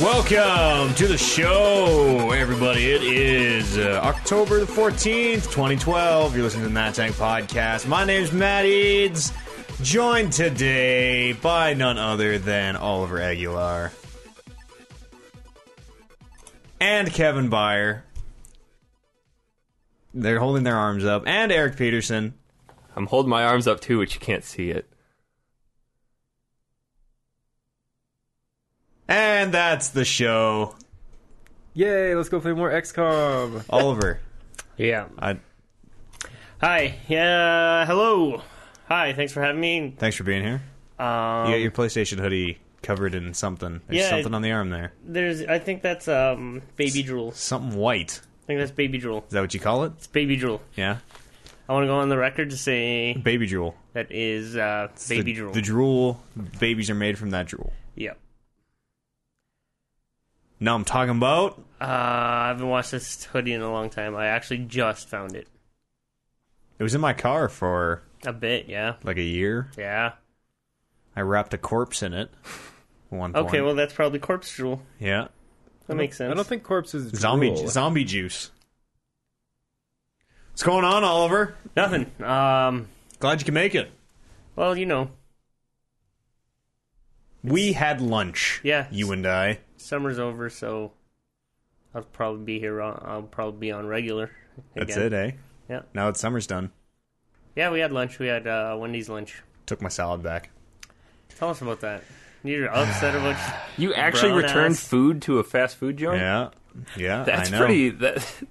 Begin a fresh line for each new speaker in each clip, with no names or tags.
Welcome to the show, everybody. It is uh, October the 14th, 2012. You're listening to the Matt Tank Podcast. My name's Matt Eads, joined today by none other than Oliver Aguilar and Kevin Byer. They're holding their arms up, and Eric Peterson.
I'm holding my arms up too, but you can't see it.
And that's the show.
Yay, let's go play more XCOM.
Oliver,
Yeah.
I,
Hi. Yeah. hello. Hi. Thanks for having me.
thanks for being here.
Um,
You got your PlayStation hoodie covered in something. There's
Yeah,
something
it-
on the arm there.
There's. I think that's um baby drool. I
Something white.
think that's baby drool.
Is that what you call it?
It's baby drool.
Yeah.
Mm-hmm. I want to go on the record to say
Baby drool.
that is uh,
The-
baby drool.
The drool. Babies are made from that drool.
yeah.
No, I'm talking about.
Uh, I haven't watched this hoodie in a long time. I actually just found it.
It was in my car for
A bit. Yeah.
like a year.
Yeah.
I wrapped a corpse in it. at One point.
Okay. Well, that's probably corpse drool.
yeah.
That makes sense.
I don't think corpses drool.
Zombie zombie juice. What's going on, Oliver?
nothing. Um.
Glad you can make it.
Well, you know,
We had lunch.
Yeah.
You and I.
summer's over, so I'll probably be here. On, I'll probably be on regular.
That's
again.
it, eh?
Yeah.
Now that summer's done.
Yeah, we had lunch. We had uh, Wendy's lunch.
Took my salad back.
Tell us about that. You're upset about.
You actually
Brown
returned
ass.
food to a fast food joint?
Yeah. Yeah.
That's
I know.
pretty. That,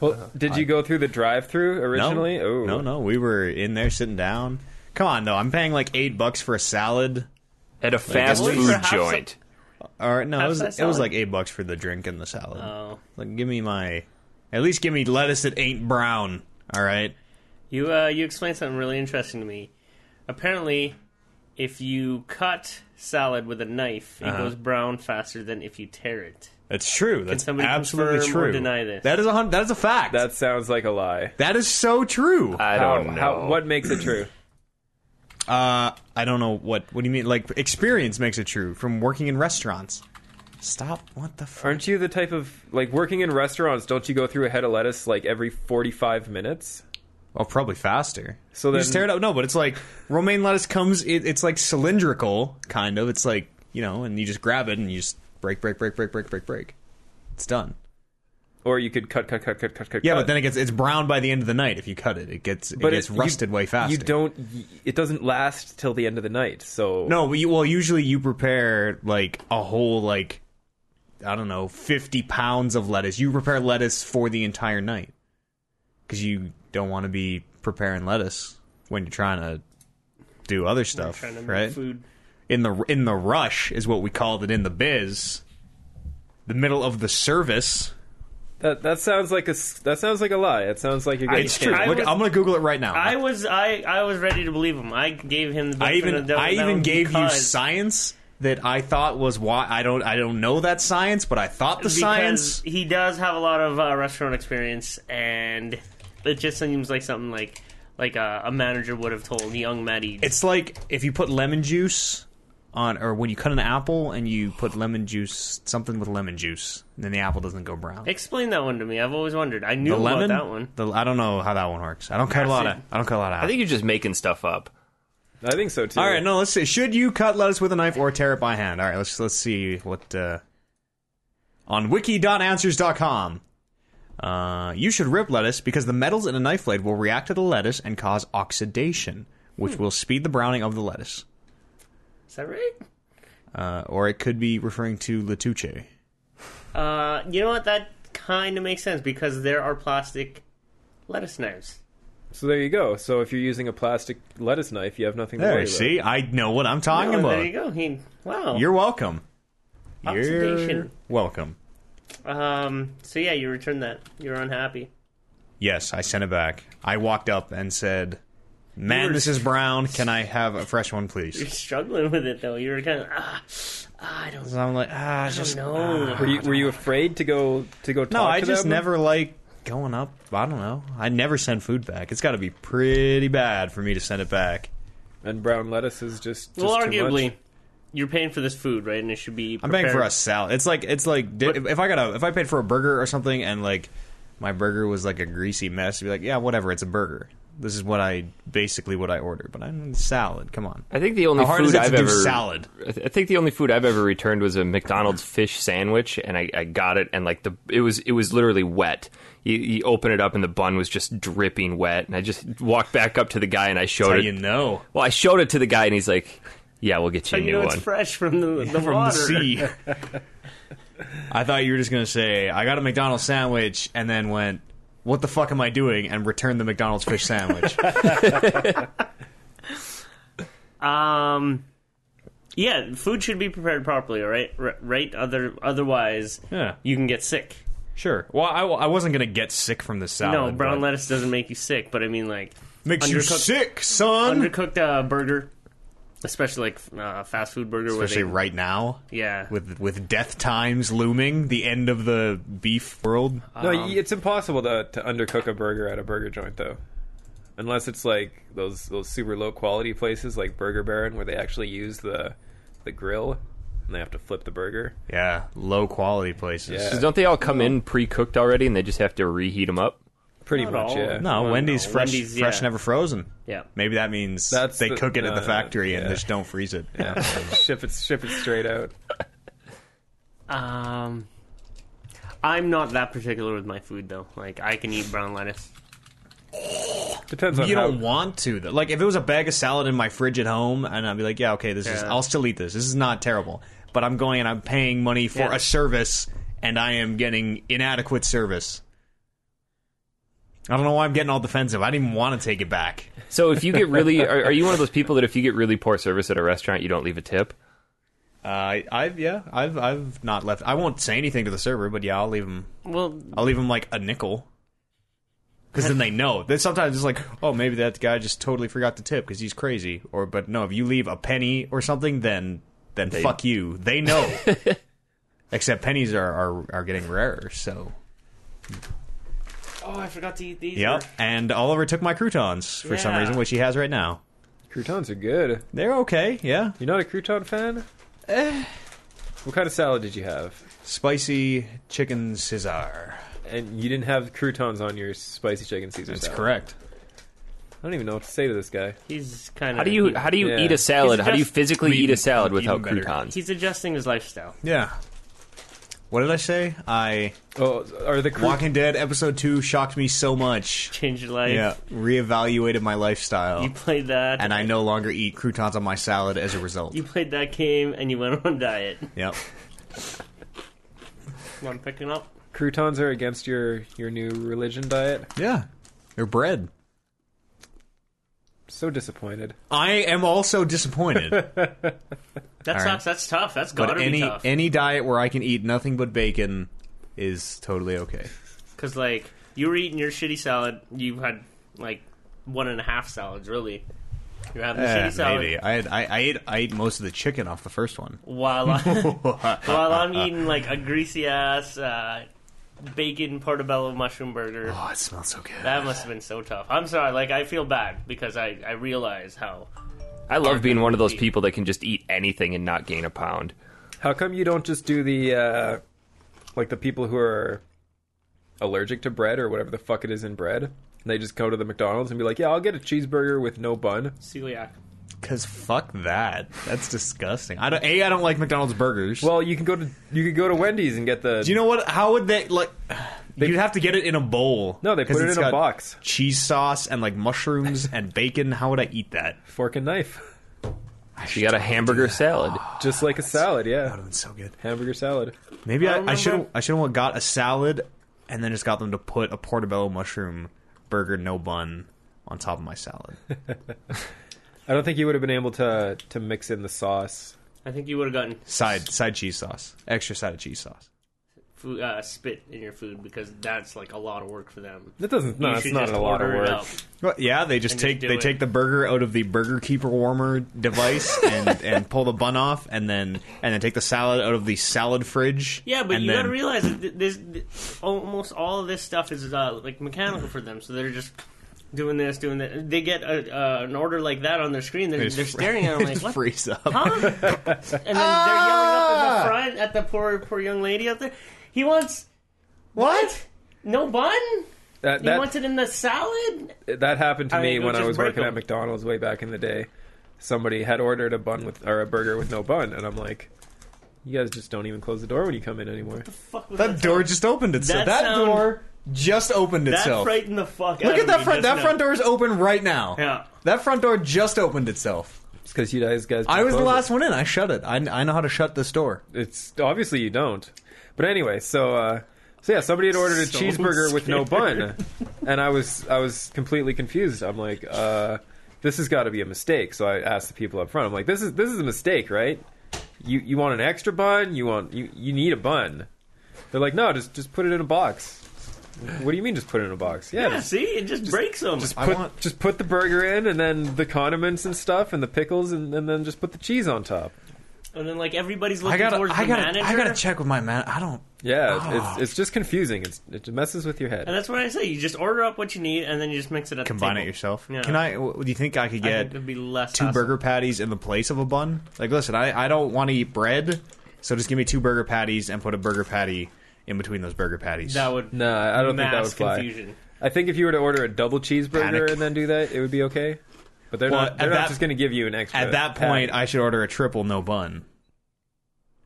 Well, did you go through the drive-through originally?
No,
oh.
no, no. We were in there sitting down. Come on, though. I'm paying like eight bucks for a salad.
at a fast
only for
food
half so-
joint.
Or no, it was,
Half-size
it was
salad?
like eight bucks for the drink and the salad.
Oh,
Like, give me my, at least give me lettuce that ain't brown. All right.
you uh, you explained something really interesting to me. Apparently, if you cut salad with a knife, it
Uh-huh.
goes brown faster than if you tear it.
That's true. That's
somebody
absolutely
confirm or
true.
deny this?
That is a hun- that is a fact.
That sounds like a lie.
that is so true.
I don't know.
How, what makes it true?
Uh, I don't know what. What do you mean? Like experience makes it true from working in restaurants. Stop. What the fuck?
Aren't you the type of like working in restaurants? Don't you go through a head of lettuce like every forty-five minutes?
Well, Oh, probably faster.
So
you
then-
just tear it up. No, but it's like romaine lettuce comes. It, it's like cylindrical, kind of. It's like you know, and you just grab it and you just break, break, break, break, break, break, break. It's done.
Or you could cut, cut, cut, cut, cut, cut.
Yeah, but
cut.
then it gets it's brown by the end of the night if you cut it. It gets it
But
gets
it- you-
rusted way faster.
You don't. y- It doesn't last till the end of the night. So
No, but you, well, usually you prepare like a whole like I don't know, fifty pounds of lettuce. You prepare lettuce for the entire night because you don't want to be preparing lettuce when you're trying to do other stuff,
Trying to make
right?
food.
In the in the rush is what we called it in the biz. The middle of the service.
that that sounds like a s- that sounds like a lie. It sounds like you're getting
It's true.
I
Look,
was-
I'm gonna Google it right now.
I was I I was ready to believe him. I gave him the.
I
benefit of
even
the doubt
I
on that
even
one
gave you
because-
science that I thought was why I don't I don't know that science, but I thought the
because
science.
He does have a lot of uh, restaurant experience, and it just seems like something like like uh, a, a manager would have told young Maddie.
It's like if you put lemon juice on, or when you cut an apple and you put lemon juice, something with lemon juice, and then the apple doesn't go brown.
Explain that one to me. I've always wondered. I knew
the lemon,
about that one.
The, I don't know how that one works. I don't cut a lot of.
Acid.
I don't cut a lot of.
I
Apples.
think you're just making stuff up.
I think so too.
All right, no. Let's see. Should you cut lettuce with a knife or tear it by hand? All right, let's let's see what uh, on wiki.answers.com. Uh, you should rip lettuce because the metals in a knife blade will react to the lettuce and cause oxidation, which
Hmm.
will speed the browning of the lettuce.
Is that right?
Uh, or it could be referring to latuche.
Uh, you know what? That kind of makes sense because there are plastic lettuce knives.
So there you go. So if you're using a plastic lettuce knife, you have nothing to
There,
worry about.
see, I know what I'm talking
Oh,
about.
there you go. He, wow.
You're welcome. You're
Oxidation.
welcome.
um. So yeah, you returned that. You're unhappy.
Yes, I sent it back. I walked up and said, Man, this is brown. Can I have a fresh one,
You're
please?
struggling with it though. You were kind of ah, ah I don't
So I'm like, ah, just
know.
Were you, were you afraid to go to go talk
no. I
to
just
them?
never like going up. I don't know. I never send food back. It's got to be pretty bad for me to send it back.
And brown lettuce is just, just
well,
too much.
arguably, you're paying for this food, right? And it should be.
I'm paying for
prepared.
a salad. It's like it's like di- if I got a if I paid for a burger or something and like my burger was like a greasy mess, I'd be like, yeah, whatever. It's a burger. This is what I basically what I order. But I'm salad. Come on.
I think the only
How hard
food
is it to
I've
do
ever
salad?
I th- I think the only food I've ever returned was a McDonald's fish sandwich, and I, I got it, and like the it was it was literally wet. You, you open it up, and the bun was just dripping wet. And I just walked back up to the guy, and I
How
showed it.
you know
Well, I showed it to the guy, and he's like, "Yeah, we'll get you
I
a
know
new
it's
one."
fresh from the, the
from the
water.
sea? I thought you were just gonna say I got a McDonald's sandwich and then went, what the fuck am I doing? And returned the McDonald's fish sandwich.
Um, yeah, food should be prepared properly. All right, R- right. Other otherwise,
Yeah.
you can get sick.
sure. Well, I, I wasn't gonna get sick from the salad.
no, brown
but
lettuce doesn't make you sick, but I mean like
makes you
undercooked-
sick, son.
undercooked uh, burger, especially like uh, fast food burger.
Especially
where
right now.
they, yeah,
with with death times looming, the end of the beef world.
No, y it's impossible to, to undercook a burger at a burger joint, though. Unless it's like those those super low quality places like Burger Baron, where they actually use the the grill and they have to flip the burger.
Yeah, low quality places.
Yeah.
Don't they all come in pre-cooked already, and they just have to reheat them up?
Pretty
Not
much,
all.
yeah.
No,
Well,
Wendy's
no,
fresh,
Wendy's,
fresh,
yeah.
never frozen.
yeah.
Maybe that means
That's
they
the-
cook it at the
no,
factory and
yeah.
they just don't freeze it.
Yeah. ship it ship it straight out.
Um, I'm not that particular with my food though. Like I can eat brown lettuce.
Depends on
You
how
don't want to. Though. Like if it was a bag of salad in my fridge at home, and I'd be like, yeah, okay, this is.
Yeah.
I'll still eat this. This is not terrible. But I'm going and I'm paying money for
Yeah.
a service, and I am getting inadequate service. I don't know why I'm getting all defensive. I didn't even want to take it back.
So if you get really, are, are you one of those people that if you get really poor service at a restaurant, you don't leave a tip?
Uh, I've yeah, I've I've not left. I won't say anything to the server, but yeah, I'll leave them.
Well,
I'll leave them like a nickel, because then they know. Then sometimes it's like, oh, maybe that guy just totally forgot to tip because he's crazy. Or but no, if you leave a penny or something, then then fuck you. They know. Except pennies are, are are getting rarer. So
oh, I forgot to eat these.
yep. And Oliver took my croutons for some
Yeah.
reason, which he has right now.
croutons are good.
They're okay. Yeah,
You're not a crouton fan?
Eh.
what kind of salad did you have?
spicy chicken Caesar.
And you didn't have croutons on your spicy chicken Caesar
That's
salad.
correct.
I don't even know what to say to this guy.
He's kind of.
How do you how do you
Yeah.
eat a salad?
He's
How do you
just
physically eat a salad
eating
without
better.
croutons?
He's adjusting his lifestyle.
Yeah. What did I say? I
Oh, are the croutons?
Walking Dead episode two shocked me so much.
Changed your life.
Yeah, reevaluated my lifestyle,
You played that.
and I no longer eat croutons on my salad as a result.
you played that game, and you went on diet.
Yep.
I'm picking up.
croutons are against your your new religion diet.
Yeah. Or bread.
So disappointed.
I am also disappointed.
That
All right.
sucks. That's tough. That's gotta
but any
be tough.
any diet where I can eat nothing but bacon is totally okay.
Because like you were eating your shitty salad, you had like one and a half salads really. You're having a
Eh,
shitty salad
maybe I, had, I I ate I ate most of the chicken off the first one.
while I, while I'm eating like a greasy ass uh, bacon portobello mushroom burger.
Oh, it smells so good.
That must have been so tough. I'm sorry. Like I feel bad because I I realize how
I love being one of those people that can just eat anything and not gain a pound.
How come you don't just do the uh like the people who are allergic to bread or whatever the fuck it is in bread? And they just go to the McDonald's and be like, "Yeah, I'll get a cheeseburger with no bun."
celiac.
Cause fuck that. That's disgusting. I don't. A I don't like McDonald's burgers.
Well, you can go to you could go to Wendy's and get the
Do you know what? How would they like? you'd have to get it in a bowl.
No, they
'Cause
put it
it's
in a
got
box.
Cheese sauce and like mushrooms and bacon. How would I eat that?
fork and knife,
So you got a hamburger salad.
just like a salad.
That would
Yeah,
have been so good.
hamburger salad.
Maybe
I
I
don't
I should have.
remember.
I should have got a salad and then just got them to put a portobello mushroom burger no bun on top of my salad.
I don't think you would have been able to to mix in the sauce.
I think you would have gotten
Side side cheese sauce. Extra side of cheese sauce.
food, uh, spit in your food because that's like a lot of work for them.
That doesn't. No,
You
it's
should
not
just
a lot of
order it
work.
up.
Well, yeah, they just
And
take
just do
they
it.
take the burger out of the Burger Keeper warmer device and, and pull the bun off, and then and then take the salad out of the salad fridge.
Yeah, but
and
you
then,
gotta realize that th- this, th- almost all of this stuff is uh, like mechanical for them, so they're just doing this, doing that. They get a, uh, an order like that on their screen, they're,
It's
they're
fr-
staring at them like,
it
what?
freeze up.
Huh? and then they're yelling up
Ah!
in the front at the poor, poor young lady out there. He wants
What?
no bun.
That
He wants
that,
it in the salad.
that happened to
I
me
mean,
when I
just
was
break
working at
them.
McDonald's way back in the day. Somebody had ordered a bun with or a burger with no bun, and I'm like, you guys just don't even close the door when you come in anymore.
Fuck was
That door just opened itself.
That
That,
sound-
door just opened
That
itself.
frightened the fuck.
Look
out
at
of
that
me
front.
just
That
now.
front door is open right now.
Yeah.
That front door just opened itself.
It's because you guys guys.
I
don't
was the
close it.
last one in. I shut it. I, I know how to shut this door.
It's obviously you don't. But anyway, so uh, so yeah, somebody had ordered a
So
cheeseburger with no bun, and I was I was completely confused. I'm like, uh, this has got to be a mistake. So I asked the people up front. I'm like, this is this is a mistake, right? You you want an extra bun? You want you you need a bun? They're like, no, just just put it in a box. What do you mean, just put it in a box? Yeah,
Yeah,
just,
see, it just, breaks them.
just
I
put
want-
just put the burger in, and then the condiments and stuff, and the pickles, and, and then just put the cheese on top.
and then like everybody's looking
I gotta.
towards
I
the
gotta.
manager.
I gotta check with my man. I don't.
Yeah,
Ah.
it's, it's just confusing. It's, it messes with your head.
And that's what I say. You just order up what you need, and then you just mix it up.
Combine it yourself. Can I? w- Do you think I could
Yeah,
get?
it'd be less
two
hassle.
burger patties in the place of a bun. Like, listen, I, I don't want to eat bread, so just give me two burger patties and put a burger patty in between those burger patties.
That would
No, I don't think that
mass
would fly.
confusion.
I think if you were to order a double cheeseburger
Panic.
and then do that, it would be okay. But they're
Well,
not. They're
at
not
that-
just going to give you an extra.
At that
patty.
point, I should order a triple no bun.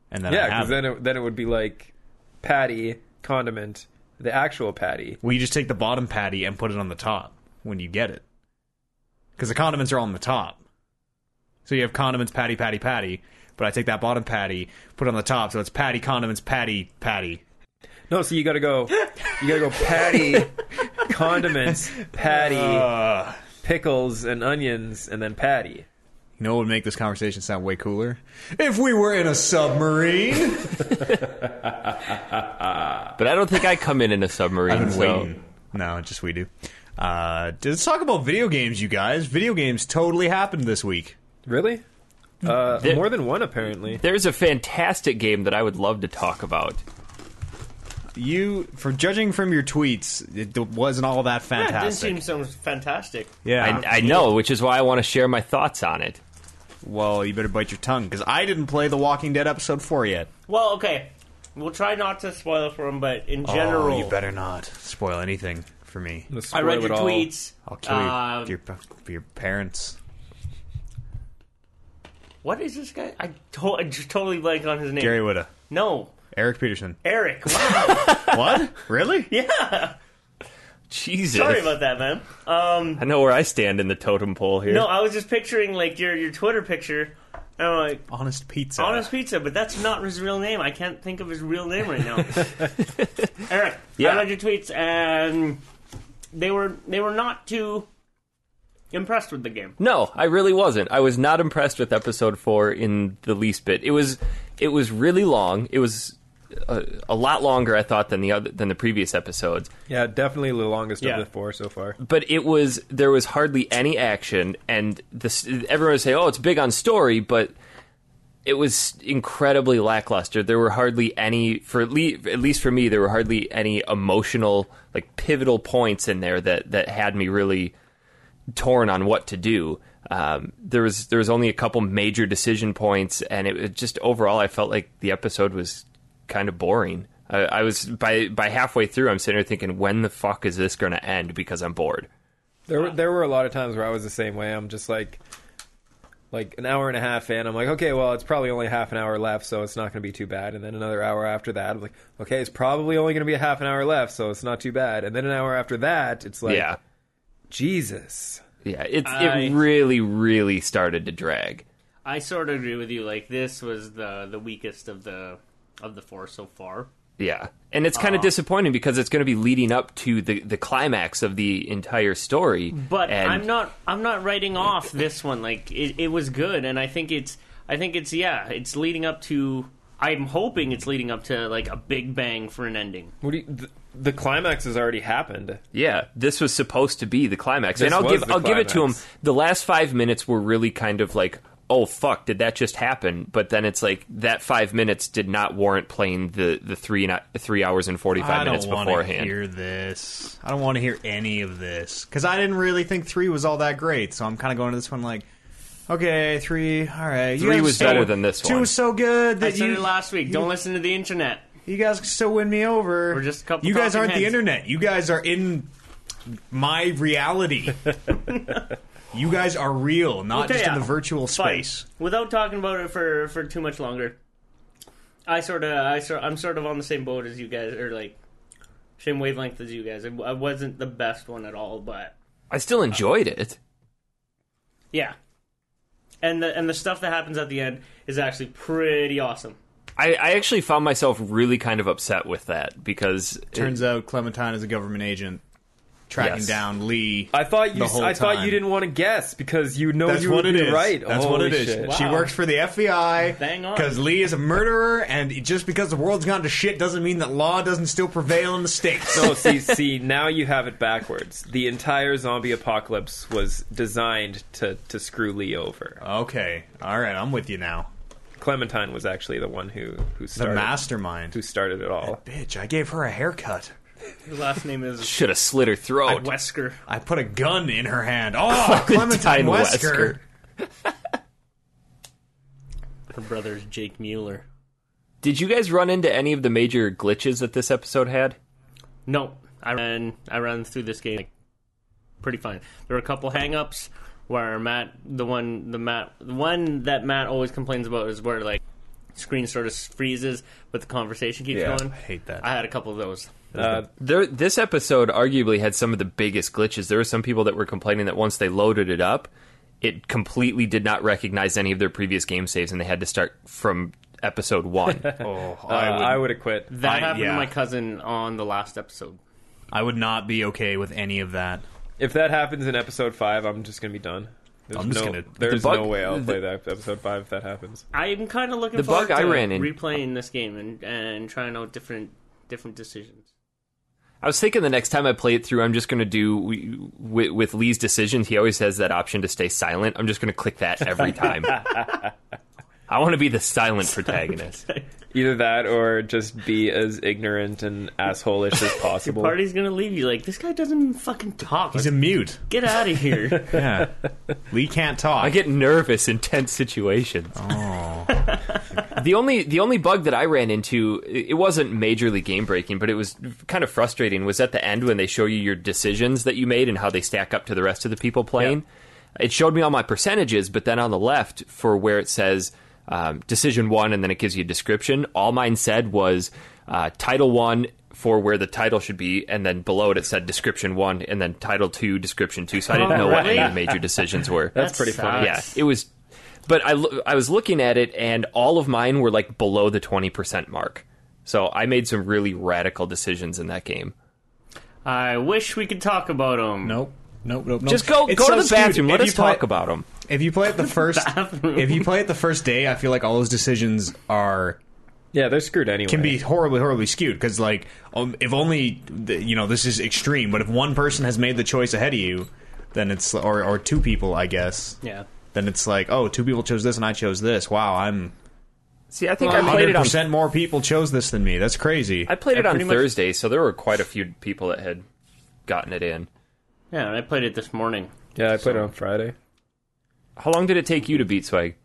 And then
yeah,
I have
because then
it.
it, then it would be like patty, condiment, the actual patty.
Well, you just take the bottom patty and put it on the top when you get it, because the condiments are all on the top. So you have condiments, patty, patty, patty. But I take that bottom patty, put it on the top, so it's patty, condiments, patty, patty.
No, so you got to go. You got to go patty, condiments, patty,
Uh,
pickles, and onions, and then patty.
You know what would make this conversation sound way cooler? If we were in a submarine!
But I don't think I come in in a submarine. So
No, just we do. Uh, let's talk about video games, you guys. Video games totally happened this week.
Really?
Mm.
Uh,
There-
more than one apparently.
there's a fantastic game that I would love to talk about.
You, for judging from your tweets, it d- wasn't all that
Yeah, it didn't
fantastic.
seem so fantastic.
Yeah.
I, I know, which is why I want to share my thoughts on it.
well, you better bite your tongue because I didn't play The Walking Dead episode four yet.
Well, okay, we'll try not to spoil for them, but in general,
Oh, you better not spoil anything for me.
I read your tweets.
I'll kill
Um,
your, your your parents.
What is this guy? I, to- I just totally blank on his name.
Gary Witta,
No,
Eric Peterson.
Eric. Wow.
what? Really?
Jesus,
Sorry about that, man. Um,
I know where I stand in the totem pole here.
no, I was just picturing like your your Twitter picture. And I'm like,
Honest Pizza.
Honest Pizza, but that's not his real name. I can't think of his real name right now. Eric,
Yeah.
I read your tweets, and they were they were not too impressed with the game.
No, I really wasn't. I was not impressed with episode four in the least bit. It was it was really long. It was a, a lot longer, I thought, than the other than the previous episodes.
Yeah, definitely the longest
Yeah.
of the four so far.
But it was there was hardly any action, and this everyone would say, "Oh, it's big on story," but it was incredibly lackluster. There were hardly any for at least, at least for me, there were hardly any emotional like pivotal points in there that that had me really torn on what to do. Um, there was there was only a couple major decision points, and it, it just overall I felt like the episode was kind of boring. I, I was by by halfway through, I'm sitting there thinking, when the fuck is this going to end? Because I'm bored.
There, were, there were a lot of times where I was the same way. I'm just like, like an hour and a half in, I'm like, okay, well, it's probably only half an hour left, so it's not going to be too bad. And then another hour after that, I'm like, okay, it's probably only going to be a half an hour left, so it's not too bad. And then an hour after that, it's like,
yeah,
Jesus.
yeah. It's
I-
it really really started to drag.
I sort of agree with you. Like this was the the weakest of the of the four so far.
Yeah. And it's kind of disappointing because it's going to be leading up to the, the climax of the entire story.
But
and
I'm not I'm not writing off this one. Like it, it was good, and I think it's I think it's yeah, it's leading up to I'm hoping it's leading up to like a big bang for an ending.
What do you, the, the climax has already happened.
Yeah, this was supposed to be the climax,
This
and I'll
was
give
the
I'll give it to him.
climax.
The last five minutes were really kind of like, oh fuck, did that just happen? But then it's like that five minutes did not warrant playing the the three and the three hours and forty
I
five
don't
minutes
want to
beforehand.
hear this. I don't want to hear any of this because I didn't really think three was all that great. So I'm kind of going to this one like, okay, three, all right. You
Three
guys
was
still-
better than this
Two
one.
was so good
I
that
said
you
it last week. Don't listen to the internet.
you guys can still win me over.
We're just a couple
You guys
talking
aren't the
heads.
internet. You guys are in my reality. you guys are real, not
Okay,
just in the
yeah.
virtual
Fine.
space.
Without talking about it for for too much longer, I sort of I sort I'm sort of on the same boat as you guys, or like same wavelength as you guys. I, I wasn't the best one at all, but
I still enjoyed it.
yeah. And the and the stuff that happens at the end is actually pretty awesome.
I, I actually found myself really kind of upset with that because
Turns out Clementine is a government agent tracking
Yes.
down Lee.
I thought you
The whole
I thought
time.
you didn't want to guess because you know
That's
you
what
would
it
be
is.
right.
That's what
Holy
it is.
shit.
She
Wow.
works for the FBI.
Bang on.
Because Lee is a murderer, and just because the world's gone to shit doesn't mean that law doesn't still prevail in the states.
No, see, see, now you have it backwards. The entire zombie apocalypse was designed to, to screw Lee over.
Oh. okay, all right, I'm with you now.
Clementine was actually the one who who
The
started
mastermind.
who started it all.
Bitch, I gave her a haircut.
Her last name is
should have slit her throat.
Wesker.
I put a gun in her hand. Oh, Clementine
Clementine
Wesker.
Wesker.
Her brother is Jake Mueller.
Did you guys run into any of the major glitches that this episode had?
No, I ran. I ran through this game like, pretty fine. There were a couple hangups where Matt, the one, the Matt, the one that Matt always complains about is where like screen sort of freezes, but the conversation keeps
Yeah,
going.
I hate that.
I had a couple of those.
Uh,
There, this episode arguably had some of the biggest glitches. There were some people that were complaining that once they loaded it up, it completely did not recognize any of their previous game saves, and they had to start from episode one.
Oh,
Uh,
I would,
I, would, Uh, I would have quit.
That
I-
happened
yeah.
to my cousin on the last episode.
I would not be okay with any of that.
If that happens in episode five, I'm just gonna be done. There's
I'm just
no,
gonna-
there's
the bug-
no way I'll
the-
play that episode five if that happens.
I'm kind of looking
The
forward
bug
to
I ran in-
replaying this game and, and trying out different different decisions.
I was thinking the next time I play it through, I'm just going to do with, with Lee's decisions. He always has that option to stay silent. I'm just going to click that every time. I want to be the silent protagonist.
Either that or just be as ignorant and assholish as possible.
Party's gonna leave you like this guy doesn't even fucking talk.
He's a mute.
Get out of here.
Yeah. Lee can't talk.
I get nervous in tense situations. the only the only bug that I ran into, it it wasn't majorly game breaking, but it was kind of frustrating. Was at the end when they show you your decisions that you made and how they stack up to the rest of the people playing. It showed me all my percentages, but then on the left for where it says um, decision one, and then it gives you a description. All mine said was uh, title one for where the title should be, and then below it it said description one, and then title two, description two. So I didn't know what any of the major decisions were.
That's pretty funny.
Yeah, it was. But I, lo- I was looking at it, and all of mine were like below the twenty percent mark. So I made some really radical decisions in that game.
I wish we could talk about him.
Nope. Nope, nope, nope.
Just go
It's
go
so
to the
skewed.
bathroom.
If
Let us
you play-
talk about them.
If you play it the first, if you play it the first day, I feel like all those decisions are
Yeah, they're screwed anyway.
can be horribly, horribly skewed. Because like, um, if only th- you know this is extreme, but if one person has made the choice ahead of you, then it's or or two people, I guess.
Yeah.
Then it's like, oh, two people chose this and I chose this. Wow, I'm
See, I think I played
hundred
it on
percent more people chose this than me. That's crazy.
I played it
I
on
pretty much-
Thursday, so there were quite a few people that had gotten it in.
Yeah, and I played it this morning.
Yeah, I played it on Friday.
How long did it take you to beat Swag?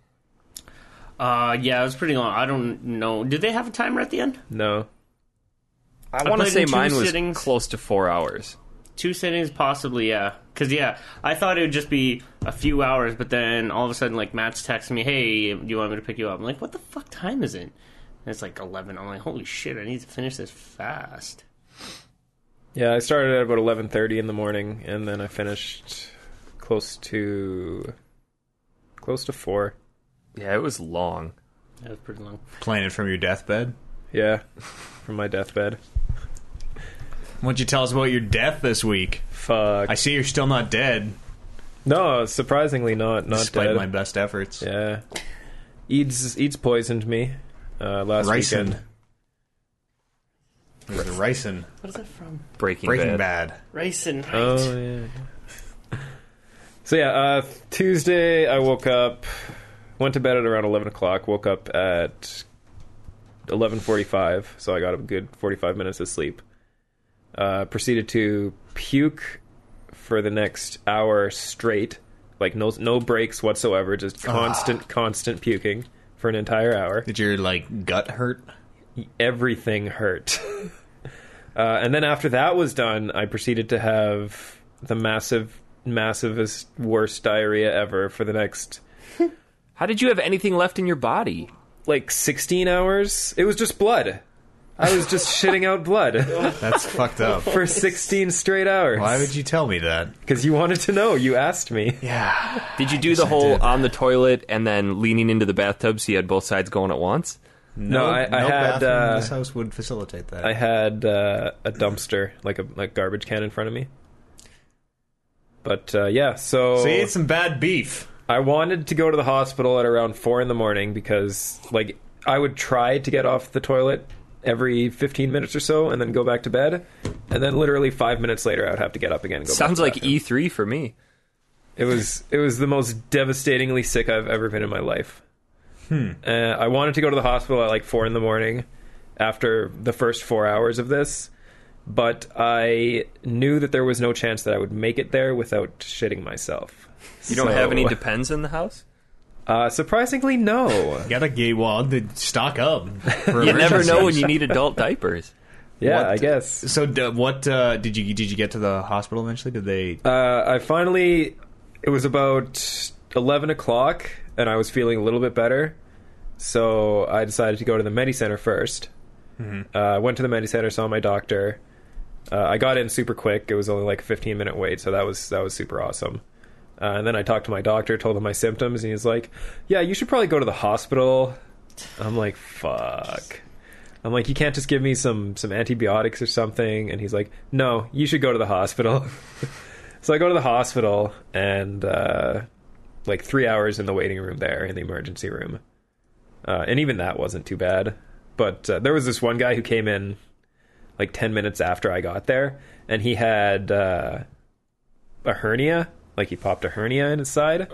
Uh, yeah, it was pretty long. I don't know. Did they have a timer at the end?
No.
I want to
played
say
in two
mine was
sittings.
close to four hours.
Two sittings, possibly. Yeah, because yeah, I thought it would just be a few hours, but then all of a sudden, like Matt's texting me, "Hey, do you want me to pick you up?" I'm like, "What the fuck time is it?" And it's like eleven. I'm like, "Holy shit! I need to finish this fast."
Yeah, I started at about eleven thirty in the morning, and then I finished close to close to four.
Yeah, it was long.
That was pretty long.
playing it from your deathbed.
Yeah, from my deathbed.
Why don't you tell us about your death this week?
Fuck.
I see you're still not dead,
no, surprisingly not not
despite
dead.
my best efforts.
Yeah, Eads Eads poisoned me. uh, last
Ricin.
weekend.
It was Ricin.
What is that from?
Breaking,
Breaking
Bad.
Bad.
Racing. Height.
Oh yeah. So yeah, uh, Tuesday I woke up, went to bed at around eleven o'clock. Woke up at eleven forty-five, so I got a good forty-five minutes of sleep. Uh, proceeded to puke for the next hour straight, like no no breaks whatsoever, just constant constant puking for an entire hour
Did your like gut hurt?
everything hurt. uh, and then after that was done, I proceeded to have the massive, massivest, worst diarrhea ever for the next
How did you have anything left in your body?
like 16 hours. It was just blood. I was just shitting out blood
That's fucked up.
for 16 straight hours.
Why would you tell me that?
Because you wanted to know. You asked me.
Yeah.
Did you do the
I
whole
did.
on the toilet and then leaning into the bathtub so you had both sides going at once?
No, I, I had.
bathroom in
Uh,
this house would facilitate that.
I had uh, a dumpster, like a like garbage can in front of me. But uh, yeah, so
so you ate some bad beef.
I wanted to go to the hospital at around four in the morning because, like, I would try to get off the toilet every 15 minutes or so and then go back to bed. And then literally five minutes later, I would have to get up again. And go
Sounds
back
like
to the
e-
bathroom.
E3 for me.
it was it was the most devastatingly sick I've ever been in my life. Uh, I wanted to go to the hospital at like four in the morning after the first four hours of this, but I knew that there was no chance that I would make it there without shitting myself.
You don't have
uh,
any depends in the house?
Uh, surprisingly, no.
Got a gay wad to stock up. for
You never know when
emergencies.
you need adult diapers.
Yeah,
What-
I guess.
So d- what uh, did you did you get to the hospital eventually? Did they?
Uh, I finally, it was about 11 o'clock, and I was feeling a little bit better. So I decided to go to the Medi Center 1st Uh, I went to the Medi Center, saw my doctor. Uh, I got in super quick. It was only like a 15 minute wait, so that was that was super awesome. Uh, and then I talked to my doctor, told him my symptoms, and he's like, "Yeah, you should probably go to the hospital." I'm like, "Fuck." I'm like, "You can't just give me some some antibiotics or something." And he's like, "No, you should go to the hospital." So I go to the hospital, and uh, like three hours in the waiting room there in the emergency room, uh, and even that wasn't too bad. But uh, there was this one guy who came in like ten minutes after I got there, and he had uh, a hernia, like he popped a hernia in his side,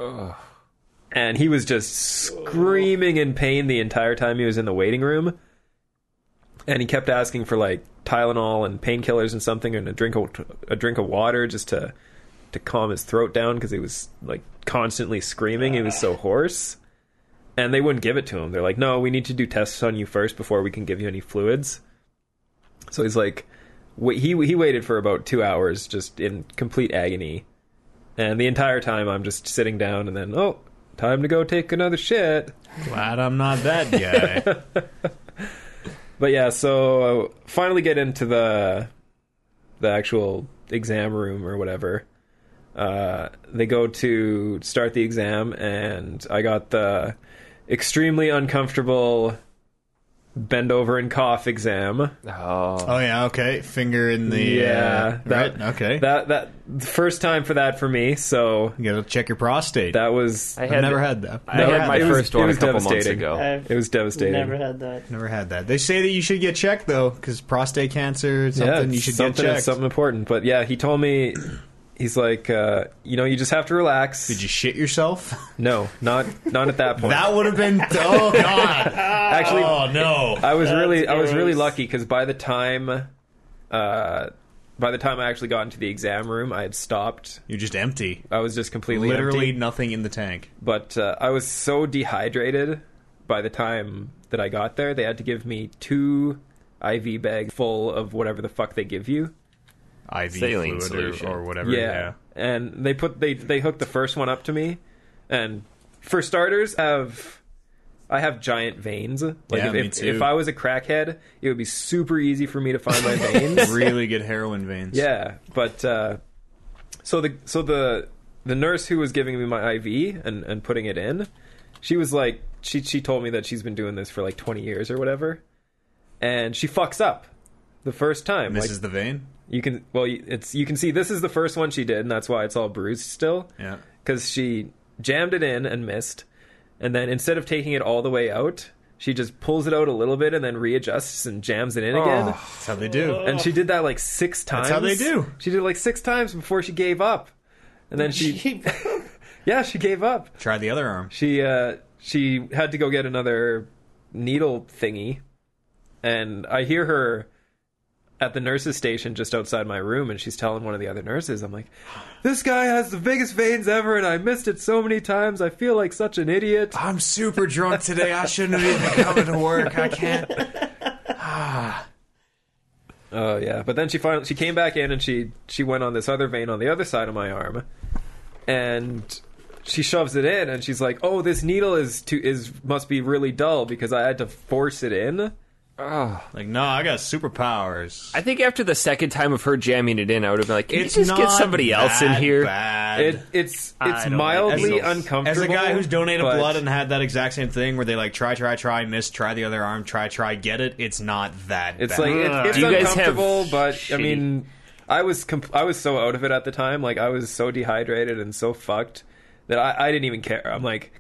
and he was just screaming in pain the entire time he was in the waiting room and he kept asking for like Tylenol and painkillers and something and a drink of, a drink of water just to to calm his throat down because he was like constantly screaming. He was so hoarse, and they wouldn't give it to him. They're like, "No, we need to do tests on you first before we can give you any fluids." So he's like, wa he he waited for about two hours just in complete agony, and the entire time I'm just sitting down and then oh, time to go take another shit.
Glad I'm not that
Oh.
guy.
But yeah, so uh, finally get into the the actual exam room or whatever. Uh, they go to start the exam, and I got the extremely uncomfortable bend over and cough exam.
Oh.
oh yeah, okay. Finger in the
Yeah,
Uh,
that-
right, okay.
That that the first time for that for me, so
you gotta check your prostate.
that was
I
I've
had,
never had that.
I
never
had my
it was-
first
it
one a
was
couple months
devastating.
ago.
it was devastating.
Never had that.
Never had that. They say that you should get checked though, because prostate cancer, it's
yeah,
something you should
something
get
is
checked.
something important. But yeah, he told me he's like, uh, you know, you just have to relax.
Did you shit yourself?
No, not not at that point.
that would have been. Oh god.
Actually,
Oh no.
I was
That's
really I was really
gross.
lucky because by the time, uh, by the time I actually got into the exam room, I had stopped.
You're just empty.
I was just completely
Literally
empty.
nothing in the tank.
But uh, I was so dehydrated by the time that I got there, they had to give me two IV bags full of whatever the fuck they give you.
IV fluid or-
Saline solution.
Or, whatever.
yeah. And they put they they hooked the first one up to me, and for starters, have I have giant veins. Like
Yeah,
if,
me
if,
too.
if I was a crackhead, it would be super easy for me to find my veins.
really good heroin veins.
Yeah, but uh, so the so the the nurse who was giving me my IV and and putting it in, she was like she she told me that she's been doing this for like 20 years or whatever, and she fucks up the first time.
This
like
is the vein.
you can well you- it's you can see this is the first one she did and that's why it's all bruised still
Yeah.
because she jammed it in and missed, and then instead of taking it all the way out, She just pulls it out a little bit and then readjusts and jams it in again.
That's how they do.
And she did that like six times.
how they do.
She did it like six times before she gave up. And then she, yeah, she gave up.
Try the other arm.
She uh she had to go get another needle thingy. And I hear her at the nurse's station just outside my room and she's telling one of the other nurses, I'm like, This guy has the biggest veins ever and I missed it so many times. I feel like such an idiot.
I'm super drunk today. I shouldn't have even come to work. I can't.
Oh yeah, but then she finally she came back in and she she went on this other vein on the other side of my arm, and she shoves it in and she's like, "Oh, this needle is too is must be really dull because I had to force it in."
Uh, Like, no, I got superpowers.
I think after the second time of her jamming it in, I would have been like, "Can
It's
you just get
not
somebody else in
that
here?"
bad.
It it's
I
it's
don't like
mildly
needles.
uncomfortable.
As a guy who's donated
but-
blood and had that exact same thing where they like try, try, try, miss, try the other arm, try, try, get it, it's not that
It's
bad.
like
Ugh.
it, it's
Do you guys have
uncomfortable, but I
shitty-
mean, I was comp- I was so out of it at the time. Like I was so dehydrated and so fucked that I, I didn't even care. I'm like,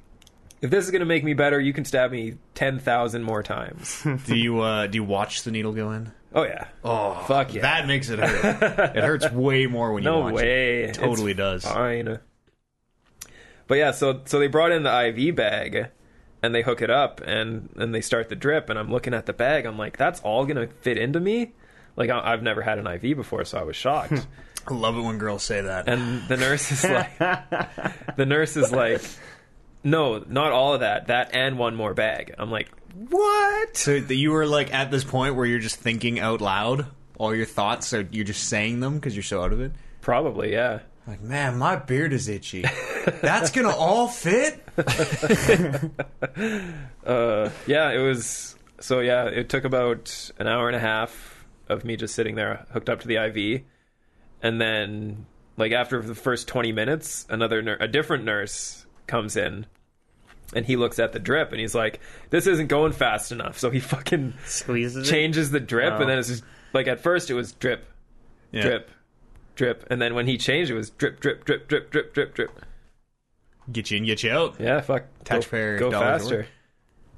if this is gonna make me better, you can stab me ten thousand more times.
do you uh, do you watch the needle go in?
oh yeah.
Oh,
Fuck yeah.
That makes it hurt. it hurts way more when
no
you watch it.
way.
It totally does.
Fine. But yeah, so so they brought in the IV bag and they hook it up and and they start the drip and I'm looking at the bag. I'm like, that's all gonna fit into me. Like I, I've never had an IV before, so I was shocked.
I love it when girls say that.
and the nurse is like, the nurse is like, no, not all of that. That and one more bag. I'm like, what?
so that you were like at this point where you're just thinking out loud all your thoughts, so you're just saying them because you're so out of it.
Probably, yeah.
Like, man, my beard is itchy. That's gonna all fit.
uh, yeah, it was. So yeah, it took about an hour and a half of me just sitting there hooked up to the IV, and then like after the first twenty minutes, another nur- a different nurse comes in. And he looks at the drip and he's like, "This isn't going fast enough." So he fucking
Squeezes it.
changes the drip,
Oh.
and then it's just like at first it was drip,
Yeah.
drip, drip, and then when he changed, it was drip, drip, drip, drip, drip, drip, drip.
Get you in, get you out.
Yeah, fuck.
Taxpayer
go, go
dollars at work.
faster.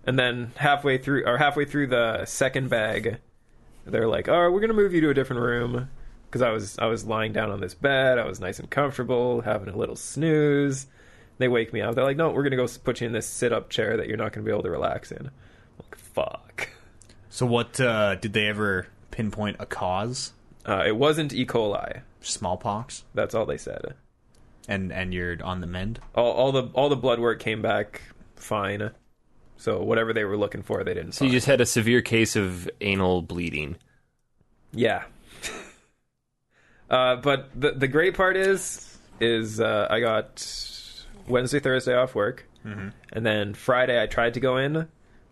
And then halfway through, or halfway through the second bag, they're like, "All right, we're gonna move you to a different room." Because I was I was lying down on this bed, I was nice and comfortable, having a little snooze. They wake me up. They're like, "No, we're gonna go s- put you in this sit up chair that you're not gonna be able to relax in." I'm like, fuck.
So, what uh, did they ever pinpoint a cause?
Uh, it wasn't E. coli.
Smallpox,
That's all they said.
and and you're on the mend.
all, all the all the blood work came back fine. So whatever they were looking for, they didn't.
So you
find.
just had a severe case of anal bleeding.
yeah. uh, but the the great part is is uh, I got Wednesday Thursday off work, and then Friday I tried to go in,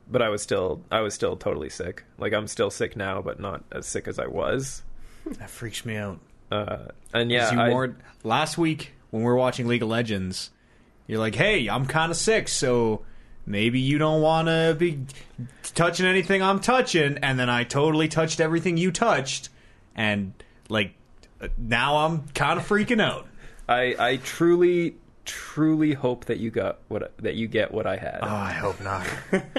but I was still I was still totally sick. Like I'm still sick now, but not as sick as I was. Oh.
That freaks me out.
Uh, and
'Cause
yeah,
you
I-
warned last week when we were watching League of Legends. You're like, hey, I'm kind of sick, so maybe you don't want to be touching anything I'm touching. And then I totally touched everything you touched, and like uh, now I'm kind of freaking out.
I I truly truly hope that you got what that you get what I had.
I hope not.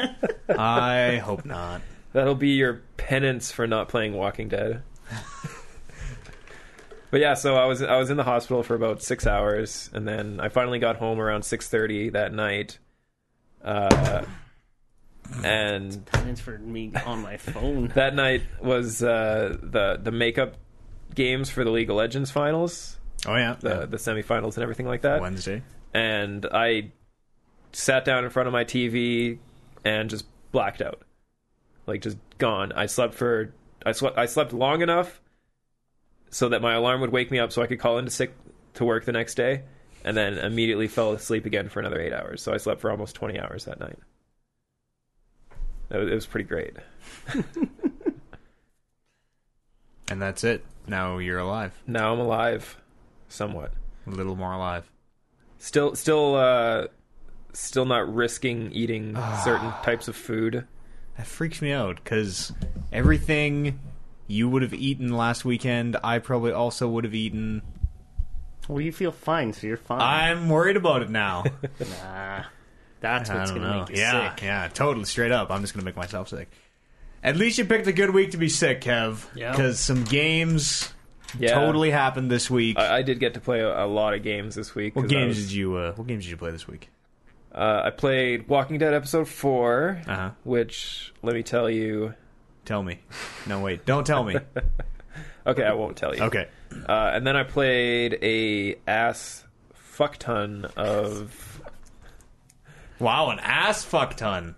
I hope not.
That'll be your penance for not playing Walking Dead. but yeah, so I was I was in the hospital for about six hours, and then I finally got home around six thirty that night. Uh, and
Transferred me on my phone.
that night was uh, the the makeup games for the League of Legends finals,
Oh yeah,
the the semifinals, and everything like that.
Wednesday.
And I sat down in front of my TV and just blacked out. Like just gone. I slept for I slept I slept long enough so that my alarm would wake me up so I could call into sick to work the next day and then immediately fell asleep again for another 8 hours. So I slept for almost 20 hours that night. It was, it was pretty great.
And that's it. Now you're alive.
Now I'm alive somewhat.
A little more alive.
Still still uh still not risking eating certain types of food.
That freaks me out because everything you would have eaten last weekend, I probably also would have eaten.
Well, you feel fine, so you're fine.
I'm worried about it now.
Nah. That's
Ah, I
what's
don't
gonna
know.
make you
Yeah,
sick.
yeah, totally straight up. I'm just gonna make myself sick. At least you picked a good week to be sick, Kev.
Yeah.
Because some games
Yeah.
totally happened this week.
I, I did get to play a, a lot of games this week.
what
'cause I
games
was-
did you? Uh, what games did you play this week?
Uh, I played Walking Dead episode 4
Uh-huh.
which let me tell you.
Tell me. No, wait. Don't tell me.
Okay, I won't tell you.
Okay.
Uh, and then I played a ass fuck ton of.
Wow, an ass fuck ton.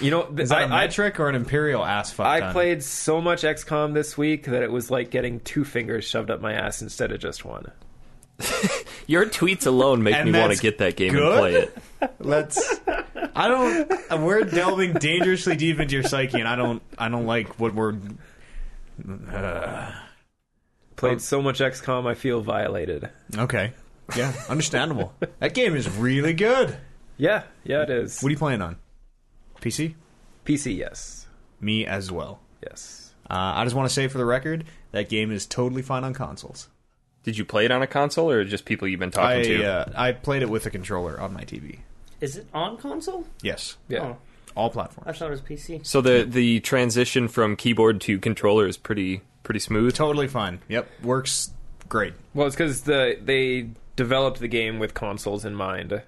You know, th-
Is that a
I- I-
metric or an imperial ass fuck
I
ton?
played so much XCOM this week that it was like getting two fingers shoved up my ass instead of just one.
Your tweets alone make
And
me want
that's
to get that game
good?
and play it.
Let's. I don't. We're delving dangerously deep into your psyche, and I don't. I don't like what we're. Oh.
Played so much XCOM, I feel violated.
Okay. Yeah, understandable. that game is really good.
Yeah, yeah, it is.
What are you playing on? PC?
PC, yes,
Me as well.
yes.
Uh, I just want to say for the record, that game is totally fine on consoles.
Did you play it on a console or just people you've been talking
I
to?
uh, I played it with a controller on my TV.
Is it on console?
Yes,
Yeah,
Oh,
all
I
platforms.
thought it was PC.
so the the transition from keyboard to controller is pretty pretty smooth.
Totally fine. Yep, works great.
well, it's because the they developed the game with consoles in mind,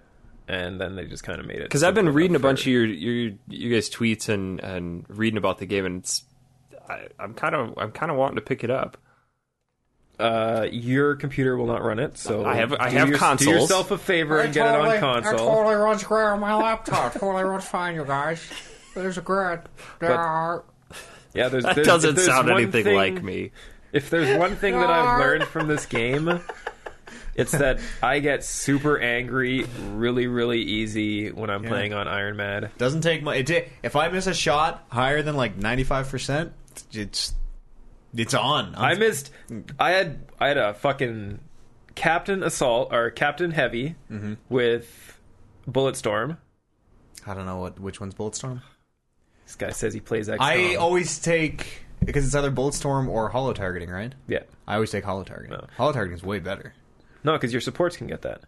and then they just kind of made it.
Because I've been
simple
reading a
enough
bunch of
for-
your your you guys tweets and and reading about the game, and it's, I, I'm kind of I'm kind of wanting to pick it up.
Uh, your computer will not run it, so
I have- I
do
have
your-
consoles.
Do yourself a favor and get it on console.
runs great on my laptop. totally runs fine, you guys. There's a grid. There are.
Yeah, there's,
That
there's, if
doesn't
there's
sound
one
anything
thing-
like me.
If there's one thing that I've learned from this game, it's that I get super angry really, really easy when I'm playing on Iron Mad.
Doesn't take much. It ta- if I miss a shot higher than like ninety five percent, it's it's on.
I missed. I had I had a fucking Captain Assault or Captain Heavy
Mm-hmm.
with Bulletstorm.
I don't know what which one's Um, Bulletstorm.
This guy says he plays XCOM.
I always take because it's either Bulletstorm or hollow targeting, right?
yeah,
I always take hollow targeting.
No.
Hollow targeting is way better.
no, because your supports can get that.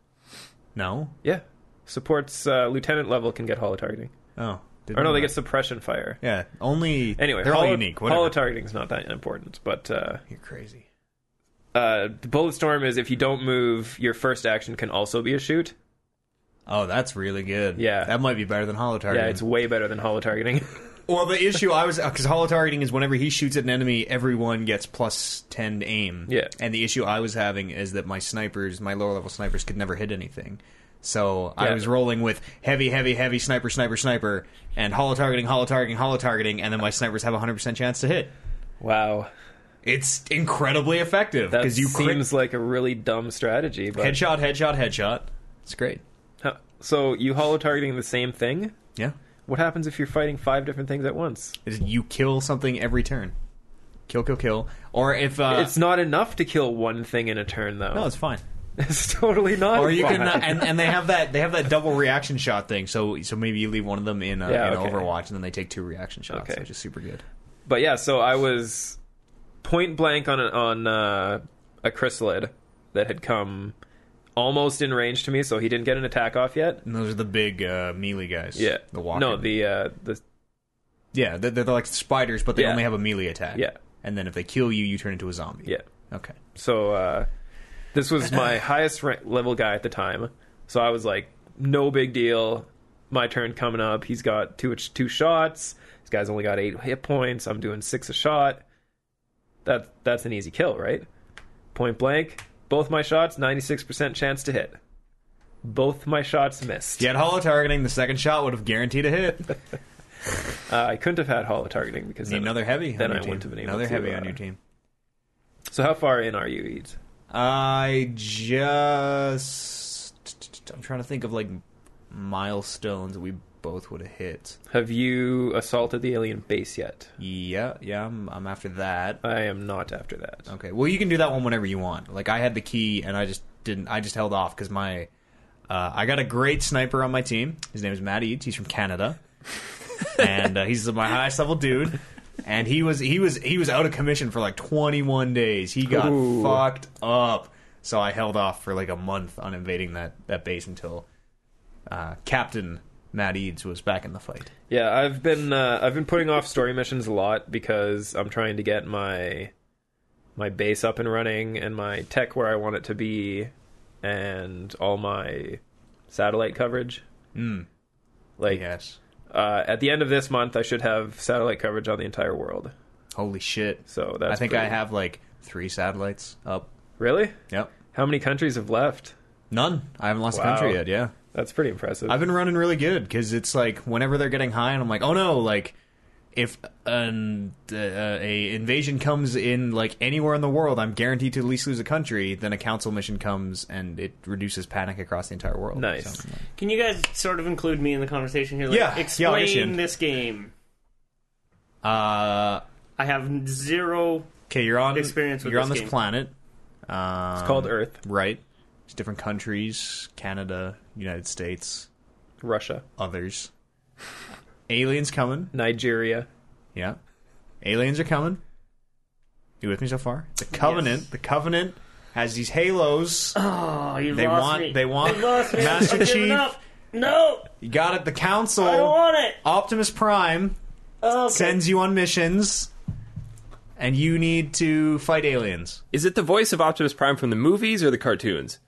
No.
Yeah, supports uh, lieutenant level can get hollow targeting.
Oh. Didn't
Or no,
know
they
that.
get suppression fire.
Yeah. Only
Anyway,
they're all
hollow-
unique. Whatever.
Hollow targeting's not that important, but uh,
You're crazy.
uh, Bulletstorm is if you don't move, your first action can also be a shoot.
Oh, that's really good.
Yeah.
That might be better than hollow targeting.
Yeah, it's way better than hollow targeting.
well, the issue I was because hollow targeting is whenever he shoots at an enemy, everyone gets plus ten aim.
Yeah.
And the issue I was having is that my snipers, my lower level snipers, could never hit anything. So I
Yeah.
was rolling with heavy, heavy, heavy sniper, sniper, sniper, and hollow targeting, hollow targeting, hollow targeting, and then my snipers have a hundred percent chance to hit.
wow,
It's incredibly effective
that
because you crit-
seems like a really dumb strategy. But
headshot, headshot, headshot. It's great.
Huh. so you hollow targeting the same thing.
Yeah.
What happens if you're fighting five different things at once?
Is you kill something every turn. Kill, kill, kill. Or if uh,
it's not enough to kill one thing in a turn, though.
no, it's fine.
It's totally not.
Or you
fun.
can, uh, and, and they have that they have that double reaction shot thing. So so maybe you leave one of them in, uh,
Yeah,
in
okay.
Overwatch, and then they take two reaction shots,
Okay.
which is super good.
But yeah, so I was point blank on a, on uh, a chrysalid that had come almost in range to me, so he didn't get an attack off yet.
And those are the big uh, melee guys.
Yeah,
the walking.
No, the uh, the
yeah, they're, they're like spiders, but they
Yeah.
only have a melee attack.
Yeah.
and then if they kill you, you turn into a zombie.
yeah.
Okay.
So uh, this was my highest rank level guy at the time. So I was like, no big deal. My turn coming up. He's got two two shots. This guy's only got eight hit points. I'm doing six a shot. That that's an easy kill, right? Point blank. Both my shots, 96% chance to hit. Both my shots missed.
Get hollow targeting. The second shot would have guaranteed a hit.
Uh, I couldn't have had hollow targeting because
Need
then,
another heavy. on
Then I
your team.
wouldn't have been able
another
to,
heavy
uh,
on your team.
So how far in are you, Eads?
I just I'm trying to think of like milestones that we both would have hit.
Have you assaulted the alien base yet?
Yeah, yeah, I'm I'm after that.
I am not after that.
Okay. Well, you can do that one whenever you want. Like I had the key and I just didn't I just held off cuz my uh, I got a great sniper on my team. His name is Matt Eads. He's from Canada. and uh, he's my highest level dude. And he was he was he was out of commission for like 21 days. He got
Ooh.
fucked up. So I held off for like a month on invading that that base until uh, Captain Matt Eads was back in the fight.
Yeah, I've been uh, I've been putting off story missions a lot because I'm trying to get my my base up and running and my tech where I want it to be and all my satellite coverage.
Hmm.
Like
Yes.
uh, at the end of this month, I should have satellite coverage on the entire world.
Holy shit.
So that's
I think
pretty-
I have like three satellites up.
really.
Yep.
How many countries have left?
None. I haven't lost a
Wow.
country yet. Yeah.
That's pretty impressive.
I've been running really good because it's like whenever they're getting high, and I'm like, oh no, like if an uh, a invasion comes in like anywhere in the world, I'm guaranteed to at least lose a country. Then a council mission comes and it reduces panic across the entire world.
Nice.
So,
Can you guys sort of include me in the conversation here? Like,
Yeah, yeah, I
Explain
understand.
this game.
uh,
I have zero.
okay, you're on
Experience with
you're on
this
this
game.
planet. Um,
it's called Earth,
right. It's different countries: Canada, United States,
Russia,
others. Aliens coming.
Nigeria.
Yeah. Aliens are coming. You with me so far? The Covenant. The Covenant has these halos.
Oh, you
They
lost
want-
me.
they want
You lost me.
Master
I'm giving
Chief. Oh.
up. No,
You got it. The Council.
I don't want it. Oh,
Optimus Prime
Okay.
sends you on missions, and you need to fight aliens.
Is it the voice of Optimus Prime from the movies or the cartoons?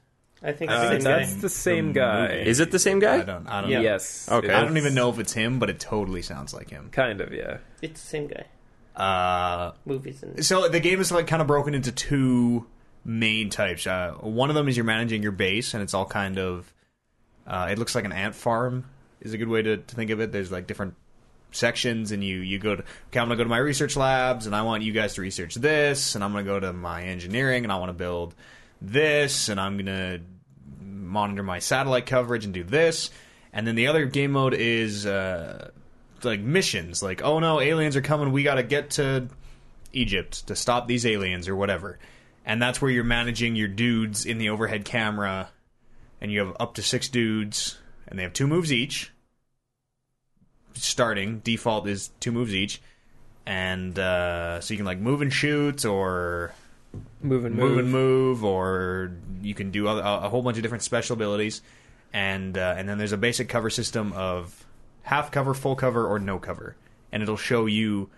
I think
Uh,
it's
that's the same guy.
Is it the same guy?
I don't. I don't.
Yeah.
Yes.
Okay.
I don't even know if it's him, but it totally sounds like him.
Kind of, yeah.
It's the same guy.
Uh,
Movies and
so the game is like kind of broken into two main types. Uh, one of them is you're managing your base, and it's all kind of uh, it looks like an ant farm is a good way to, to think of it. There's like different sections, and you you go to okay, I'm gonna go to my research labs, and I want you guys to research this, and I'm gonna go to my engineering, and I want to build this, and I'm gonna monitor my satellite coverage and do this. And then the other game mode is uh, like missions, like oh no, aliens are coming, we gotta get to Egypt to stop these aliens or whatever. And that's where you're managing your dudes in the overhead camera, and you have up to six dudes, and they have two moves each. Starting default is two moves each, and uh, so you can like move and shoot or
Move and move.
move and move, or you can do other, a a whole bunch of different special abilities, and uh, and then there's a basic cover system of half cover, full cover, or no cover, and it'll show you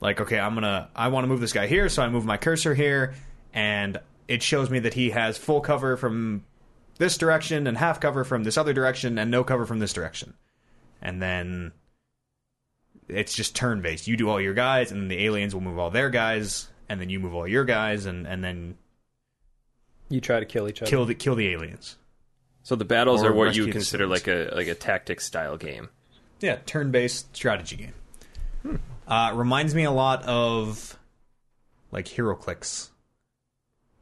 like okay, I'm gonna I want to move this guy here, so I move my cursor here, and it shows me that he has full cover from this direction and half cover from this other direction and no cover from this direction, and then it's just turn based. You do all your guys, and then the aliens will move all their guys, and then you move all your guys, and, and then
You try to kill each other.
kill the kill the aliens.
So the battles
Or
are what you
rescue
would
the
consider
citizens.
like a like a tactics style game.
Yeah, turn based strategy game. Uh, reminds me a lot of like HeroClix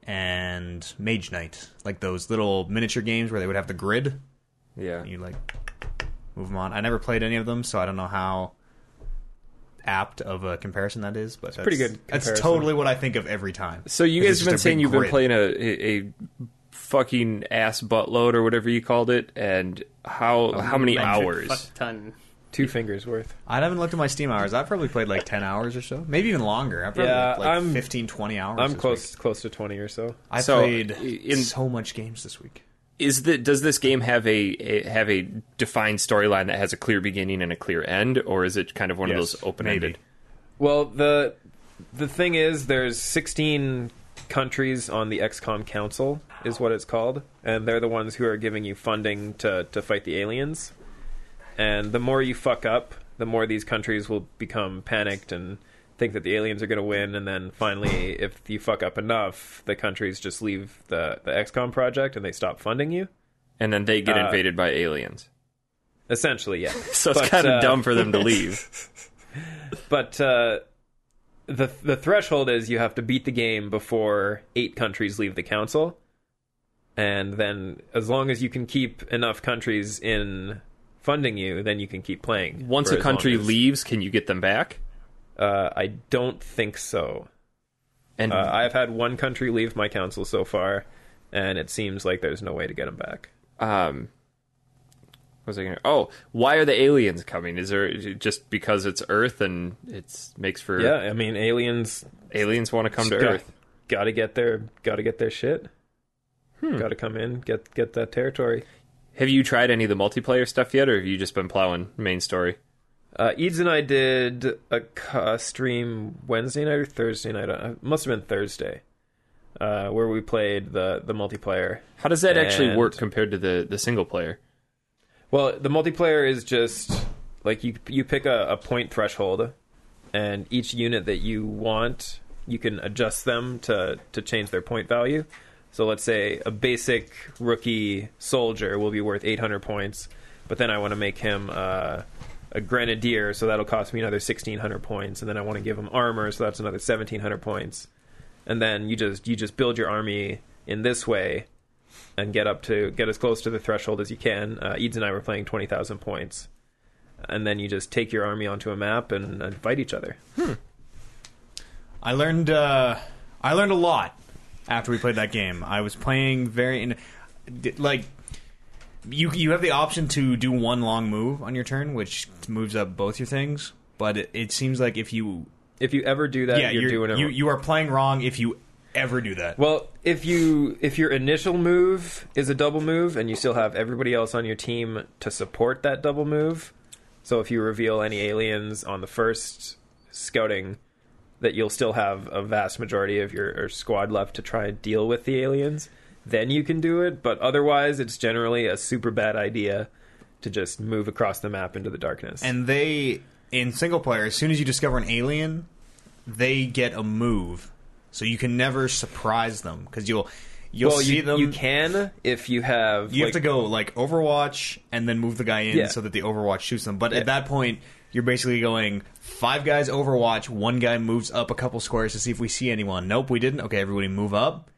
and Mage Knight, like those little miniature games where they would have the grid.
Yeah.
You like move them on. I never played any of them, so I don't know how apt of a comparison that is. But that's
pretty good
That's
comparison.
totally what I think of every time.
So you
'Cause
guys
it's just
have been
a
saying
big
you've been
grid.
playing a, a, a fucking ass buttload or whatever you called it, and how how many hours?
Fuck ton.
Two fingers worth.
I haven't looked at my Steam hours. I've probably played like 10 hours or so. Maybe even longer. I've probably
Yeah,
like
I'm-
15, 20 hours.
I'm
this
close
week.
close to 20 or so.
I
So,
played
in-
so much games this week.
Is that does this game have a, a have a defined storyline that has a clear beginning and a clear end, or is it kind of one of
Yes,
those open ended?
maybe.
Well, the the thing is there's 16 countries on the XCOM Council is what it's called, and they're the ones who are giving you funding to to fight the aliens. And the more you fuck up, the more these countries will become panicked and think that the aliens are going to win and then finally if you fuck up enough, the countries just leave the the XCOM project and they stop funding you.
And then they get
Uh,
invaded by aliens.
Essentially, yeah.
So it's
But,
kind of
uh,
dumb for them to leave.
But uh, the the threshold is you have to beat the game before eight countries leave the council, and then as long as you can keep enough countries in funding you, then you can keep playing.
Once
for
a
as long
country
as-
leaves, can you get them back?
uh, I don't think so.
And
Uh, I've had one country leave my council so far, and it seems like there's no way to get them back.
um what was I gonna oh why are the aliens coming is there is it just because it's earth and it's makes for
Yeah, I mean, aliens
aliens want to come to earth Hmm.
Got to get their got to get their shit. Got to come in, get get that territory.
Have you tried any of the multiplayer stuff yet, or have you just been plowing main story?
Uh, Eads and I did a, c- a stream Wednesday night or Thursday night. Uh, it must have been Thursday, uh, where we played the the multiplayer.
How does that actually
And-
work compared to the, the single player?
Well, the multiplayer is just like you you pick a, a point threshold, and each unit that you want, you can adjust them to to change their point value. So let's say a basic rookie soldier will be worth 800 points, but then I want to make him uh, a grenadier, so that'll cost me another 1600 points, and then I want to give him armor, so that's another 1700 points, and then you just you just build your army in this way, and get up to get as close to the threshold as you can. Uh, Eads and I were playing twenty thousand points, and then you just take your army onto a map and, and fight each other.
I learned uh, I learned a lot after we played that game. I was playing very in, di- like you you have the option to do one long move on your turn, which moves up both your things. But it, it seems like if you
If Uh, you ever do that,
yeah
you're,
you're,
doing it.
you
wrong.
you are playing wrong if you ever do that.
well, if you if your initial move is a double move, and you still have everybody else on your team to support that double move, so if you reveal any aliens on the first scouting, that you'll still have a vast majority of your, your squad left to try and deal with the aliens. Then you can do it, but otherwise, it's generally a super bad idea to just move across the map into the darkness.
and they in single player, as soon as you discover an alien, they get a move, so you can never surprise them because you'll you'll
well,
see
you,
them.
you can if you have
You
like-
have to go like Overwatch and then move the guy in
Yeah.
so that the Overwatch shoots them. But
Yeah.
at that point, you're basically going five guys Overwatch, one guy moves up a couple squares to see if we see anyone. Nope, we didn't. Okay, everybody move up,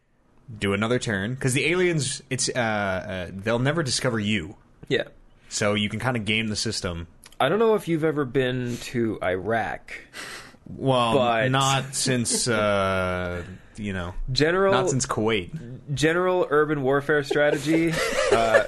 do another turn because the aliens, it's uh, uh, they'll never discover you,
Yeah,
so you can kind of game the system.
I don't know if you've ever been to Iraq.
Well,
But-
not since uh, you know,
General
not since Kuwait.
general urban warfare strategy uh,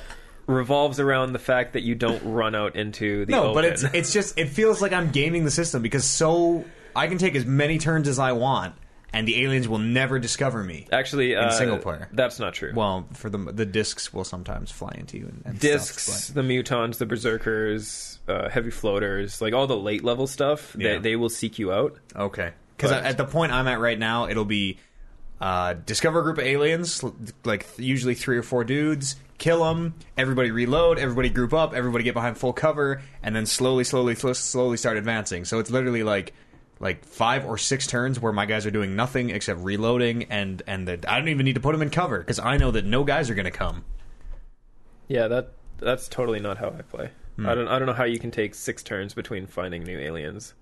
revolves around the fact that you don't run out into the
No,
open.
but it's it's just it feels like I'm gaming the system because so I can take as many turns as I want, and the aliens will never discover me.
actually uh,
single player.
That's not true.
Well, for the the discs will sometimes fly into you and, and
discs,
Stuff,
the mutons, the berserkers, uh, heavy floaters, like all the late level stuff,
Yeah.
they, they will seek you out.
but- okay, because
But-
at the point I'm at right now, it'll be uh, discover a group of aliens, l- like th- usually three or four dudes, kill them, everybody reload, everybody group up, everybody get behind full cover, and then slowly, slowly, sl- slowly start advancing. So it's literally like. Like five or six turns where my guys are doing nothing except reloading, and and the, I don't even need to put them in cover because I know that no guys are going to come.
Yeah, that that's totally not how I play.
Hmm.
I don't I don't know how you can take six turns between finding new aliens.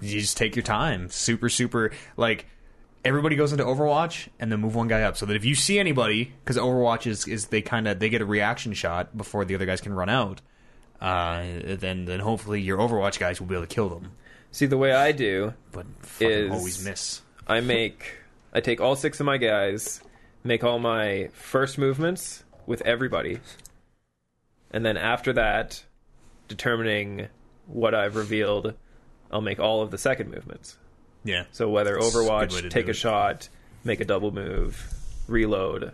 you just take your time. Super, super. Like everybody goes into Overwatch and then move one guy up, so that if you see anybody, because Overwatch is is they kind of they get a reaction shot before the other guys can run out. Uh, then then hopefully your Overwatch guys will be able to kill them,
See, the way I do,
but fucking
Is-
always miss.
I make I take all six of my guys, make all my first movements with everybody. And then after that, determining what I've revealed, I'll make all of the second movements.
Yeah.
So whether
It's a good way to
Overwatch, take
do
a
it.
shot, make a double move, reload,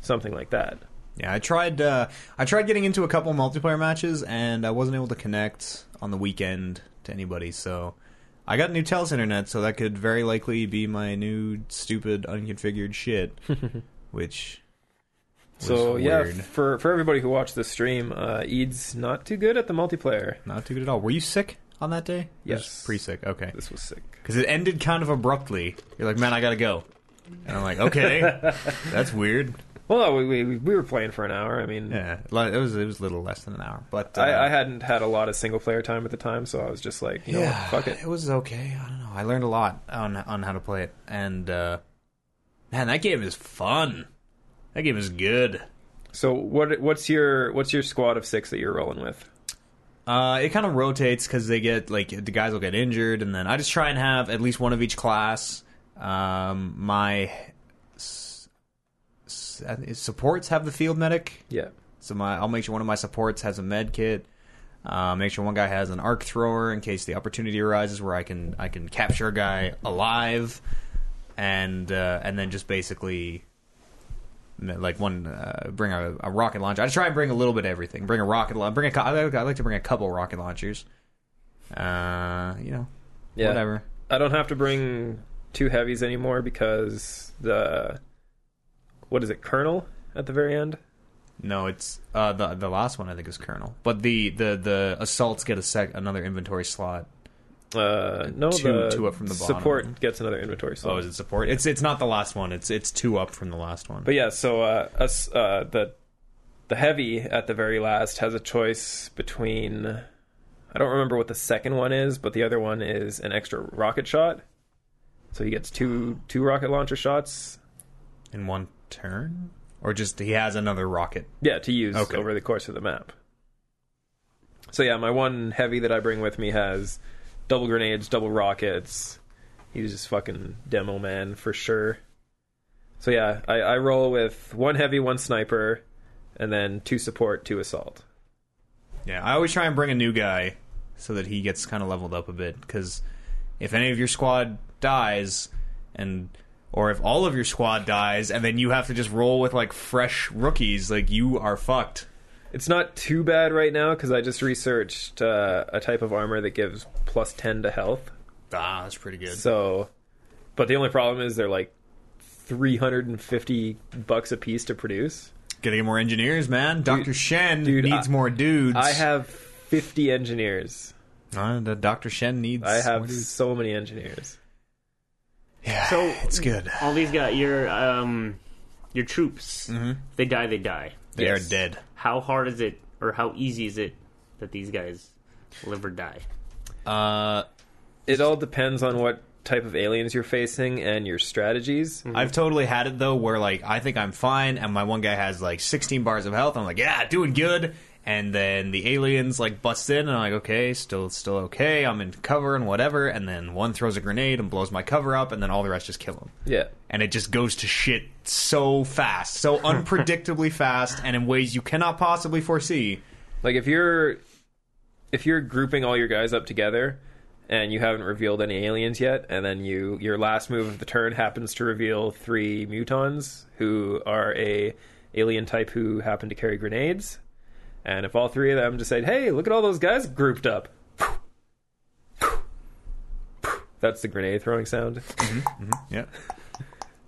something like that.
Yeah, I tried. Uh, I tried getting into a couple multiplayer matches, and I wasn't able to connect on the weekend to anybody. So I got new Tel's internet, so that could very likely be my new stupid unconfigured shit, which. was
So yeah,
weird.
for for everybody who watched the stream, uh, Eads not too good at the multiplayer.
not too good at all. Were you sick on that day?
Yes.
pretty sick. Okay,
This was sick.
because it ended kind of abruptly. You're like, man, I gotta go, and I'm like, okay, that's weird.
Well, we, we we were playing for an hour. I mean,
Yeah, li- it was it was a little less than an hour, but uh,
I, I hadn't had a lot of single player time at the time, so I was just like, you know what, fuck it.
was okay. I don't know. I learned a lot on on how to play it, and uh, man, that game is fun. That game is good.
So what what's your what's your squad of six that you're rolling with?
Uh, it kind of rotates because they get like the guys will get injured, and then I just try and have at least one of each class. Um, my s- s- uh, supports have the field medic,
Yeah,
so my I'll make sure one of my supports has a med kit. Uh, make sure one guy has an arc thrower in case the opportunity arises where I can I can capture a guy alive, and uh, and then just basically like one uh, bring a, a rocket launcher. I try and bring a little bit of everything. Bring a rocket launcher. Bring a. cou- I like, I like to bring a couple rocket launchers. Uh, you know,
Yeah.
whatever.
I don't have to bring two heavies anymore because the what is it, Colonel at the very end?
No, it's uh, the the last one I think is Colonel, but the the the assaults get a sec another inventory slot.
Uh, no,
Two-
the
two up from the bottom.
support gets another inventory slot.
Oh, is it support? It's it's not the last one. It's it's two up from the last one.
But yeah, so uh, us uh, the the heavy at the very last has a choice between I don't remember what the second one is, but the other one is an extra rocket shot. So he gets two two rocket launcher shots.
in one turn, or just he has another rocket.
Yeah, to use
Okay.
over the course of the map. So yeah, my one heavy that I bring with me has double grenades, double rockets. He's just fucking demo man for sure. So yeah, I, I roll with one heavy, one sniper, and then two support, two assault.
Yeah, I always try and bring a new guy so that he gets kind of leveled up a bit. Because if any of your squad dies, and or if all of your squad dies, and then you have to just roll with like fresh rookies, like you are fucked.
It's not too bad right now because I just researched uh, a type of armor that gives plus ten to health.
Ah, that's pretty good.
So, but the only problem is they're like three hundred and fifty bucks a piece to produce.
Gotta get more engineers, man. Doctor Shen
dude,
needs
I-
more dudes.
I have 50 engineers.
Uh, the Doctor Shen needs.
I
more
have
dudes.
so many engineers.
Yeah,
So-
it's good.
All these got your um, your troops.
Mm-hmm.
If They die. They die.
They
Yes.
are dead.
How hard is it, or how easy is it, that these guys live or die?
Uh,
It all depends on what type of aliens you're facing and your strategies.
I've totally had it though, where like I think I'm fine, and my one guy has like 16 bars of health. I'm like, yeah, doing good. And then the aliens like bust in, and I'm like, okay, still, still okay. I'm in cover and whatever. And then one throws a grenade and blows my cover up, and then all the rest just kill him.
Yeah.
And it just goes to shit so fast, so unpredictably fast, and in ways you cannot possibly foresee.
Like if you're if you're grouping all your guys up together and you haven't revealed any aliens yet and then you your last move of the turn happens to reveal three mutons who are a alien type who happen to carry grenades and if all three of them decide, "Hey, look at all those guys grouped up." That's the grenade throwing sound.
Yeah.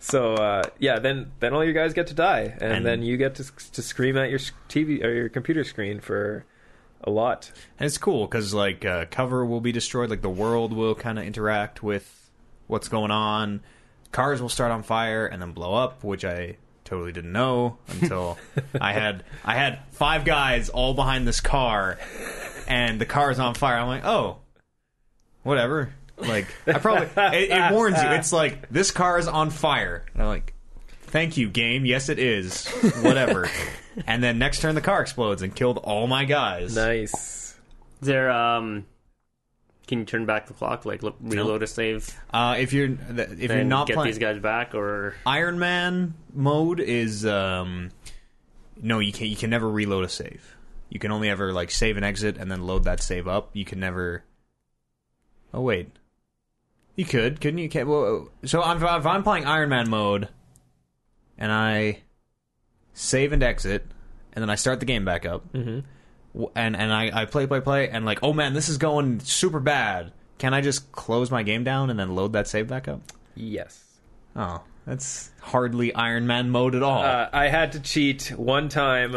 So uh, yeah, then then all your guys get to die, and,
And-
then you get to to scream at your s- TV or your computer screen for a lot.
And it's cool because like uh, cover will be destroyed, like the world will kind of interact with what's going on. Cars will start on fire and then blow up, which I totally didn't know until I had I had five guys all behind this car, and the car's on fire. I'm like, oh, whatever. Like I probably it, it warns you. It's like this car is on fire. And I'm like, thank you, game. Yes, it is. Whatever. and then next turn, the car explodes and killed all my guys.
Nice.
Is there um, can you turn back the clock, like lo- reload a save,
Uh, if you're th- if you're
and
not
get
playing
these guys back, or
Iron Man mode is um, no, you can you can never reload a save. You can only ever like save and exit and then load that save up. You can never. Oh wait, you could couldn't you? Can, well, so I'm, if I'm playing Iron Man mode, and I save and exit, and then I start the game back up, mm-hmm. and and I, I play play play, and like oh man, this is going super bad. Can I just close my game down and then load that save back up?
Yes.
Oh, that's hardly Iron Man mode at all.
Uh, I had to cheat one time,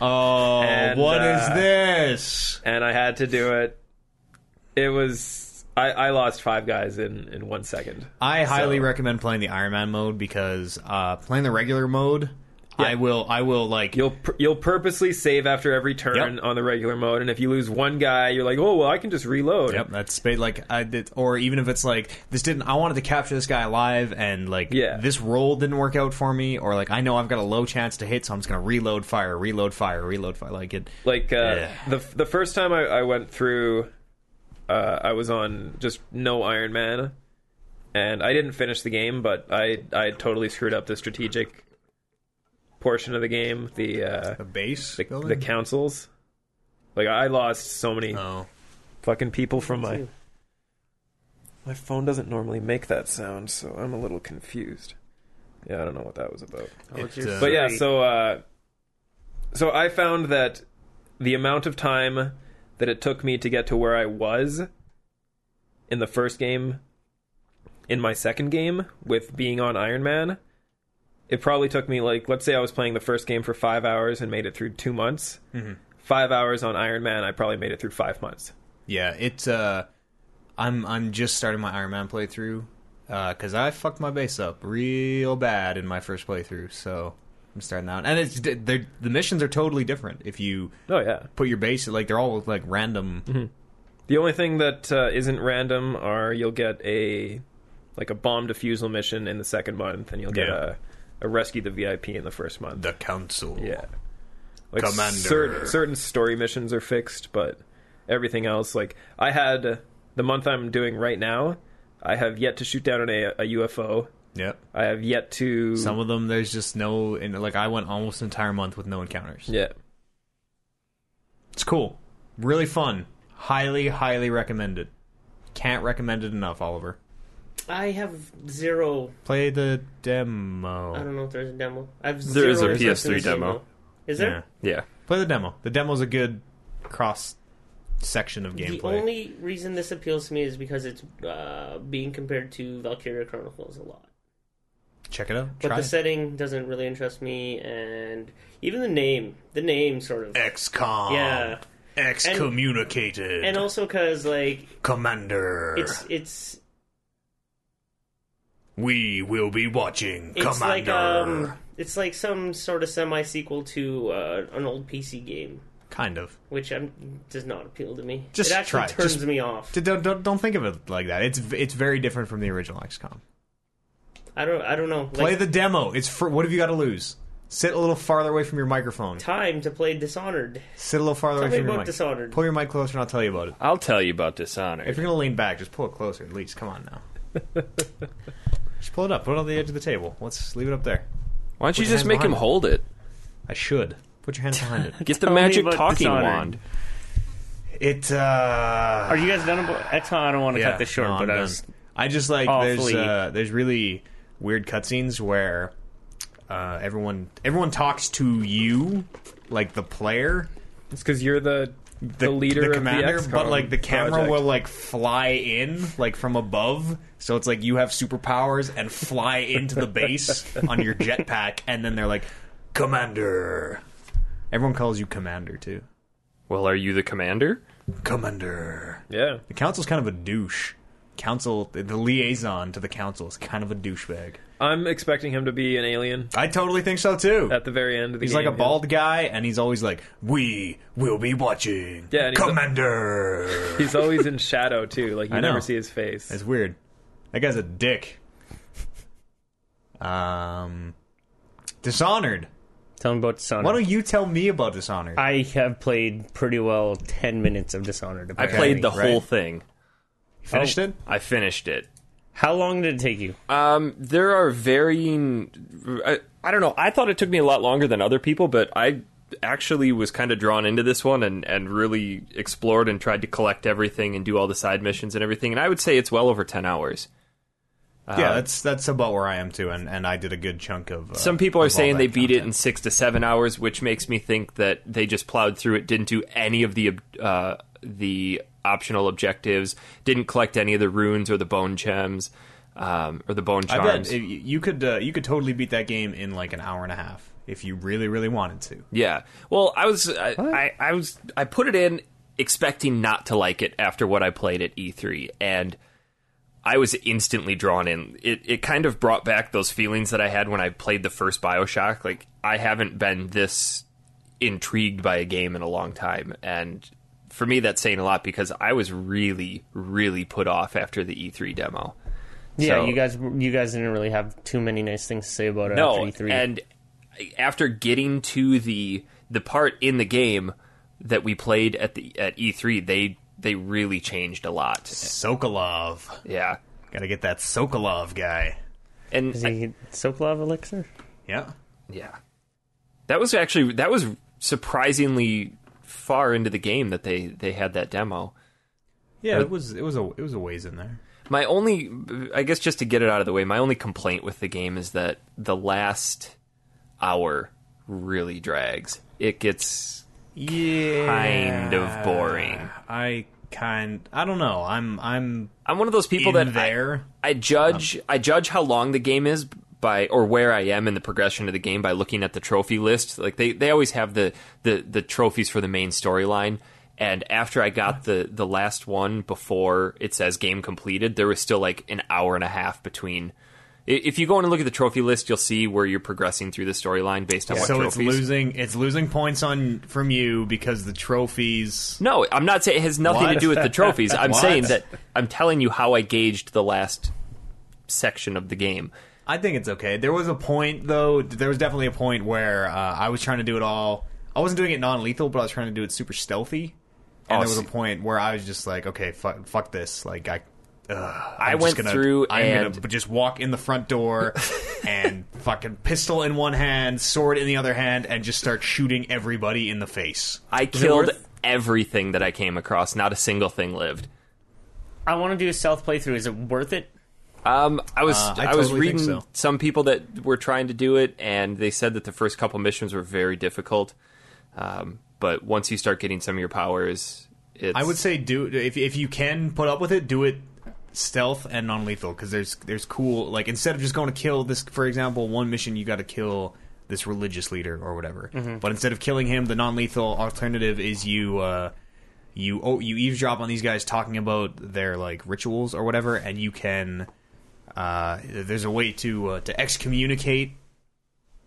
oh,
and,
what is
uh,
this?
and I had to do it. It was I, I lost five guys in in one second.
I highly
so-
recommend playing the Iron Man mode because uh, playing the regular mode, I will, I will like.
You'll pur- you'll purposely save after every turn
Yep.
on the regular mode, and if you lose one guy, you're like, oh well, I can just reload.
Yep, that's ba- like I did, or even if it's like this didn't. I wanted to capture this guy alive, and like
Yeah.
this roll didn't work out for me, or like I know I've got a low chance to hit, so I'm just gonna reload fire, reload fire, reload fire. Like it,
Like uh,
Yeah.
the the first time I, I went through, uh, I was on just no Iron Man, and I didn't finish the game, but I I totally screwed up the strategic portion of the game, the uh,
the base,
the, the councils. Like I lost so many
oh,
fucking people from my. My phone doesn't normally make that sound, so I'm a little confused. Yeah, I don't know what that was about.
What's
It,
your
uh,
But yeah,
story?
so uh, so I found that the amount of time that it took me to get to where I was in the first game, in my second game with being on Iron Man, it probably took me like let's say I was playing the first game for five hours and made it through two months.
Mm-hmm.
Five hours on Iron Man, I probably made it through five months.
Yeah, it's uh, I'm I'm just starting my Iron Man playthrough, uh, cause I fucked my base up real bad in my first playthrough, so I'm starting out. And it's they're- the missions are totally different. If you
Oh yeah.
put your base, like they're all like random.
Mm-hmm. The only thing that uh, isn't random are you'll get a like a bomb defusal mission in the second month, and you'll get
Yeah.
a, a rescue the VIP in the first month.
The council.
yeah, like
Commander.
Certain, certain story missions are fixed, but everything else, like I had uh, the month I'm doing right now, I have yet to shoot down an, a, a UFO.
Yep.
I have yet to
Some of them, there's just no, and like I went almost an entire month with no encounters.
yeah.
It's cool, really fun, highly, highly recommended. Can't recommend it enough, Oliver.
I have zero.
Play the
I
demo.
don't know if there's a demo. I have
There
zero.
is a
interest in
PS3
this
demo.
Is there?
Yeah.
Yeah.
Play the demo. The demo's a good cross section of
The
gameplay.
only reason this appeals to me is because it's uh, being compared to Valkyria Chronicles a lot.
Check it out.
But
Try
the
it.
setting doesn't really interest me, and even the name, the name sort of,
XCOM.
yeah,
Excommunicated.
and also because like
Commander.
it's it's
we will be watching
it's like um it's like some sort of semi sequel to uh, an old PC game,
kind of.
which I'm, does not appeal to me.
Just
it actually
try it.
turns
Just-
me off.
D- Don't, don't don't think of it like that. It's v- it's very different from the original XCOM.
I don't I don't know. Like,
Play the demo. It's for what have you got to lose? Sit a little farther away from your microphone.
time to play Dishonored.
Sit a little farther
Tell
away
me
from your
about
mic.
Dishonored.
Pull your mic closer, and I'll tell you about it.
I'll tell you about
If
Dishonored.
you're gonna lean back, just pull it closer. At least, come on now. just pull it up. Put it on the edge of the table. Let's leave it up there.
Why don't you
Put your
just
hand
make him
behind it.
hold it?
I should put your hand behind it.
Get the
me
magic
about
talking
Dishonored.
wand.
It. Uh,
Are you guys done? About, that's how I don't want to
yeah,
cut this short,
no, I'm
but I
done.
was
I just like there's
awfully-
uh, there's really weird cutscenes where uh, everyone everyone talks to you like the player
It's because you're the the, leader,
the commander,
of the XCOM
but like the camera
project.
will like fly in like from above, so it's like you have superpowers and fly into the base on your jetpack, and then they're like, "Commander." Everyone calls you Commander too.
Well, are you the commander?
Commander.
Yeah,
The council's kind of a douche. Council, the the liaison to the council is kind of a douchebag.
I'm expecting him to be an alien
I totally think so too.
at the very end of the
he's
game.
like a
yeah.
bald guy, and he's always like, "We will be watching,
Yeah, and he's a-
Commander."
He's always in shadow too. Like you
I know.
never see his face.
It's weird. That guy's a dick. Um, Dishonored.
telling about Dishonored.
Why don't you tell me about Dishonored?
I have played pretty well ten minutes of Dishonored.
I
Apparently.
played the
right.
whole thing.
You finished
oh.
it?
I finished it.
How long did it take you?
Um, there are varying. I, I don't know. I thought it took me a lot longer than other people, but I actually was kind of drawn into this one and, and really explored and tried to collect everything and do all the side missions and everything. And I would say it's well over 10 hours. Uh,
yeah, that's that's about where I am too, and, and I did a good chunk of. Uh,
Some people
of
are
all
saying
that
they beat it in
content.
six to seven hours, which makes me think that they just plowed through it, didn't do any of the uh, the optional objectives, didn't collect any of the runes or the bone gems, um, or the bone
I bet
charms.
if you you could uh, you could totally beat that game in like an hour and a half if you really really wanted to.
Yeah. Well, I was I, I, I was I put it in expecting not to like it after what I played at E3 and I was instantly drawn in. It it kind of brought back those feelings that I had when I played the first BioShock. Like I haven't been this intrigued by a game in a long time and for me that's saying a lot because I was really really put off after the E3 demo.
Yeah,
So-
you guys, you guys didn't really have too many nice things to say about it.
no,
after E E3.
and after getting to the the part in the game that we played at the at E3, they they really changed a lot.
Sokolov,
Yeah,
gotta get that Sokolov guy.
and
Is he Sokolov elixir?
Yeah,
yeah, that was actually that was surprisingly far into the game that they they had that demo. Uh,
yeah. It was it was a it was a ways in there.
My only, I guess, just to get it out of the way, my only complaint with the game is that the last hour really drags. It gets
Yeah.
kind of boring.
I kind I don't know. I'm I'm
I'm one of those people
in
that I-
there.
I judge
Um,
I judge how long the game is by or where I am in the progression of the game by looking at the trophy list. Like they, they always have the, the, the trophies for the main storyline. And after I got the, the last one before it says game completed, there was still like an hour and a half between. i- If you go in and look at the trophy list, you'll see where you're progressing through the storyline based on what
so
trophies.
it's losing it's losing points on from you because the trophies
No, I'm not saying it has nothing
What?
to do with the trophies. I'm
What?
saying that I'm telling you how I gauged the last section of the game.
I think it's okay. There was a point though. There was definitely a point where uh, I was trying to do it all. I wasn't doing it non-lethal, but I was trying to do it super stealthy. And
Oh,
there was a
see-
point where I was just like, okay, fuck, fuck this. Like I, ugh, I'm
I
just
went
gonna,
through
I'm gonna
and-
just walk in the front door and fucking pistol in one hand, sword in the other hand, and just start shooting everybody in the face.
I killed
worth-
everything that I came across. Not a single thing lived.
I want to do a stealth playthrough. Is it worth it?
Um, I was
Uh, I
I,
totally
was
think
reading
so.
some people that were trying to do it, and they said that the first couple missions were very difficult. Um, but once you start getting some of your powers, it's,
I would say do if if you can put up with it, do it stealth and non lethal because there's there's cool like instead of just going to kill this for example one mission you got to kill this religious leader or whatever but instead of killing him the non lethal alternative is you uh, you oh you eavesdrop on these guys talking about their like rituals or whatever and you can uh, there's a way to uh, to excommunicate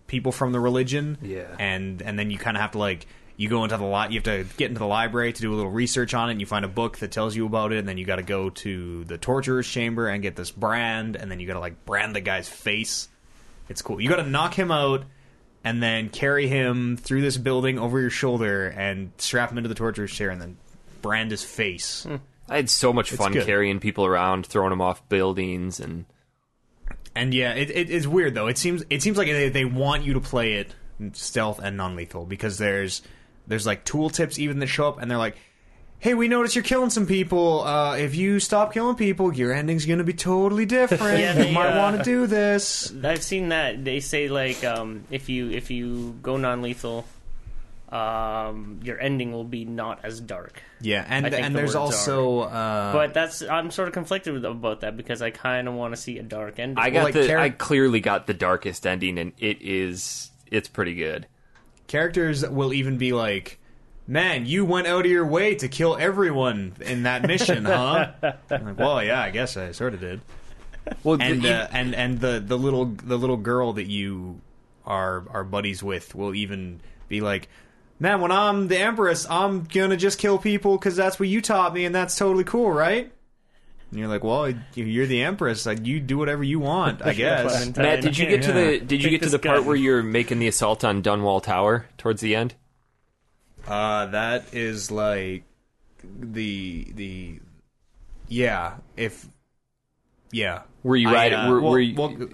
people from the religion.
Yeah.
And and then you kind of have to like you go into the lot. You have to get into the library to do a little research on it. and You find a book that tells you about it, and then you got to go to the torturer's chamber and get this brand, and then you got to like brand the guy's face. It's cool. You got to knock him out. And then carry him through this building over your shoulder and strap him into the torturer's chair and then brand his face.
I had so much fun
good.
carrying people around, throwing them off buildings, and
And yeah, it, it is weird though. It seems it seems like they, they want you to play it stealth and non lethal because there's there's like tooltips even that show up and they're like, hey, we notice you're killing some people. Uh, if you stop killing people, your ending's gonna be totally different.
Yeah,
you
they,
might
uh,
want to do this.
I've seen that they say like um, if you if you go non-lethal, um, your ending will be not as dark.
Yeah, and
I think
and
the
there's
words are-
also uh,
But that's I'm sort of conflicted with, about that because I kind of want to see a dark ending.
I got
like,
the
char-
I clearly got the darkest ending, and it is it's pretty good.
characters will even be like. Man, you went out of your way to kill everyone in that mission, huh? I'm like, well, yeah, I guess I sort of did.
Well, the- e-
and
you-
uh, and and the the little the little girl that you are are buddies with will even be like man when i'm the empress i'm gonna just kill people because that's what you taught me and that's totally cool right and you're like well you're the empress like you do whatever you want i guess
Valentine.
Matt, did you get to the did you
Take
get to
this
the part
gun.
where you're making the assault on Dunwall Tower towards the end?
uh that is like the the yeah if yeah
Were you right?
I, uh,
were,
well,
were you,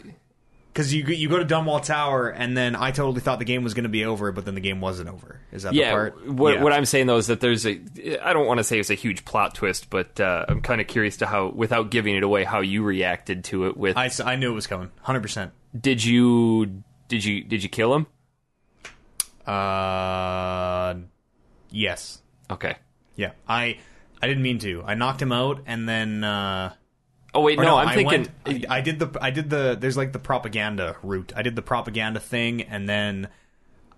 because you you go to Dunwall Tower, and then I totally thought the game was going to be over, but then the game wasn't over. Is that the
yeah,
part?
what,
yeah.
what I'm saying though is that there's a. I don't want to say it's a huge plot twist, but uh, I'm kind of curious to how, without giving it away, how you reacted to it. With
I, s- I knew it was coming, hundred percent.
did you did you did you kill him?
Uh, yes,
Okay.
yeah. I I didn't mean to. I knocked him out, and then uh,
Oh wait,
or
no, I'm
I
thinking.
went- I, I did the I did the there's like the propaganda route. I did the propaganda thing, and then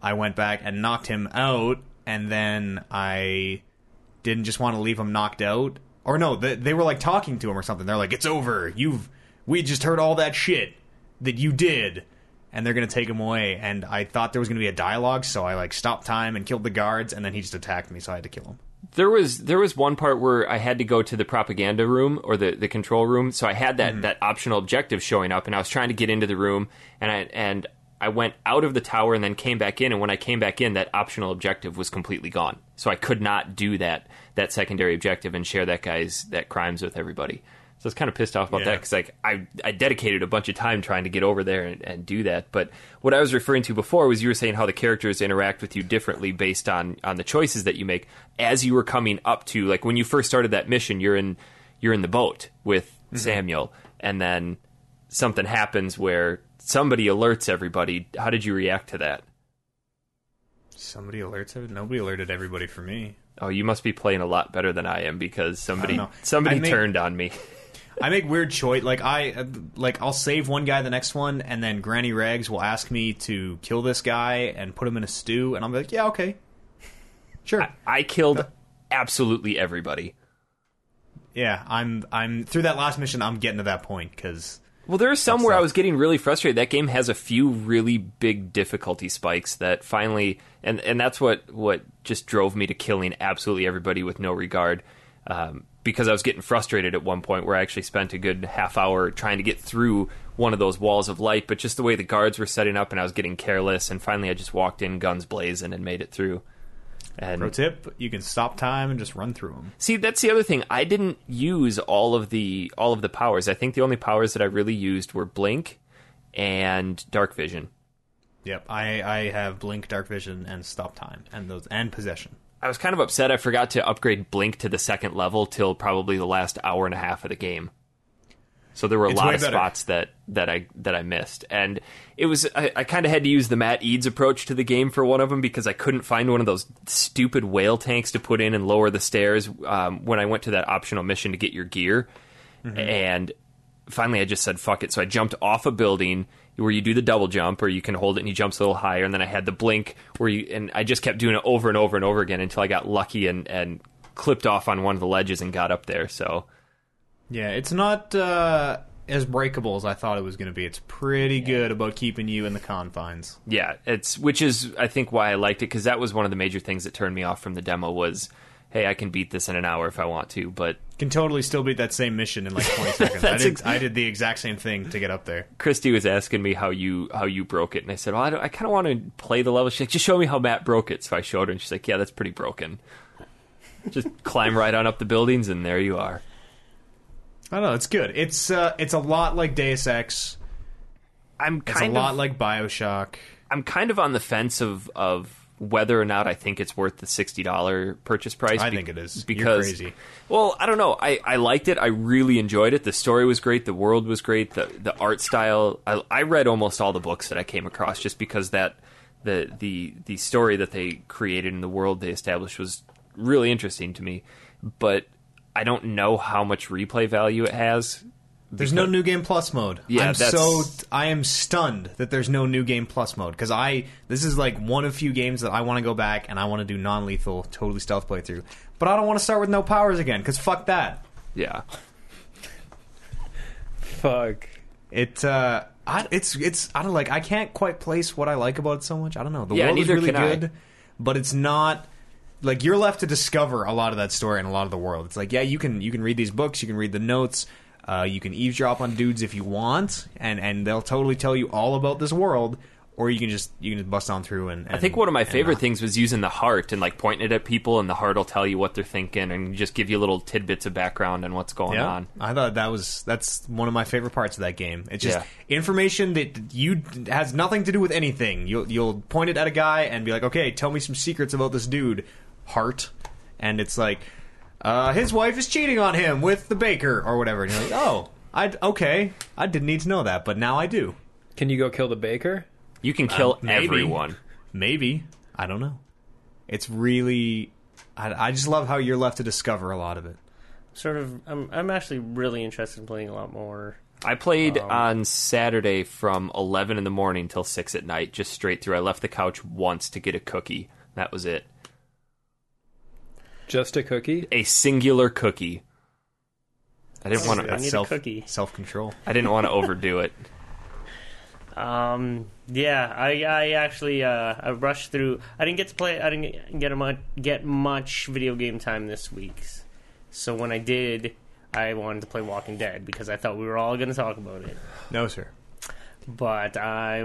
I went back and knocked him out, and then I didn't just want to leave him knocked out. Or no, they, they were like talking to him or something. They're like, "It's over. You've we just heard all that shit that you did." And they're gonna take him away. And I thought there was gonna be a dialogue, so I like stopped time and killed the guards, and then he just attacked me, so I had to kill him.
there was there was one part where I had to go to the propaganda room or the, the control room, so I had that, that optional objective showing up, and I was trying to get into the room, and I and I went out of the tower and then came back in, and when I came back in, that optional objective was completely gone, so I could not do that that secondary objective and share that guy's that crimes with everybody. So I was kind of pissed off about
Yeah.
that 'cause that because like I I dedicated a bunch of time trying to get over there and, and do that. But what I was referring to before was you were saying how the characters interact with you differently based on on the choices that you make as you were coming up to like when you first started that mission. You're in you're in the boat with
Mm-hmm.
Samuel, and then something happens where somebody alerts everybody. How did you react to that?
Somebody alerts everybody. Nobody alerted everybody for me.
Oh, you must be playing a lot better than I am because somebody
know.
somebody
I may-
turned on me.
I make weird choice. Like I, like I'll save one guy, the next one, and then Granny Rags will ask me to kill this guy and put him in a stew, and I'm like, yeah, okay, sure.
I killed absolutely everybody.
yeah, I'm, I'm through that last mission. I'm getting to that point because
Well, there are some where
that?
I was getting really frustrated. That game has a few really big difficulty spikes that finally, and and that's what what just drove me to killing absolutely everybody with no regard, um, because I was getting frustrated at one point where I actually spent a good half hour trying to get through one of those walls of light, but just the way the guards were setting up, and I was getting careless, and finally I just walked in guns blazing and made it through. And
pro tip, you can stop time and just run through them.
See, that's the other thing. I didn't use all of the all of the powers. I think the only powers that I really used were blink and dark vision.
Yep, I, I have blink, dark vision, and stop time, and those, and possession.
I was kind of upset I forgot to upgrade blink to the second level till probably the last hour and a half of the game. So there were a
It's
lot
way
of
better.
spots that that I that I missed, and it was I, I kind of had to use the Matt Eads approach to the game for one of them because I couldn't find one of those stupid whale tanks to put in and lower the stairs um, when I went to that optional mission to get your gear, and finally I just said fuck it, so I jumped off a building where you do the double jump or you can hold it and he jumps a little higher, and then I had the blink where you and I just kept doing it over and over and over again until I got lucky and and clipped off on one of the ledges and got up there. So.
Yeah, it's not uh, as breakable as I thought it was going to be. It's pretty good about keeping you in the confines.
Yeah, it's which is I think why I liked it because that was one of the major things that turned me off from the demo was, hey, I can beat this in an hour if I want to, but
Can totally still beat that same mission in like 20 seconds. I
That's
did,
ex-
I did the exact same thing to get up there.
Christy was asking me how you how you broke it, and I said, well, I, don't- I kind of want to play the level. She's like, just show me how Matt broke it. So I showed her, and she's like, yeah, that's pretty broken. just climb right on up the buildings, and there you are.
I don't know. It's good. It's uh, it's a lot like Deus Ex.
I'm
It's
kind
a
of
lot like Bioshock.
I'm kind of on the fence of of whether or not I think it's worth the sixty dollar purchase price.
I
be-
think it is. You're
because
crazy.
well, I don't know. I, I liked it. I really enjoyed it. The story was great. The world was great. The the art style. I, I read almost all the books that I came across just because that the the the story that they created and the world they established was really interesting to me. But I don't know how much replay value it has.
There's no new game plus mode.
Yeah,
I'm
that's-
so I am stunned that there's no new game plus mode because I this is like one of few games that I want to go back and I want to do non lethal, totally stealth playthrough. But I don't want to start with no powers again because fuck that.
Yeah.
Fuck.
It uh, I, it's it's I don't like I can't quite place what I like about it so much. I don't know. The
Yeah,
world is
neither
really
can I.
good, but it's not like you're left to discover a lot of that story and a lot of the world. It's like yeah, you can you can read these books, you can read the notes, uh, you can eavesdrop on dudes if you want, and and they'll totally tell you all about this world. Or you can just you can just bust on through and, and
I think one of my
and,
favorite
uh,
things was using the heart and like pointing it at people, and the heart will tell you what they're thinking and just give you little tidbits of background and what's going
Yeah,
on.
I thought that was that's one of my favorite parts of that game. It's just
Yeah.
information that you has nothing to do with anything. You'll you'll point it at a guy and be like, "Okay, tell me some secrets about this dude, Hart," and it's like, uh, "His wife is cheating on him with the baker or whatever." And you're like, "Oh, I okay, I didn't need to know that, but now I do.
Can you go kill the baker?
You can kill
Uh, maybe.
everyone.
Maybe I don't know. It's really, I, I just love how you're left to discover a lot of it."
Sort of. I'm, I'm actually really interested in playing a lot more.
I played
Um,
on Saturday from eleven in the morning till six at night, just straight through. I left the couch once to get a cookie. That was it.
Just a cookie?
A singular cookie. I didn't want
I
to.
need a
self,
cookie.
Self control.
I didn't want to overdo it.
Um, yeah, I, I actually uh, I rushed through. I didn't get to play. I didn't get a much get much video game time this week. So when I did, I wanted to play Walking Dead because I thought we were all going to talk about it.
No, sir.
But I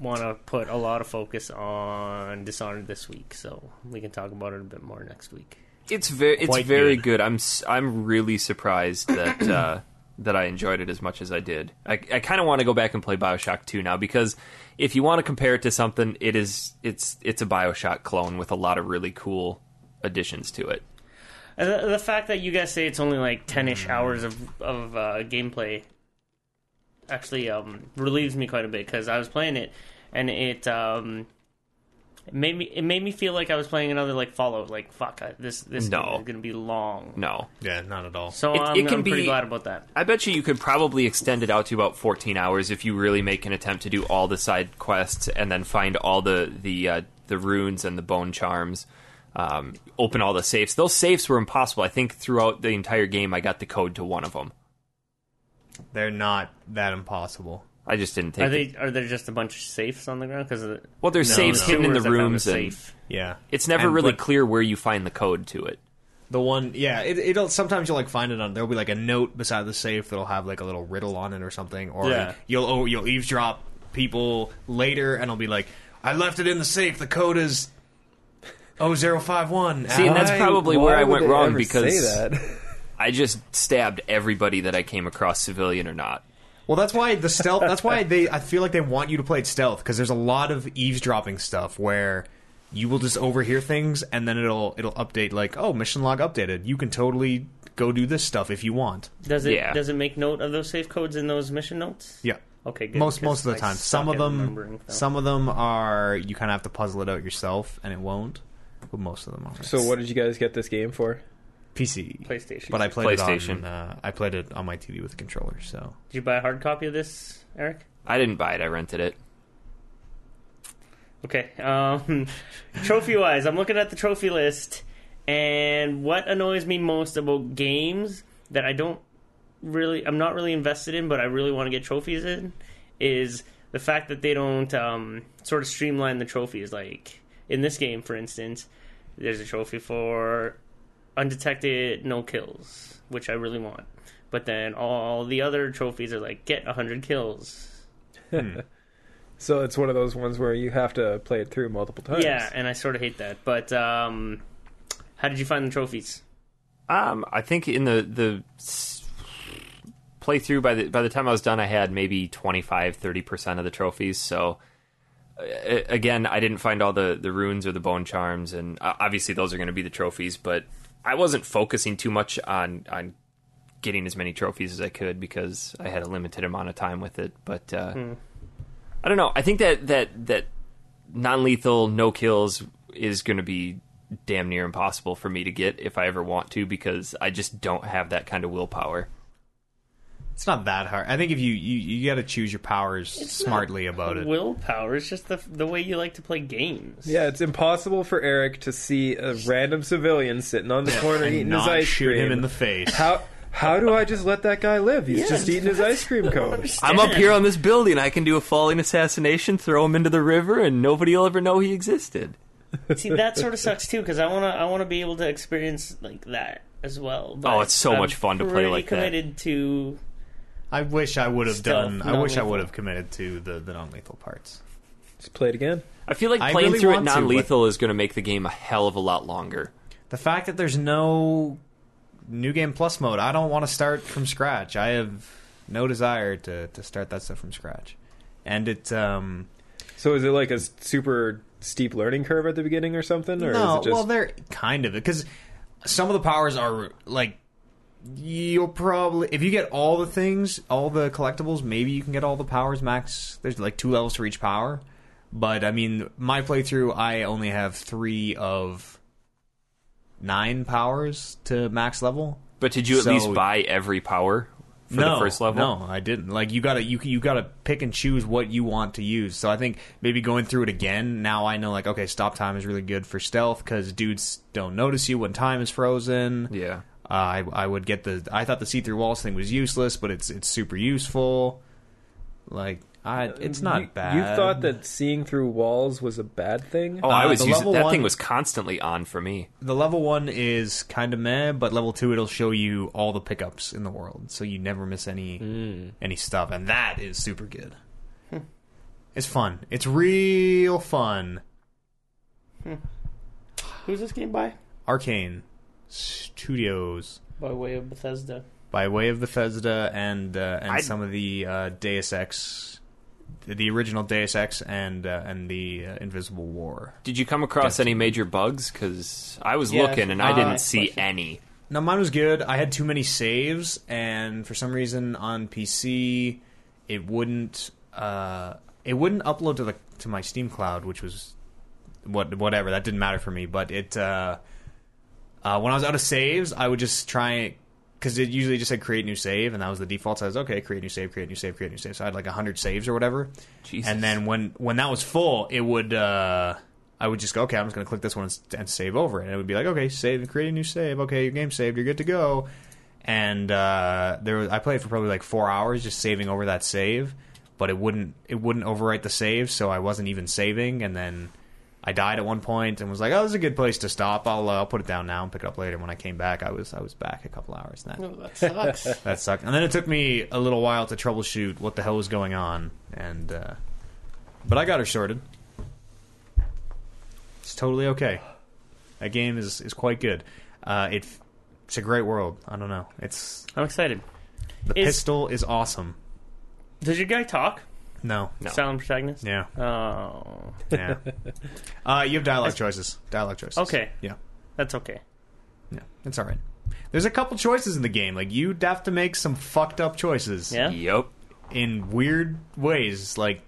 want to put a lot of focus on Dishonored this week, so we can talk about it a bit more next week.
It's very it's
Quite
very
good.
good. I'm s- I'm really surprised that uh, that I enjoyed it as much as I did. I I kind of want to go back and play BioShock 2 now because if you want to compare it to something, it is it's it's a BioShock clone with a lot of really cool additions to it.
I And The, the fact that you guys say it's only like
Hmm.
ten-ish hours of of uh, gameplay actually um, relieves me quite a bit because I was playing it and it um, it made me it made me feel like I was playing another like Fallout. Like fuck, I, this this
No.
game is gonna be long.
No.
Yeah, not at all.
So
It-
I'm,
it can
I'm pretty
be-
glad about that.
I bet you you could probably extend it out to about 14 hours if you really make an attempt to do all the side quests and then find all the the uh, the runes and the bone charms. Um, open all the safes. Those safes were impossible. I think throughout the entire game, I got the code to one of them.
They're not that impossible.
I just didn't take.
Are
it.
they are there just a bunch of safes on the ground? Because the
Well, there's
No,
safes
no.
hidden in the
keywords I found
rooms,
was
and
safe.
Yeah,
it's never
And-
really
but
clear where you find the code to it.
the one. Yeah, it, it'll sometimes you'll like find it on. There'll be like a note beside the safe that'll have like a little riddle on it or something, or
Yeah.
you'll oh, you'll eavesdrop people later, and it'll be like, I left it in the safe. The code is. 0051.
See, and that's
Alan."
probably where I went wrong because
say that?
I just stabbed everybody that I came across, civilian or not.
Well, that's why the stealth. That's why they. I feel like they want you to play it stealth because there's a lot of eavesdropping stuff where you will just overhear things and then it'll it'll update like oh mission log updated. You can totally go do this stuff if you want.
Does it
Yeah.
does it make note of those safe codes in those mission notes?
Yeah.
Okay. Good,
Most
'cause
most of the
I
time,
suck
some of
at remembering
them
them.
some of them are you kind of have to puzzle it out yourself and it won't. But most of them are.
so what did you guys get this game for?
PC
PlayStation.
But I played
PlayStation.
it on uh, I played it on my TV with a controller. So
Did you buy a hard copy of this, Eric?
I didn't buy it. I rented it.
Okay. Um, trophy wise, I'm looking at the trophy list, and what annoys me most about games that I don't really, I'm not really invested in, but I really want to get trophies in, is the fact that they don't um, sort of streamline the trophies. Like in this game, for instance, there's a trophy for undetected no kills, which I really want. But then all the other trophies are like get 100 kills.
So it's one of those ones where you have to play it through multiple times.
Yeah, and I sort of hate that. But um, how did you find the trophies?
Um, I think in the the s- playthrough by the by the time I was done, I had maybe 25 30 percent of the trophies. So uh, again, I didn't find all the the runes or the bone charms, and uh, obviously those are going to be the trophies. But I wasn't focusing too much on on getting as many trophies as I could because I had a limited amount of time with it. But uh, I don't know. I think that that that non lethal, no kills is going to be damn near impossible for me to get if I ever want to because I just don't have that kind of willpower.
it's not that hard. I think if you you, you got to choose your powers smartly about it.
Willpower is just the the way you like to play games.
Yeah, it's impossible for Eric to see a random civilian sitting on the corner
and
eating
not
his ice
shoot
cream.
him in the face.
How how do I just let that guy live? He's
Yeah,
just eating his ice cream cone.
I'm up here on this building. I can do a falling assassination, throw him into the river, and nobody will ever know he existed.
See, that sort of sucks too because I wanna I wanna be able to experience like that as well. But
Oh, it's so
I'm
much fun to play
pretty
like that.
committed to
I wish I would have
Stealth,
done. I wish I
non-lethal.
would have committed to the, the non lethal parts.
Just play it again.
I feel like
I
playing
really
through it
want to, but-
non lethal is going to make the game a hell of a lot longer.
The fact that there's no new game plus mode, I don't want to start from scratch. I have no desire to, to start that stuff from scratch. And it um
So is it like a s- super steep learning curve at the beginning or something? Or
no,
is it just
well they're kind of because some of the powers are like you'll probably if you get all the things, all the collectibles, maybe you can get all the powers max. There's like two levels for each power. But I mean, my playthrough, I only have three of nine powers to max level.
But did you at
So-
least buy every power for
no,
the first level?
No, I didn't. Like you gotta you you gotta pick and choose what you want to use. So I think maybe going through it again now I know like okay stop time is really good for stealth because dudes don't notice you when time is frozen.
Yeah.
Uh, I I would get the I thought the see through walls thing was useless, but it's it's super useful. Like I it's not
you,
bad.
You thought that seeing through walls was a bad thing?
Oh, I
Uh,
was
the
using
level
that
one-
thing was constantly on for me.
the level one is kind of meh, but level two it'll show you all the pickups in the world, so you never miss any any stuff, and that is super good. it's fun. It's real fun.
who's this game by?
Arcane Studios
By way of Bethesda.
by way of Bethesda and uh, and
I'd-
some of the uh, Deus Ex, the, the original Deus Ex and uh, and the uh, Invisible War.
Did you come across any major bugs? Because I was
Yeah,
looking and I
uh,
didn't
nice
see
question.
any.
No, mine was good. I had too many saves, and for some reason on PC, it wouldn't. Uh, it wouldn't upload to the to my Steam cloud, which was what whatever. That didn't matter for me. But it uh, uh, when I was out of saves, I would just try because it usually just said create new save, and that was the default. So I was okay, create new save, create new save, create new save. So I had like hundred saves or whatever.
Jesus.
And then when when that was full, it would uh, I would just go okay, I'm just gonna click this one and, s- and save over, it. and it would be like okay, save, create a new save. Okay, your game saved, you're good to go. And uh, there was I played for probably like four hours just saving over that save, but it wouldn't it wouldn't overwrite the save, so I wasn't even saving, and then. I died at one point and was like, "Oh, this is a good place to stop. I'll uh, I'll put it down now and pick it up later." When I came back, I was I was back a couple hours. And that
Oh, that sucks.
that sucked. And then it took me a little while to troubleshoot what the hell was going on. And uh, but I got her sorted. It's totally okay. That game is is quite good. Uh, it it's a great world. I don't know. It's
I'm excited.
the
Is-
pistol is awesome.
Does your guy talk?
No.
No.
Silent protagonist.
Yeah.
Oh,
Yeah. uh, you have dialogue choices. Dialogue choices.
Okay.
Yeah.
that's okay.
Yeah, it's all right. There's a couple choices in the game. Like you'd have to make some fucked up choices
Yeah.
Yep.
in weird ways. Like,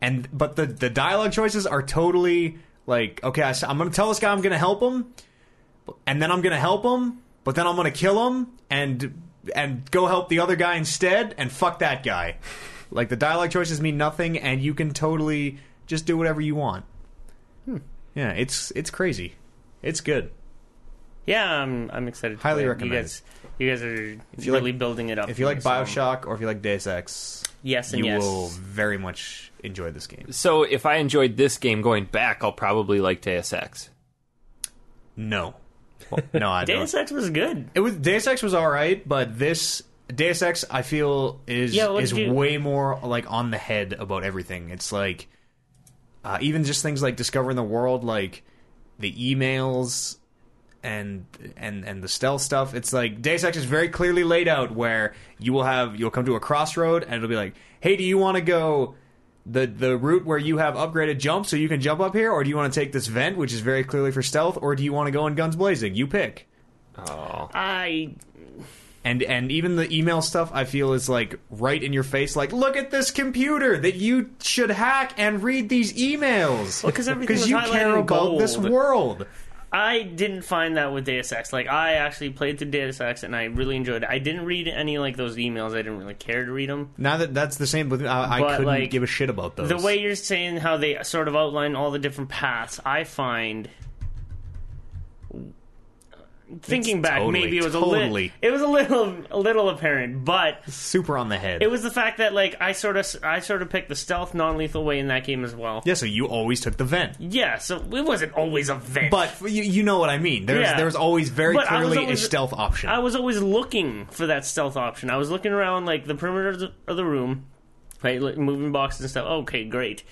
and but the the dialogue choices are totally like, okay, I, am gonna tell this guy I'm gonna help him, and then I'm gonna help him, but then I'm gonna kill him and and go help the other guy instead and fuck that guy. Like the dialogue choices mean nothing, and you can totally just do whatever you want. Yeah, it's it's crazy. It's good.
Yeah, I'm I'm excited. To
Highly
play it.
recommend
You guys, you guys are
you
really
like-
building it up.
If you like
for me, so-
Bioshock or if you like Deus Ex,
yes, and
you
yes.
will very much enjoy this game.
So if I enjoyed this game going back, I'll probably like Deus Ex.
No, Well, no, I don't.
Deus Ex was good.
It was Deus Ex was all right, but this Deus Ex I feel is
Yeah, what
is
did you-
way more like on the head about everything. It's like uh, even just things like discovering the world, like the emails and and and the stealth stuff. It's like Deus Ex is very clearly laid out where you will have you'll come to a crossroad and it'll be like, hey, do you want to go? The, the route where you have upgraded jump so you can jump up here, or do you want to take this vent, which is very clearly for stealth, or do you want to go in guns blazing? You pick
Oh,
I
and and even the email stuff I feel is like right in your face like look at this computer that you should hack and read these emails
because everything was
you
highlighted
care
in
about this
gold.
world
I didn't find that with Deus Ex. Like I actually played through Deus Ex and I really enjoyed it. I didn't read any like those emails. I didn't really care to read them.
now that that's the same with I, I
But,
couldn't
like,
give a shit about those
The way you're saying how they sort of outline all the different paths, I find thinking back
totally,
maybe it was a little
totally.
it was a little a little apparent, but
super on the head
it was the fact that like I sort of I sort of picked the stealth non-lethal way in that game as well.
yeah so you always took the vent
Yeah, so it wasn't always a vent.
but you, you know what I mean there's
Yeah.
there's always very
But I was
clearly
always-
a stealth option
I was always looking for that stealth option. I was looking around like the perimeter of the, of the room, right, like, moving boxes and stuff. Okay, great.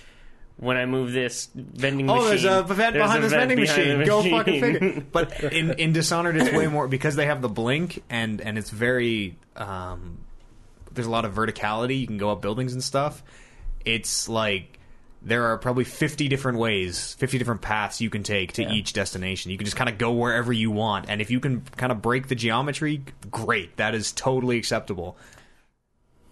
When I move this vending
Oh,
machine,
there's a vent
there's
behind
a
this
vent
vending machine.
behind the
Go fucking
machine.
figure. But in, in Dishonored, it's way more because they have the blink and and it's very um, there's a lot of verticality. You can go up buildings and stuff. It's like there are probably 50 different ways, 50 different paths you can take to each destination. You can just kind of go wherever you want, and if you can kind of break the geometry, great. That is totally acceptable.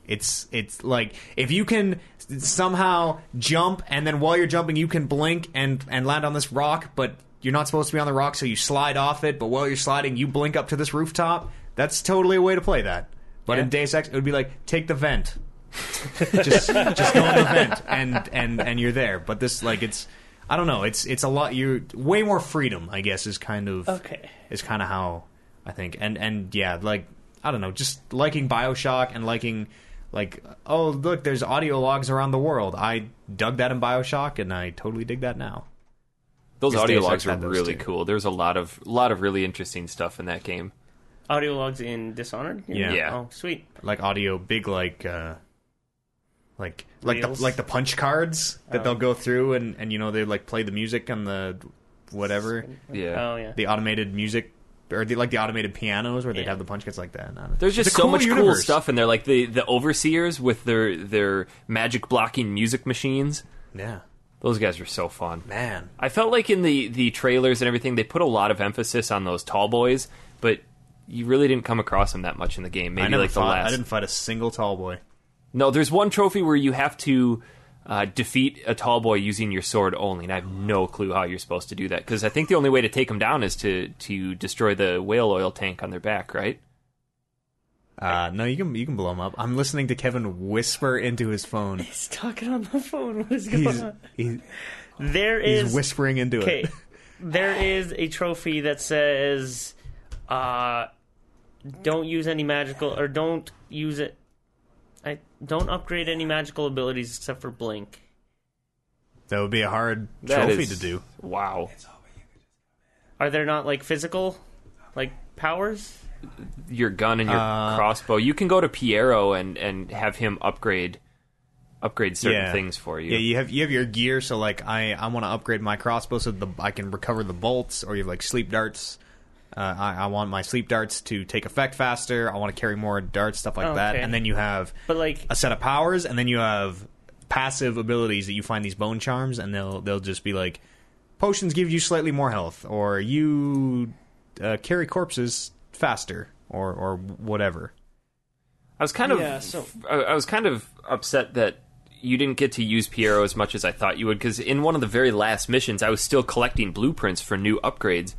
It's it's like if you can s- somehow jump and then while you're jumping you can blink and and land on this rock, but you're not supposed to be on the rock, so you slide off it. But while you're sliding, you blink up to this rooftop. That's totally a way to play that. But in Deus Ex, it would be like take the vent, just just go on the vent, and and and you're there. But this like it's I don't know. It's it's a lot. You way more freedom, I guess, is kind of
Okay.
is kind of how I think. And and yeah, like I don't know, just liking BioShock and liking like oh look, there's audio logs around the world. I dug that in BioShock, and I totally dig that now.
those
Because
audio
Deus Ex
logs are
had those
really
too.
cool. There's a lot of lot of really interesting stuff in that game.
Audio logs in Dishonored.
Yeah.
Yeah.
Oh, sweet.
Like audio, big like. uh like like the,
Reels? Oh.
like the punch cards that they'll go through and and you know they like play the music on the whatever
Yeah.
Oh, yeah.
the automated music or the, like the automated pianos where they'd
Yeah.
have the punch cuts like that. And I don't-
There's
It's
just
a
so
cool
much cool
universe.
stuff in there, like the the overseers with their their magic blocking music machines.
Yeah,
Those guys are so fun.
man.
I felt like in the the trailers and everything, they put a lot of emphasis on those tall boys, but you really didn't come across him that much in the game. Maybe
I never
like the
fought,
last.
I didn't fight a single tall boy.
No, there's one trophy where you have to uh, defeat a tall boy using your sword only, and I have no clue how you're supposed to do that because I think the only way to take him down is to to destroy the whale oil tank on their back, right?
Uh, no, you can you can blow him up. I'm listening to Kevin whisper into his phone.
He's talking on the phone. What is going
He's
on?
he's,
There is
he's whispering into
Okay,
it.
there is a trophy that says, uh, "Don't use any magical or don't use it. I don't upgrade any magical abilities except for blink."
That would be a hard
That
trophy
is-
to do.
Wow.
Are there not like physical, like powers?
your gun and your
Uh,
crossbow. You can go to Piero and and have him upgrade upgrade certain
yeah.
things for you.
Yeah, you have you have your gear. So like, I I want to upgrade my crossbow so the I can recover the bolts. Or you have like sleep darts. Uh, I, I want my sleep darts to take effect faster. I want to carry more darts, stuff like that.
Oh, Okay.
And then you have
But like,
a set of powers, and then you have passive abilities that you find these bone charms, and they'll they'll just be like potions give you slightly more health, or you uh, carry corpses faster, or or whatever.
I was kind of
Yeah, so-
I, I was kind of upset that you didn't get to use Piero as much as I thought you would because in one of the very last missions, I was still collecting blueprints for new upgrades,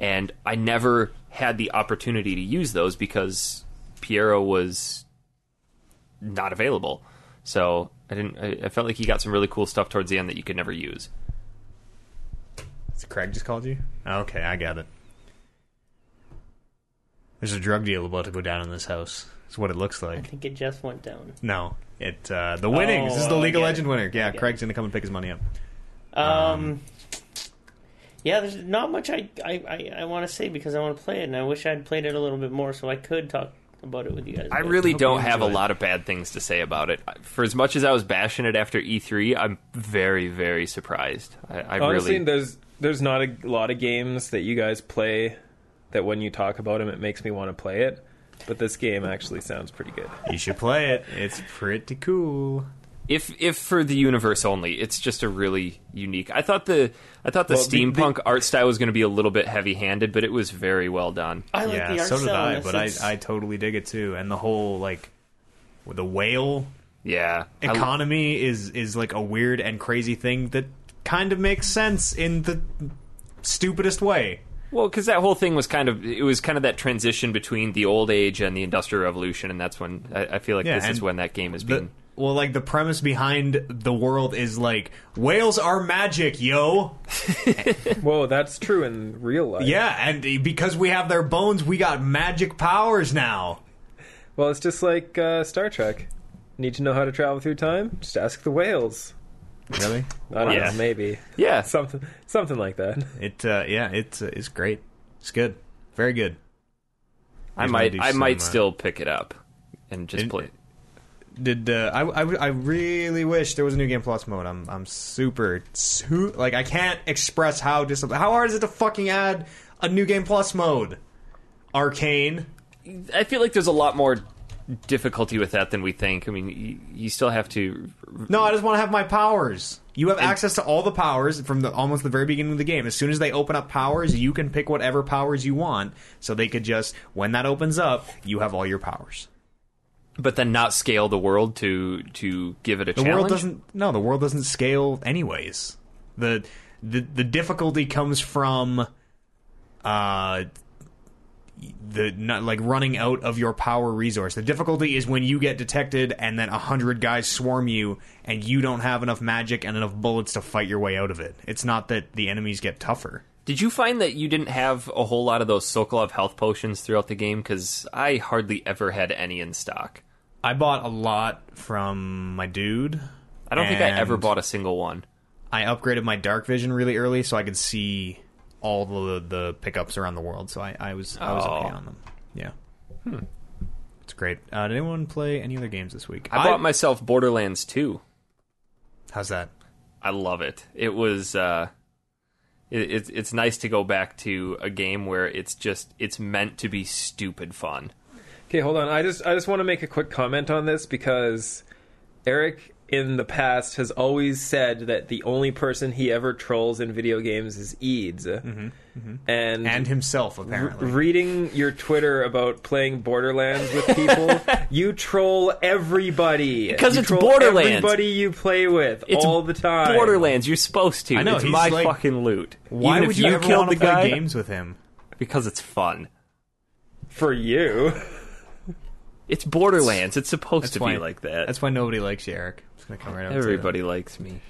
and I never had the opportunity to use those because Piero was not available. So I didn't. I, I felt like he got some really cool stuff towards the end that you could never use.
Craig just called you. Okay, I got it. There's a drug deal about to go down in this house. That's what it looks
I
like.
think it just went down.
No, it uh, the winnings. this is the
Oh, I
League of
get it.
Legend winner. Yeah,
get it.
Craig's gonna come and pick his money up.
Um, yeah, there's not much I I, I, I want to say because I want to play it, and I wish I'd played it a little bit more so I could talk about it with you guys.
I
but-
really
hope
don't
you
have a
enjoy it.
lot of bad things to say about it. For as much as I was bashing it after E3, I'm very, very surprised. I, I
Oh,
Honestly,
really.
there's there's not a lot of games that you guys play that when you talk about them, it makes me want to play it. But this game actually sounds pretty good.
You should play it. It's pretty cool.
if if for the universe only, it's just a really unique. I thought the I thought the
Well, the-
steampunk art style was going to be a little bit heavy handed, but it was very well done.
I like
yeah,
the art
so did
style in
I,
this.
but I,
It's-
I totally dig it too. And the whole like the whale
Yeah, I-
economy is is like a weird and crazy thing that kind of makes sense in the stupidest way.
Well, because that whole thing was kind of it was kind of that transition between the old age and the industrial revolution, and that's when I, I feel like
Yeah,
this is
and
when that game is being.
The, well, like the premise behind the world is like whales are magic, yo.
Whoa, that's true in real life.
Yeah, and because we have their bones, we got magic powers now.
Well, it's just like uh, Star Trek. Need to know how to travel through time? Just ask the whales.
Really?
I don't
Yeah.
know, maybe
yeah,
something something like that.
It uh, yeah, it's uh, it's great. It's good. Very good.
I
He's gonna
might
do
I
some,
might
uh,
still pick it up and just
In-
play.
did uh, I, I I really wish there was a new game plus mode. I'm I'm super su- like I can't express how dis- how hard is it to fucking add a new game plus mode? Arcane.
I feel like there's a lot more difficulty with that than we think. I mean, you, you still have to.
No, I just want to have my powers. You have access to all the powers from the almost the very beginning of the game. As soon as they open up powers, you can pick whatever powers you want. So they could just when that opens up, you have all your powers.
But then not scale the world to to give it a
The
challenge.
world doesn't. No, the world doesn't scale anyways. The the the difficulty comes from uh the not like running out of your power resource. The difficulty is when you get detected and then a hundred guys swarm you and you don't have enough magic and enough bullets to fight your way out of it. It's not that the enemies get tougher.
Did you find that you didn't have a whole lot of those Sokolov health potions throughout the game? Because I hardly ever had any in stock.
I bought a lot from my dude.
I don't think I ever
And-
bought a single one.
I upgraded my dark vision really early so I could see all the the pickups around the world. So I, I was I was
Oh. Hmm.
okay on them. Yeah. It's great. Uh, did anyone play any other games this week?
I, bought myself Borderlands 2.
How's that?
I love it. It was uh, it, it's it's nice to go back to a game where it's just it's meant to be stupid fun.
Okay, hold on. I just I just want to make a quick comment on this because Eric in the past has always said that the only person he ever trolls in video games is Eads. And,
Mm-hmm, and himself
r-
apparently.
reading your Twitter about playing Borderlands with people, you troll everybody.
Because
You
it's
troll
Borderlands.
Everybody you play with
It's
all the time.
Borderlands, you're supposed to.
I know,
it's
he's
my
like-
fucking loot.
Why
Even if
would you,
you
ever
killed
want
the
to play
guy?
games with him?
Because it's fun.
for you.
It's Borderlands. It's supposed to be
why-
like that.
That's why nobody likes you, Eric. It's gonna come right out. to them.
Everybody likes me.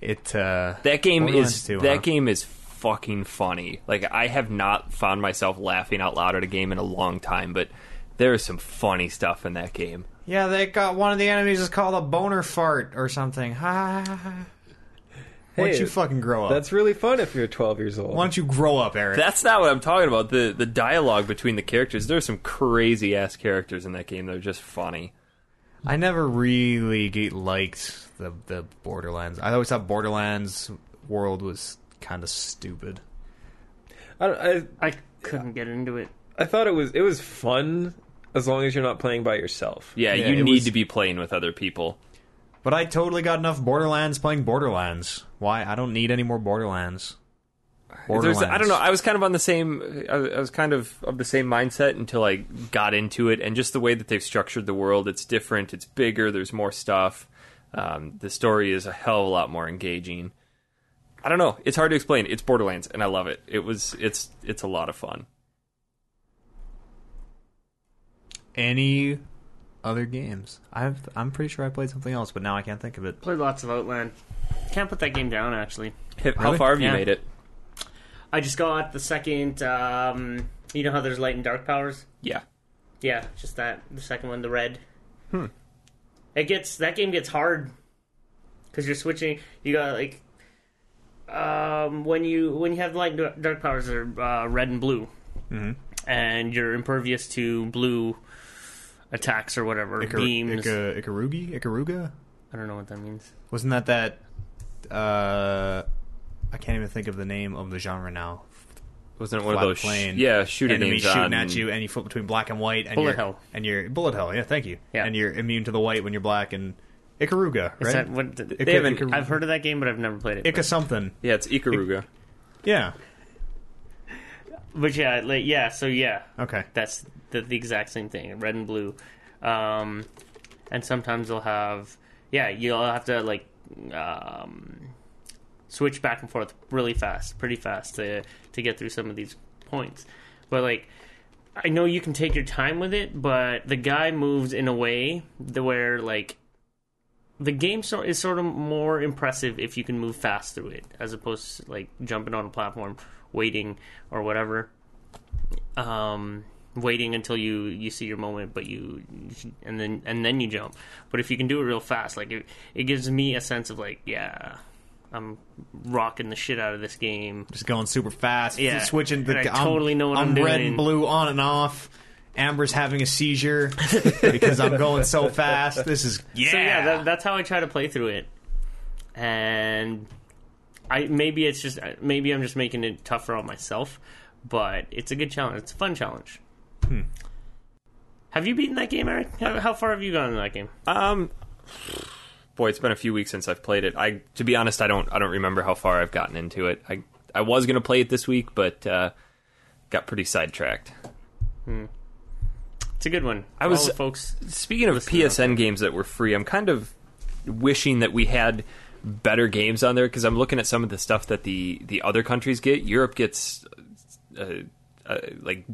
It uh,
That game
Borderlands
is
2,
that
huh?
game is fucking funny. Like I have not found myself laughing out loud at a game in a long time, but there is some funny stuff in that game.
Yeah, they got one of the enemies is called a boner fart or something. Ha! ha, ha. Why don't
Hey,
you fucking grow up?
That's really fun if you're 12 years old.
Why don't you grow up, Eric?
That's not what I'm talking about. The the dialogue between the characters. There are some crazy ass characters in that game that are just funny.
I never really get liked the the Borderlands. I always thought Borderlands world was kind of stupid.
I, don't- I,
I couldn't get into it.
I thought it was it was fun as long as you're not playing by yourself.
Yeah,
Yeah,
you
it
need
was-
to be playing with other people.
But I totally got enough Borderlands playing Borderlands. Why? I don't need any more Borderlands.
There's-
Borderlands.
I don't know. I was kind of on the same. I, I was kind of of the same mindset until I got into it, and just the way that they've structured the world, it's different. It's bigger. There's more stuff. Um, the story is a hell of a lot more engaging. I don't know. It's hard to explain. It's Borderlands, and I love it. It was. It's. It's a lot of fun.
any other games. I've I'm pretty sure I played something else, but now I can't think of it.
Played lots of Outland. Can't put that game down actually.
How
Really?
far have you
Yeah.
made it?
I just got the second. Um, you know how there's light and dark powers.
Yeah.
Yeah, just that. The second one, the red. Hmm. It gets that game gets hard because you're switching. You got like um, when you when you have light and dar- dark powers are uh, red and blue, mm-hmm. and you're impervious to blue attacks or whatever beams.
Ika, Ikarugi? Ikaruga?
I don't know what that means.
Wasn't that that? Uh, I can't even think of the name of the genre now.
Wasn't it one
Flat
of those? sh-
plane.
yeah, shooter
Enemy
games
shooting
on-
at you, and you flip between black and white. And
Bullet
you're,
hell.
And you're bullet hell. Yeah, thank you.
Yeah.
And you're immune to the white when you're black. And Ikaruga, right?
Is that what?
Ika,
haven't-
Ikaruga.
I've heard of that game, but I've never played it.
Ika something.
Yeah, it's Ikaruga.
Yeah.
But yeah, like, yeah. So yeah,
Okay.
that's the, the exact same thing, red and blue. Um, and sometimes they'll have, yeah, you'll have to like um, switch back and forth really fast, pretty fast to to get through some of these points. But like, I know you can take your time with it, but the guy moves in a way that where like the game sort is sort of more impressive if you can move fast through it, as opposed to like jumping on a platform, waiting or whatever um, waiting until you you see your moment, but you and then and then you jump. But if you can do it real fast, like it, it gives me a sense of like, yeah, I'm rocking the shit out of this game.
Just going super fast.
Yeah.
Switching. The,
And I totally know what I'm
red
doing.
and blue on and off. Amber's having a seizure because I'm going so fast. This is yeah.
So yeah, that, that's how I try to play through it, and I maybe it's just maybe I'm just making it tougher on myself, but it's a good challenge. It's a fun challenge. Have you beaten that game, Eric? How, how far have you gone in that game?
Um, boy, it's been a few weeks since I've played it. I, to be honest, I don't, I don't remember how far I've gotten into it. I, I was gonna play it this week, but uh, got pretty sidetracked.
It's a good one.
I was-
All the folks.
Speaking of PSN games that were free, I'm kind of wishing that we had better games on there because I'm looking at some of the stuff that the the other countries get. Europe gets uh, uh, like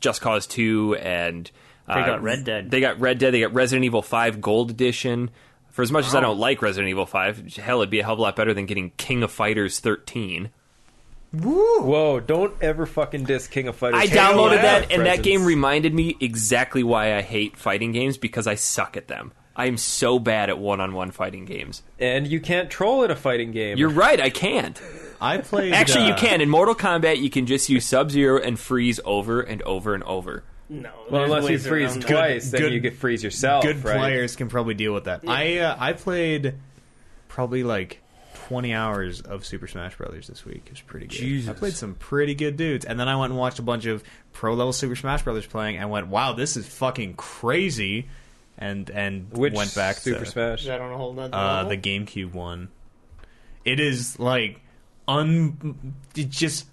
Just Cause Two and uh,
They got Red Dead.
They got Red Dead. They got Resident Evil Five Gold Edition. For as much as I don't like Resident Evil Five, hell, it'd be a hell of a lot better than getting King of Fighters 13.
Whoa, don't ever fucking diss King of Fighters.
I
Take all
downloaded
out
that, and that
presents.
game reminded me exactly why I hate fighting games because I suck at them. I'm so bad at one-on-one fighting games.
and you can't troll in a fighting game.
You're right, I can't.
I played.
Actually, you
uh,
can. In Mortal Kombat, you can just use Sub Zero and freeze over and over and over.
No,
well,
there's
unless you
ways
freeze
around that.
twice, then
good-
you could freeze yourself.
good
right?
players can probably deal with that. I uh, I played probably like 20 hours of Super Smash Brothers this week. It was pretty good. I
Jesus.
played some pretty good dudes, and then I went and watched a bunch of pro level Super Smash Brothers playing, and went, "Wow, this is fucking crazy." and and
Which
went back
Super
to
Smash?
Is that on a whole nother
uh,
level?
the GameCube one. It is like un. It just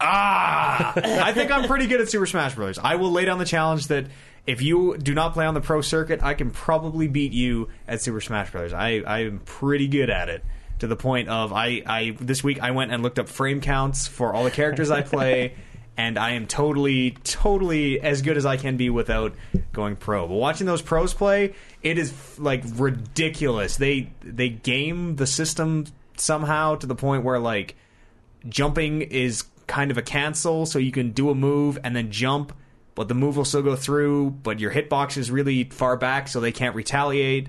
ah. I think I'm pretty good at Super Smash Brothers. I will lay down the challenge that if you do not play on the pro circuit, I can probably beat you at Super Smash Brothers. I I am pretty good at it. To the point of I, I this week I went and looked up frame counts for all the characters I play, and I am totally, totally as good as I can be without going pro. But watching those pros play, it is like ridiculous. They they game the system somehow to the point where like jumping is kind of a cancel, so you can do a move and then jump, but the move will still go through, but your hitbox is really far back, so they can't retaliate.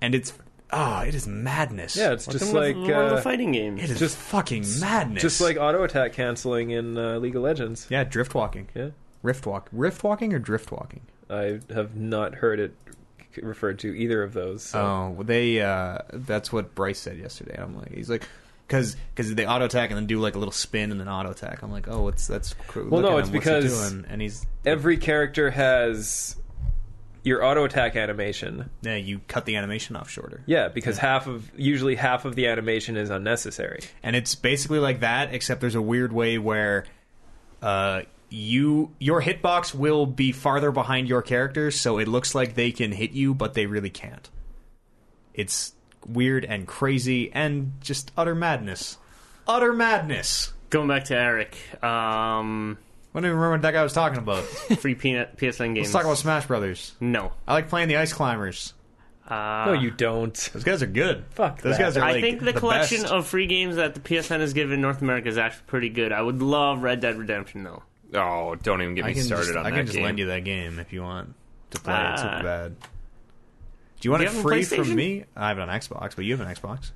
And it's ah, it is madness.
Yeah, it's
What
just
the
like
world of
uh,
fighting game.
it is
just-
just fucking madness.
just like auto attack canceling in uh, League of Legends.
yeah, drift walking,
Yeah.
rift walk, rift walking or drift walking.
I have not heard it c- referred to either of those. so-
Oh, well, they. Uh, that's what Bryce said yesterday. I'm like, he's like, because because they auto attack and then do like a little spin and then auto attack. I'm like, oh, what's that's. Well,
no, it's because
doing? and he's
Every character has your auto attack animation.
yeah, you cut the animation off shorter.
Yeah, because half of usually half of the animation is unnecessary.
and it's basically like that except there's a weird way where uh you your hitbox will be farther behind your character so it looks like they can hit you but they really can't it's weird and crazy and just utter madness utter madness
Going back to Eric, um,
i don't even remember what that guy was talking about
free peanut PSN games.
let's talk about smash brothers
no.
i like playing the ice climbers
Uh,
no, you don't.
those guys are good
Fuck
those
that.
guys are
I
like,
think the, collection
best.
of free games that the PSN has given North America is actually pretty good. I would love Red Dead Redemption though.
Oh, don't even get
I
me
can
started
just,
on
I
that
can just
game.
lend you that game if you want to play it. It's
Ah.
not bad. Do you want
You
it
have a
free from
PlayStation?
me? I have it on Xbox, but you have an Xbox.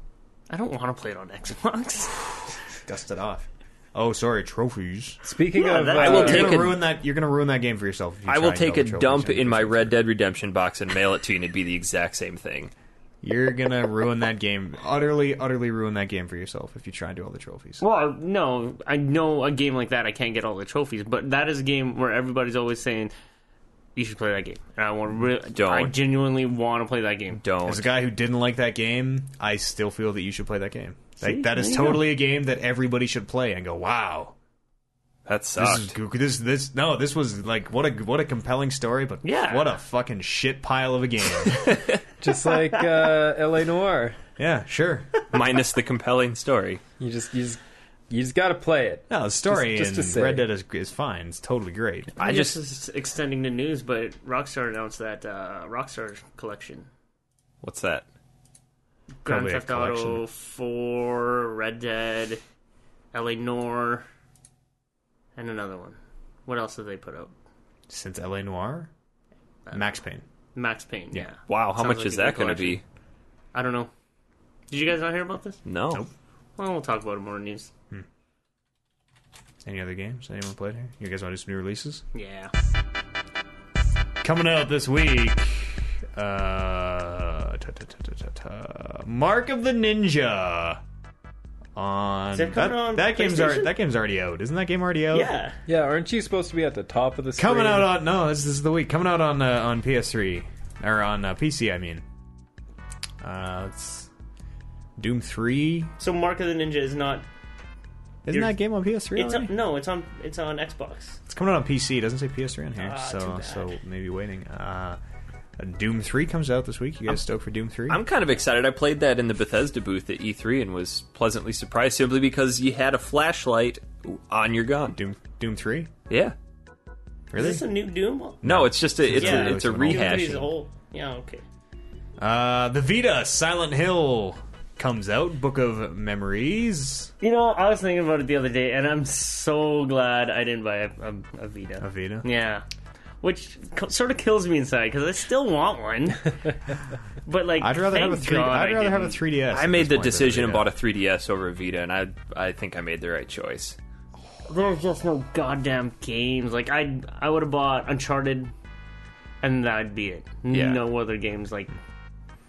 I don't want to play it on Xbox.
Dust it off. Oh, sorry, trophies.
Speaking
Yeah,
of,
that-
uh,
I
will
You're
take
gonna
a-
ruin that. You're gonna ruin that game for yourself. If you
I
try
will
and
take
go
a
with trophies
dump
and
in my
trophies.
Red Dead Redemption box and mail it to you, and it'd be the exact same thing.
You're gonna ruin that game. Utterly, utterly ruin that game for yourself if you try and do all the trophies.
well, no, I know a game like that I can't get all the trophies, but that is a game where everybody's always saying you should play that game, and I want re-
Don't.
I genuinely want to play that game.
As a
Don't.
guy who didn't like that game, I still feel that you should play that game.
See?
Like that is
There you go.
totally a game that everybody should play and go, wow.
That
This is
sucked.
goo- this this no. This was like what a what a compelling story, but
Yeah.
what a fucking shit pile of a game.
just like uh, L.A. Noir,
yeah, sure.
Minus the compelling story.
you just you just, you just got to play it.
No, the story
Just- just to
in
say.
Red Dead is, is fine. It's totally great.
I
I
just
just-
is extending the news, but Rockstar announced that uh, Rockstar collection,
What's that?
Grand
Probably a
Theft Auto
collection.
Four, Red Dead, L.A. Noir, and another one. What else did they put out?
Since L.A. Noir, Max Payne.
Max Payne. Yeah.
Yeah.
Wow, how
Sounds
much
like
is
a good
that going to
collection.
be?
I don't know. Did you guys not hear about this?
No.
Nope.
Well, we'll talk about it more in news.
Any other games anyone played here? You guys want to do some new releases
Yeah.
coming out this week? Uh, ta- ta- ta- ta- ta- ta. Mark of the Ninja. On
that coming on
that game's already,
PlayStation?
that game's already out. Isn't that game already out?
Yeah.
Yeah, aren't you supposed to be at the top of the screen?
Coming out on no, this, this is the week coming out on uh, on PS3 or on uh, PC. I mean, uh, it's Doom Three.
So Mark of the Ninja is not.
Isn't
You're-
that game on PS3? already?
It's on, no, it's on. It's on Xbox.
It's coming out on PC. It doesn't say PS3 on here,
Ah, too
so
bad.
so maybe waiting. Uh, Doom Three comes out this week. You guys stoked for Doom 3
I'm kind of excited. I played that in the Bethesda booth at E3 and was pleasantly surprised simply because you had a flashlight on your gun.
Doom Doom Three.
Yeah.
Really?
Is this a new Doom?
No, it's just a it's
Yeah.
a it's a
Doom three
Doom 3 is
rehashing.
old. Yeah. Okay.
Uh, the Vita Silent Hill comes out. Book of Memories.
You know, I was thinking about it the other day, and I'm so glad I didn't buy a, a, a Vita.
A Vita.
Yeah. Which co- sort of kills me inside because I still want one. but like,
I'd rather have a three.
God,
I'd rather have a
didn't.
3DS.
I
at
made
this
the
point than
decision and
Vita.
bought a 3DS over a Vita, and I I think I made the right choice.
There's just no goddamn games. Like I, I would have bought Uncharted, and that'd be it.
Yeah.
No other games. Like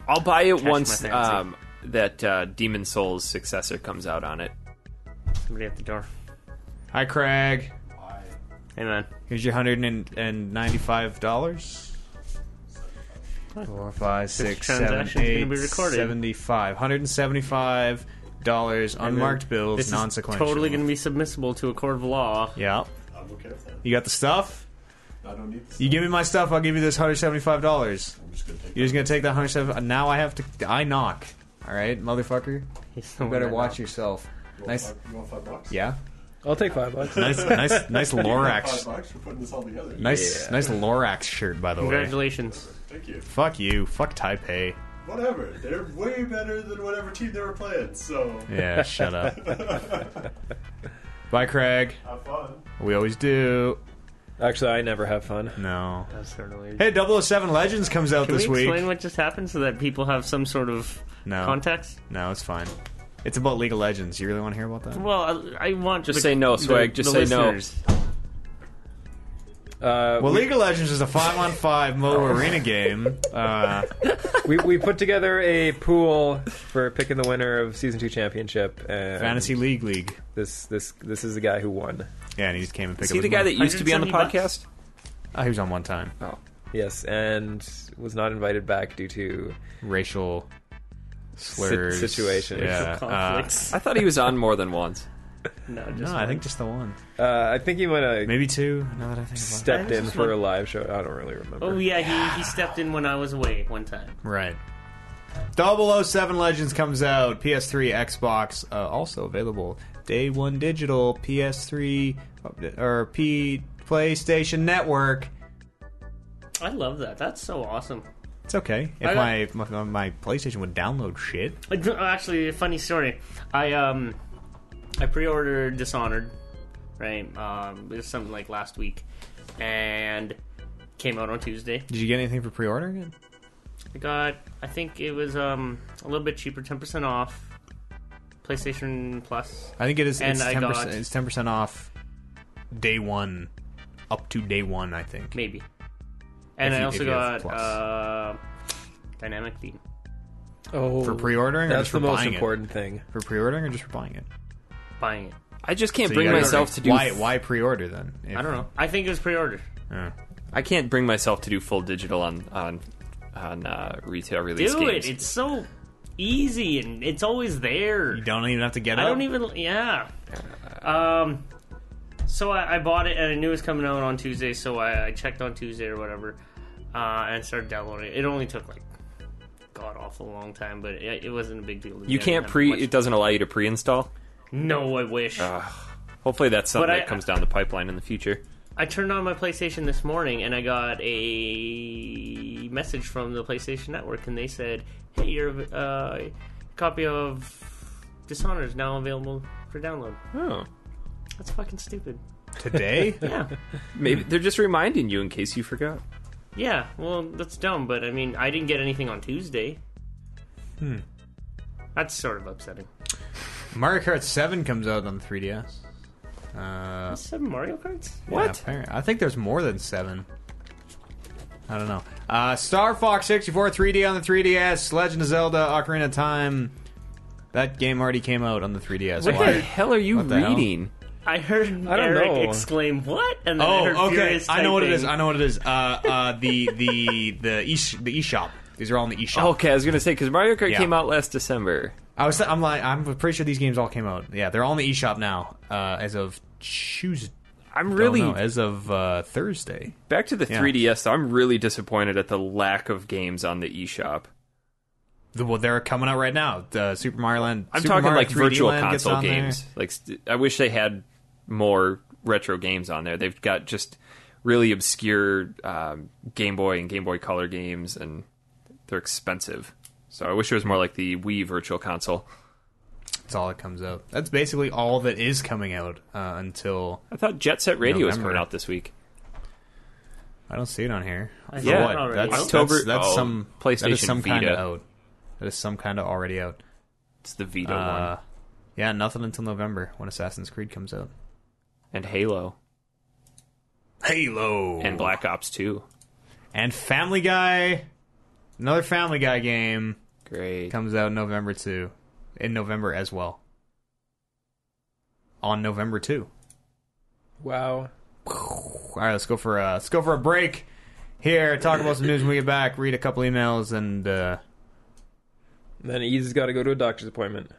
I'll buy it
my
once
fancy.
um, that uh, Demon Souls successor comes out on it.
somebody at the door.
Hi, Craig.
Hey man,
Here's your hundred and ninety-five dollars. Four, five, six, seven,
transaction's gonna
eight,
be recorded.
seventy-five. Hundred and seventy-five dollars unmarked bills,
This is
non-sequential.
totally going to be submissible to a court of law.
Yeah,
I'm okay with that.
you got the stuff.
I don't need this.
You give me my stuff, I'll give you this hundred seventy-five dollars.
I'm just gonna take.
You're just gonna take that hundred seventy. Now I have to. I knock. All right, motherfucker.
He's the
You
one
better
that-
watch yourself.
You want
Nice.
Five, you want five bucks?
Yeah.
I'll take five bucks.
Nice, nice, nice
Five
Lorax.
bucks for putting this all together.
Nice, nice Lorax shirt, by the way.
Congratulations.
Thank you.
Fuck you. Fuck Taipei.
Whatever. They're way better than whatever team they were playing. So
Yeah, shut up. Bye, Craig.
have fun.
We always do.
Actually, I never have fun.
No.
That's sort of weird.
Hey, 007 Legends comes out
Can
this
we
week.
explain what just happened so that people have some sort of
No.
context?
no, it's fine. It's about League of Legends. You really want to hear about that?
Well, I, I want
Just
the-
say no,
the-
Swag, just
the
say no.
listeners.
Uh,
Well, League of Legends is a five-on-five mobile arena game. Uh,
we, we put together a pool for picking the winner of season two championship. And
Fantasy League League.
This this this is the guy who won.
Yeah, and he just came and picked
Is
up
he the
his
guy that
money.
used to be on the
170
podcast?
Oh, he was on one time.
Oh.
Yes, and was not invited back due to
Racial slurs.
situation.
Yeah. uh,
conflicts.
I thought he was on more than once. Uh,
no, just
no, I think just the one.
Uh, I think he might have
Maybe two, now that I think about it.
stepped in
Just
for a
one-
live show. I don't really remember.
Oh yeah, he, he stepped in when I was away one time.
Right. 007 Legends comes out. PS3, Xbox, uh, also available. Day one digital, PS3, uh, or P PlayStation Network.
I love that. That's so awesome.
It's okay. If
I
my, my my PlayStation would download shit.
I dr- Actually, a funny story. I um, I pre-ordered Dishonored, right? Um, it was something like last week, and came out on Tuesday.
Did you get anything for pre-ordering it?
I got, I think it was um a little bit cheaper, ten percent off. PlayStation Plus.
I think it is.
And
it's
I
ten
got-
percent. It's ten percent off. Day one, up to day one, I think.
Maybe. And
If
I
you-
also
if you have
got
Plus.
uh, dynamic theme.
Oh,
For pre-ordering, or
that's
just for
the most
buying
important thing.
it? For pre-ordering, or just for buying it?
Buying it.
I just can't
So you
bring
gotta-
myself to do.
why. Why pre-order then? If-
I don't know. I think it was pre-order.
Uh,
I can't bring myself to do full digital on on on uh, retail release
Do
games.
it. It's so easy and it's always there.
you don't even have to get.
I
up.
don't even. Yeah. Um. So I, I bought it and I knew it was coming out on Tuesday, so I, I checked on Tuesday or whatever, uh, and started downloading it. It only took like god awful long time, but it, it wasn't a big deal. to
you
get.
can't
I didn't have
pre. Uh.
much-
It doesn't allow you to pre-install.
No, I wish.
Hopefully, that's something
But
that
I-
comes down the pipeline in the future.
I turned on my PlayStation this morning and I got a message from the PlayStation Network, and they said, "Hey, your uh, copy of Dishonored is now available for download."
Oh,
That's fucking stupid.
today.
Yeah,
maybe they're just reminding you in case you forgot.
yeah. Well, that's dumb, but I mean, I didn't get anything on Tuesday. Hmm. That's sort of upsetting.
Mario Kart 7 comes out on the 3DS. Uh,
Seven Mario Karts?
yeah, apparent- I think there's more than 7. I don't know. Uh, Star Fox 64 3D on the 3DS. Legend of Zelda Ocarina of Time. That game already came out on the 3DS.
What the hell are you
What the hell?
reading?
I heard
don't
Eric
know.
exclaim, "What?" And then I heard
Oh, okay.
Furious
I know what it
typing.
is. I know what it is. Uh, uh, the the the e the eShop. These are all in the eShop.
Okay, I was gonna say because Mario Kart
Yeah.
came out last December.
I was. I'm like. I'm pretty sure these games all came out. Yeah, they're all in the eShop now. Uh, as of Tuesday.
I'm
Don't
really
know, as of uh, Thursday.
back to the
Yeah.
3DS. Though, I'm really disappointed at the lack of games on the eShop.
The- well, they're coming out right now. The Super Mario Land.
I'm
Super
talking
Mario
like
3D
virtual
Land gets
console
on there.
games. Like st- I wish they had more retro games on there. They've got just really obscure um, Game Boy and Game Boy Color games, and they're expensive. So I wish it was more like the Wii Virtual Console.
That's all that comes out. That's basically all that is coming out uh, until
I thought Jet Set Radio was
November.
coming out this week.
I don't see it on here.
I
For
saw it
what?
already.
That's,
October-
That's, that's
oh,
some That is
PlayStation
some kind of
Vita.
out. That is some kind of already out.
It's the Vita
Uh,
one
yeah, nothing until November when Assassin's Creed comes out.
and Halo
Halo
and Black Ops Two.
and Family Guy. Another Family Guy game
Great.
comes out November two, in November as well. On November two.
Wow.
All right, let's go for a, let's go for a break. Here, talk about some news when we get back, read a couple emails, and uh,
Then he's got to go to a doctor's appointment.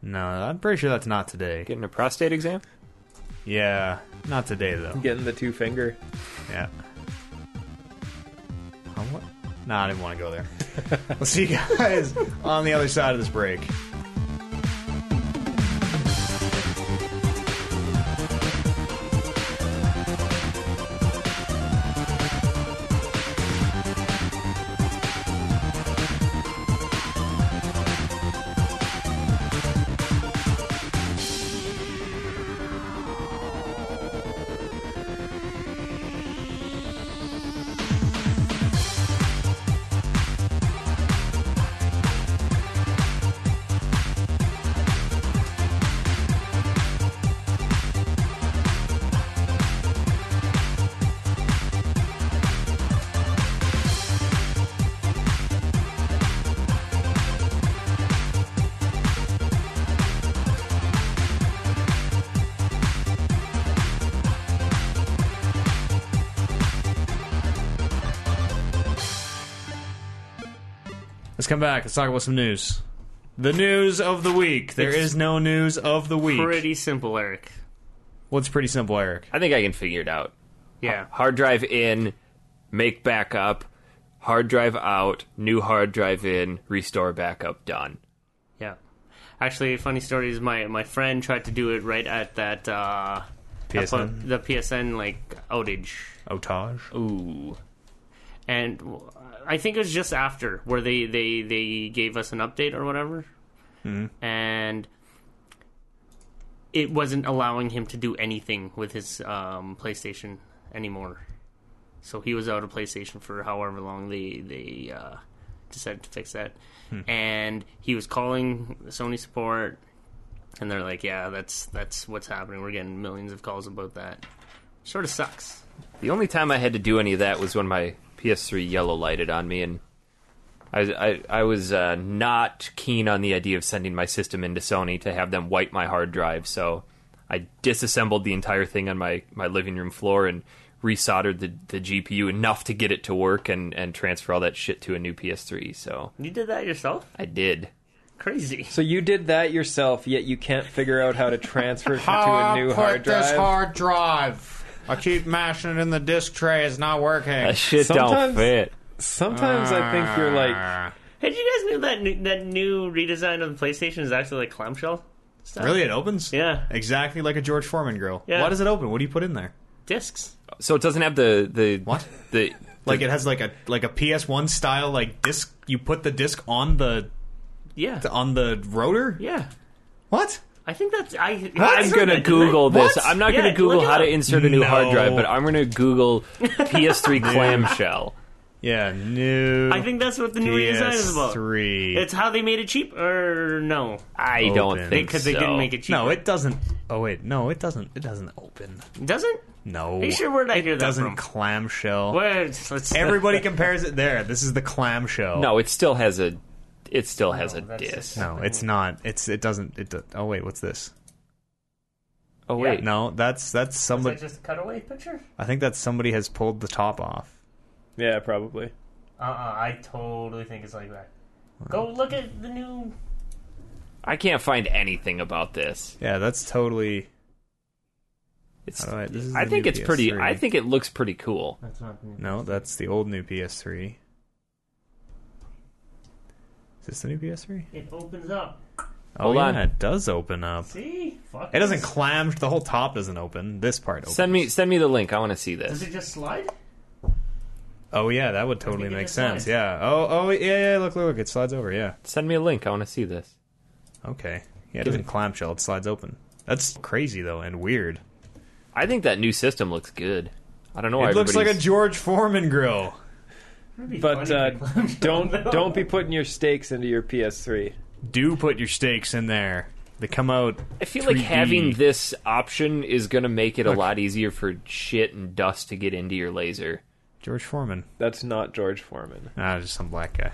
no, I'm pretty sure that's not today.
Getting a prostate exam?
Yeah, not today though.
Getting the two finger.
Yeah. Huh, what? Nah, I didn't want to go there. we'll see you guys on the other side of this break. Let's come back. Let's talk about some news. The news of the week. There is no news of the week.
Pretty simple, Eric.
well, it's pretty simple, Eric.
I think I can figure it out.
Yeah.
Hard drive in, make backup, hard drive out, new hard drive in, restore backup, done.
Yeah. Actually, funny story is my, my friend tried to do it right at that uh,
PSN?
the PSN like outage,
Otage.
Ooh.
and w- I think it was just after where they they they gave us an update or whatever, and it wasn't allowing him to do anything with his um, PlayStation anymore. So he was out of PlayStation for however long they they uh, decided to fix that, and he was calling Sony support, and they're like, "Yeah, that's that's what's happening. We're getting millions of calls about that. Sort of sucks."
The only time I had to do any of that was when my PS3 yellow lighted on me, and I I, I was uh, not keen on the idea of sending my system into Sony to have them wipe my hard drive. So I disassembled the entire thing on my, my living room floor and resoldered the, the GPU enough to get it to work and, and transfer all that shit to a new PS3. So
You did that yourself?
I did.
Crazy.
So you did that yourself, yet you can't figure out how to transfer it to a new
Uh, put
hard drive.
this hard drive. I keep mashing it in the disk tray. It's not working.
That shit
Sometimes-
don't fit.
Sometimes I think you're like,
Ah.
Had you guys knew that new, that new redesign of the PlayStation is actually like clamshell stuff?
Really, it opens?
Yeah.
Exactly like a George Foreman grill.
Yeah.
Why does it open? What do you put in there?
Discs.
So it doesn't have the the
What?
the
Like it has like a like a PS1 style like disc. You put the disc on the
Yeah.
on the rotor.
Yeah.
What?
I think that's I.
I'm gonna Google this. I'm not
Yeah,
gonna Google
look it
how to
up.
insert a new hard
No.
drive, but I'm gonna Google PS3 clamshell.
Yeah, new.
I think that's what the new redesign is about.
Three.
It's how they made it cheap, or no?
I don't
Open.
think
Because they
so.
didn't make it cheap.
no, it doesn't. Oh wait, no, it doesn't. It doesn't open.
doesn't.
No,
Are you sure where did I hear that
doesn't
from?
clamshell.
Where- let's-
Everybody compares it there. This is the clamshell.
No, it still has a. It still has a
that's
disc.
no, it's not. It's it doesn't. It. Do- oh wait, what's this?
Oh wait,
No, that's that's
Is
somebody.
that just a cutaway picture?
I think that's somebody has pulled the top off.
yeah, probably.
Uh, uh I totally think it's like that. Go look at the new.
I can't find anything about this.
Yeah, that's totally.
It's.
All right, this is
I
the
think
new
it's pretty.
PS3.
I think it looks pretty cool.
That's not the new.
No, that's the old new PS3. Is this the new PS3?
It opens up.
oh,
Hold
yeah,
on.
it does open up.
See, Fuck
It doesn't
this.
clam. The whole top doesn't open. This part opens.
Send me send me the link. I want to see
Does
this.
it just slide?
Oh yeah, that would totally
think it
make
just
sense.
slides.
Yeah. Oh oh yeah yeah. Look look, it slides over. Yeah.
Send me a link. I want to see this.
Okay. Yeah, it doesn't clamshell. It slides open. That's crazy though and weird.
I think that new system looks good. I don't know. why
It looks like a
everybody's-
George Foreman grill.
But uh, don't don't be putting your steaks into your PS3.
Do put your steaks in there. They come out.
I feel like
3D.
having this option is going to make it a lot easier for shit and dust to get into your laser.
George Foreman.
That's not George Foreman.
Ah, just some black guy.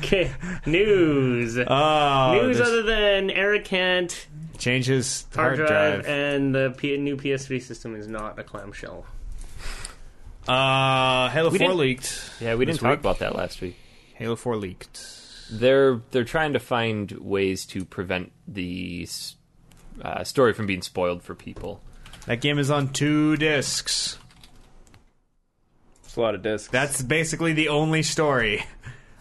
Okay, news.
Oh,
news
this-
other than Eric Kent,
change his
hard
hard
drive,
drive.
and the P- new PS3 system is not a clamshell.
Uh, Halo
We
4
didn't-
leaked.
Yeah, we didn't
This
talk
week.
about that last week.
Halo 4 leaked.
They're they're trying to find ways to prevent the s- uh, story from being spoiled for people.
That game is on two discs.
It's a lot of discs.
That's basically the only story.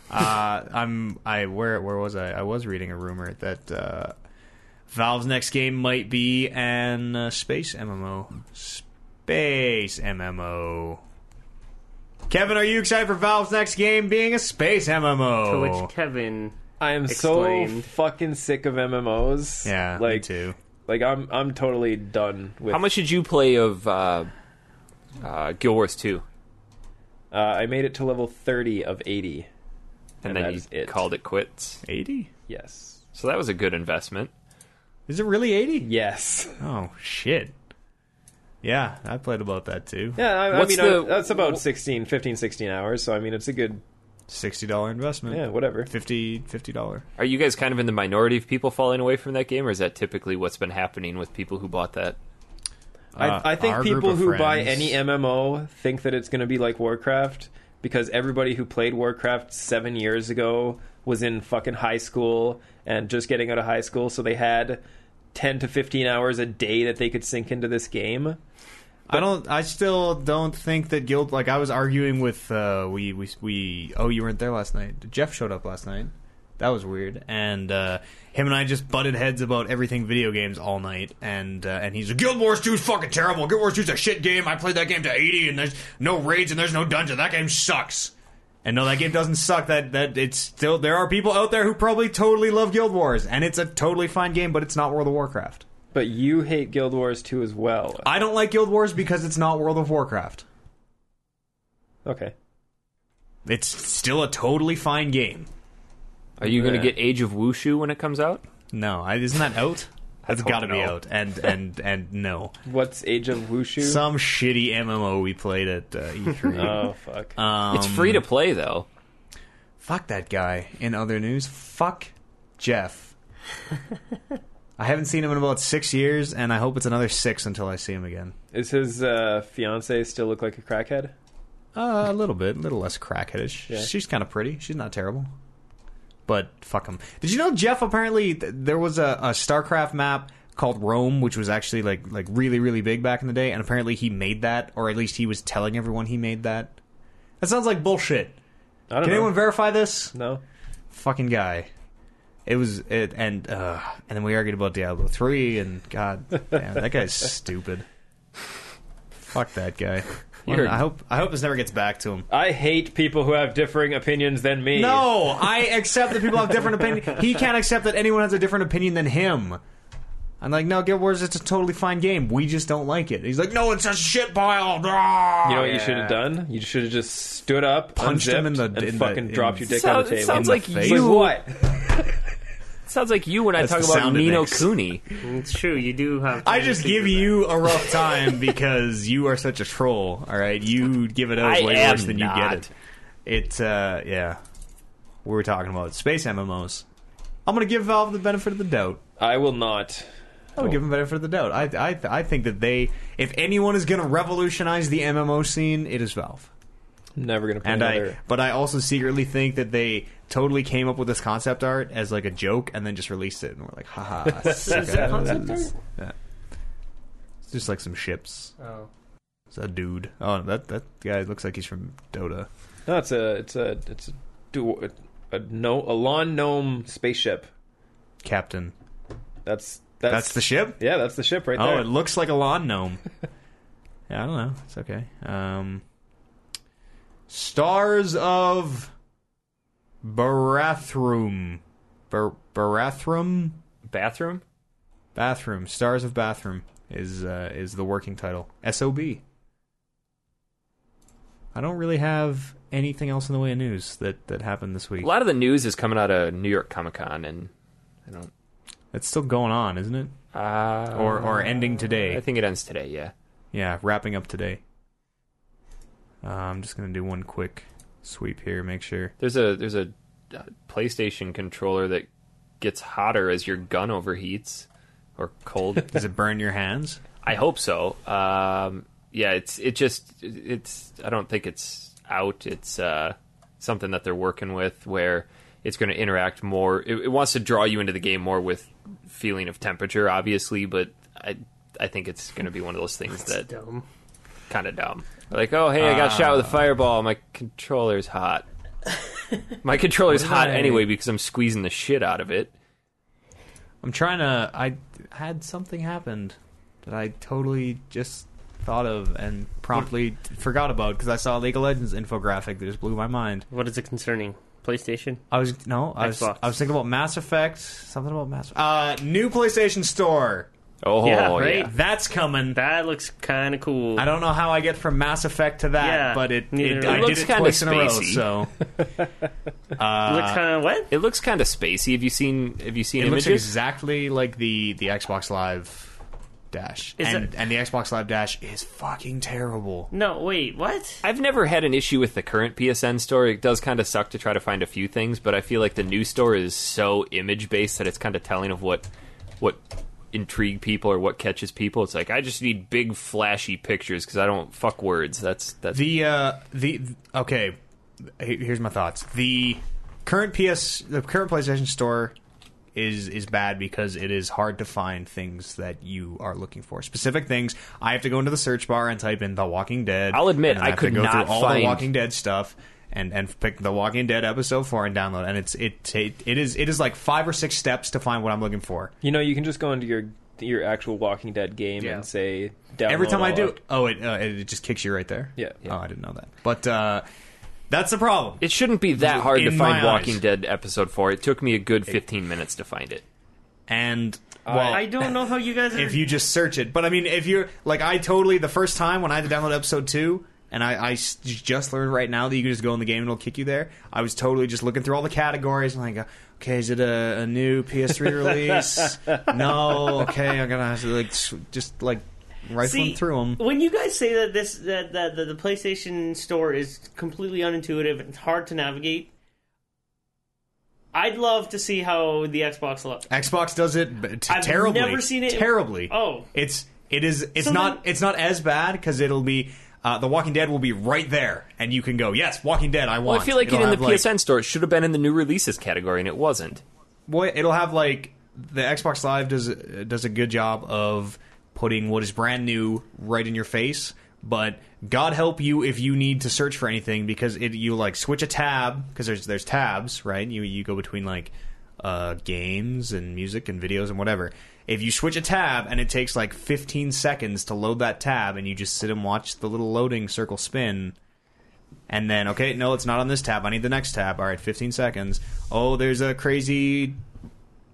Uh, I'm I where where was I? I was reading a rumor that uh, Valve's next game might be an uh, space MMO. Space MMO. Kevin, are you excited for Valve's next game being a space
To
MMO?
which Kevin,
I am so
Exclaimed.
fucking sick of MMOs.
yeah,
like
me too.
like I'm I'm totally done with.
How much did you play of uh, uh, Guild Wars Two?
Uh, I made it to level thirty of eighty. And
And, then
that
you
is it.
called it quits.
Eighty?
Yes.
So that was a good investment.
Is it really eighty?
Yes.
Oh shit! Yeah, I played about that too.
Yeah, I, I
What's
mean,
the-
I, that's about 16, 15, 16 hours. So, I mean, it's a good,
Sixty dollar investment.
yeah, whatever.
Fifty fifty dollar.
Are you guys kind of in the minority of people falling away from that game, or is that typically what's been happening with people who bought that?
Uh,
I, I think
our group
people
of
who buy
friends-
any MMO think that it's going to be like Warcraft because everybody who played Warcraft seven years ago was in fucking high school and just getting out of high school, so they had ten to fifteen hours a day that they could sink into this game.
I don't. I still don't think that guild. Like I was arguing with uh, we we we. Oh, you weren't there last night. Jeff showed up last night. That was weird. And uh, him and I just butted heads about everything video games all night. And uh, and he's like, Guild Wars 2 is fucking terrible. Guild Wars 2 is a shit game. I played that game to 80, and there's no raids and there's no dungeon. That game sucks. And no, that game doesn't suck. That that it's still there are people out there who probably totally love Guild Wars, and it's a totally fine game, but it's not World of Warcraft.
But you hate Guild Wars two as well.
I don't like Guild Wars because it's not World of Warcraft.
Okay.
It's still a totally fine game.
Are you going to
Yeah.
get Age of Wushu when it comes out?
No, I, isn't that out? That's
hope
got to be
no.
out. And and and no,
What's Age of Wushu?
some shitty MMO we played at uh, E3.
oh fuck.
um,
It's free to play though.
fuck that guy. In other news, fuck Jeff. I haven't seen him in about six years, and I hope it's another six until I see him again.
Is his uh, fiance still look like a crackhead?
Uh, a little bit, a little less crackheadish. She's kind of pretty. She's not terrible. But fuck him. Did you know Jeff? Apparently, th- there was a, a StarCraft map called Rome, which was actually like like really really big back in the day, and apparently he made that, or at least he was telling everyone he made that. That sounds like bullshit.
I don't
Can
know.
anyone verify this?
no.
Fucking guy. It was it, and uh, and then we argued about Diablo three, and god damn, that guy's stupid. Fuck that guy.
You're-
I hope I hope this never gets back to him.
I hate people who have differing opinions than me.
No, I accept that people have different opinions. He can't accept that anyone has a different opinion than him. I'm like, no, Guild Wars, it's a totally fine game. We just don't like it. He's like, no, it's a shit pile. Ah!
You know what you should have done? You should have just stood up,
Punched him in
unzipped,
the- in
and
the-
fucking
in-
dropped your dick on
Sounds-
the
it
table.
sounds like
In the face.
It's like,
you.
what?
it sounds like you when I
That's
talk
the
about
sound it
Nino
makes.
Cooney.
it's true. You do have.
I just give you a rough time because you are such a troll. All right, you give it out
I
way
am
worse than you
not.
get it. It's uh, yeah. We were talking about space MMOs. I'm gonna give Valve the benefit of the doubt.
I will not.
I would give them benefit of the doubt. I, I, I think that they, if anyone is going to revolutionize the MMO scene, it is Valve.
I'm never gonna play
And I,
another.
but I also secretly think that they totally came up with this concept art as like a joke and then just released it, and we're like, haha. sick
Is it
of
concept
this.
art?
Yeah. It's just like some ships.
Oh.
It's a dude. Oh, that that guy looks like he's from Dota.
No, it's a, it's a, it's a, du- a, a no, a lawn gnome spaceship.
Captain.
That's
That's,
that's,
the ship.
yeah, that's the ship right
Oh,
there.
it looks like a lawn gnome. yeah, I don't know. It's okay. Um, Stars of Barathrum. Bar- Barathrum?
Bathroom?
Bathroom. Stars of Bathroom is uh, is the working title. SOB. I don't really have anything else in the way of news that, that happened this week.
A lot of the news is coming out of New York Comic Con, and I don't.
It's still going on, isn't it?
Uh,
Or or ending today.
I think it ends today. Yeah.
yeah, wrapping up today. Uh, I'm just gonna do one quick sweep here, make sure.
There's a there's a uh, PlayStation controller that gets hotter as your gun overheats or cold.
Does it burn your hands?
I hope so. Um, yeah, it's it just it's I don't think it's out. It's uh, something that they're working with where it's going to interact more. It, it wants to draw you into the game more with feeling of temperature, obviously, but I I think it's going to be one of those things that
Dumb. Ah.
kind of dumb. Like, oh hey, I got shot with a fireball. My controller's hot. My controller's hot
Right.
anyway because I'm squeezing the shit out of it.
I'm trying to. I had something happened that I totally just thought of and promptly t- forgot about because I saw a League of Legends infographic that just blew my mind.
What is it concerning? PlayStation?
I was no, I was,
Xbox.
I was thinking about Mass Effect. Something about Mass. Uh, new PlayStation Store.
Oh
Yeah, right?
yeah.
That's coming.
That looks kind of cool.
I don't know how I get from Mass Effect to that,
Yeah,
but it,
neither
it
do I.
I
It
did
looks
it
kinda
twice in a row.
spacey.
So Uh,
It looks kind of what?
It looks kind of spacey. Have you seen? Have you seen
it looks
images?
exactly like the the Xbox Live Dash,
Is
and
it-
and the Xbox Live Dash is fucking terrible.
No, wait, what?
I've never had an issue with the current PSN store. It does kind of suck to try to find a few things, but I feel like the new store is so image based that it's kind of telling of what what intrigue people or what catches people. It's like I just need big flashy pictures because I don't fuck words. That's that's
The uh, the th- okay, he- here's my thoughts. The current PS, the current PlayStation Store is is bad because it is hard to find things that you are looking for. Specific things. I have to go into the search bar and type in The Walking Dead.
I'll admit,
and then
I
have
could
to go
not
through all
find-
the Walking Dead stuff. And, and pick the Walking Dead episode four and download, and it's it, it it is it is like five or six steps to find what I'm looking for.
You know, you can just go into your your actual Walking Dead game
Yeah.
and say download
Every time I
all
do,
up.
oh, it uh, it just kicks you right there.
Yeah.
Oh, I didn't know that, but uh, that's the problem.
it shouldn't be that hard to
In my
find
eyes.
Walking Dead episode four. It took me a good fifteen minutes to find it.
and well,
I don't know how you guys are.
oh. if you just search it. But I mean, if you're like, I totally the first time when I had to download episode two, and I, I s- just learned right now that you can just go in the game and it'll kick you there. I was totally just looking through all the categories and like, okay, is it a, a new PS3 release? no, okay, I'm gonna have to like s- just like rifling
See,
through them.
When you guys say that this that, that, that the PlayStation Store is completely unintuitive and it's hard to navigate, I'd love to see how the Xbox looks.
Xbox does it but t-
I've
terribly.
never seen it-
terribly.
Oh.
it's it is it's
So
not
then-
it's not as bad because it'll be uh, the Walking Dead will be right there, and you can go yes, Walking Dead. I want.
Well, I feel like
It'll
it in the
have, like-
PSN store. It should have been in the new releases category, and it wasn't.
Well, it'll have like the Xbox Live does does a good job of putting what is brand new right in your face. But God help you if you need to search for anything because it you like switch a tab because there's there's tabs right. You you go between like uh, games and music and videos and whatever. If you switch a tab and it takes like 15 seconds to load that tab and you just sit and watch the little loading circle spin, and then, okay, no, it's not on this tab. I need the next tab. All right, 15 seconds. Oh, there's a crazy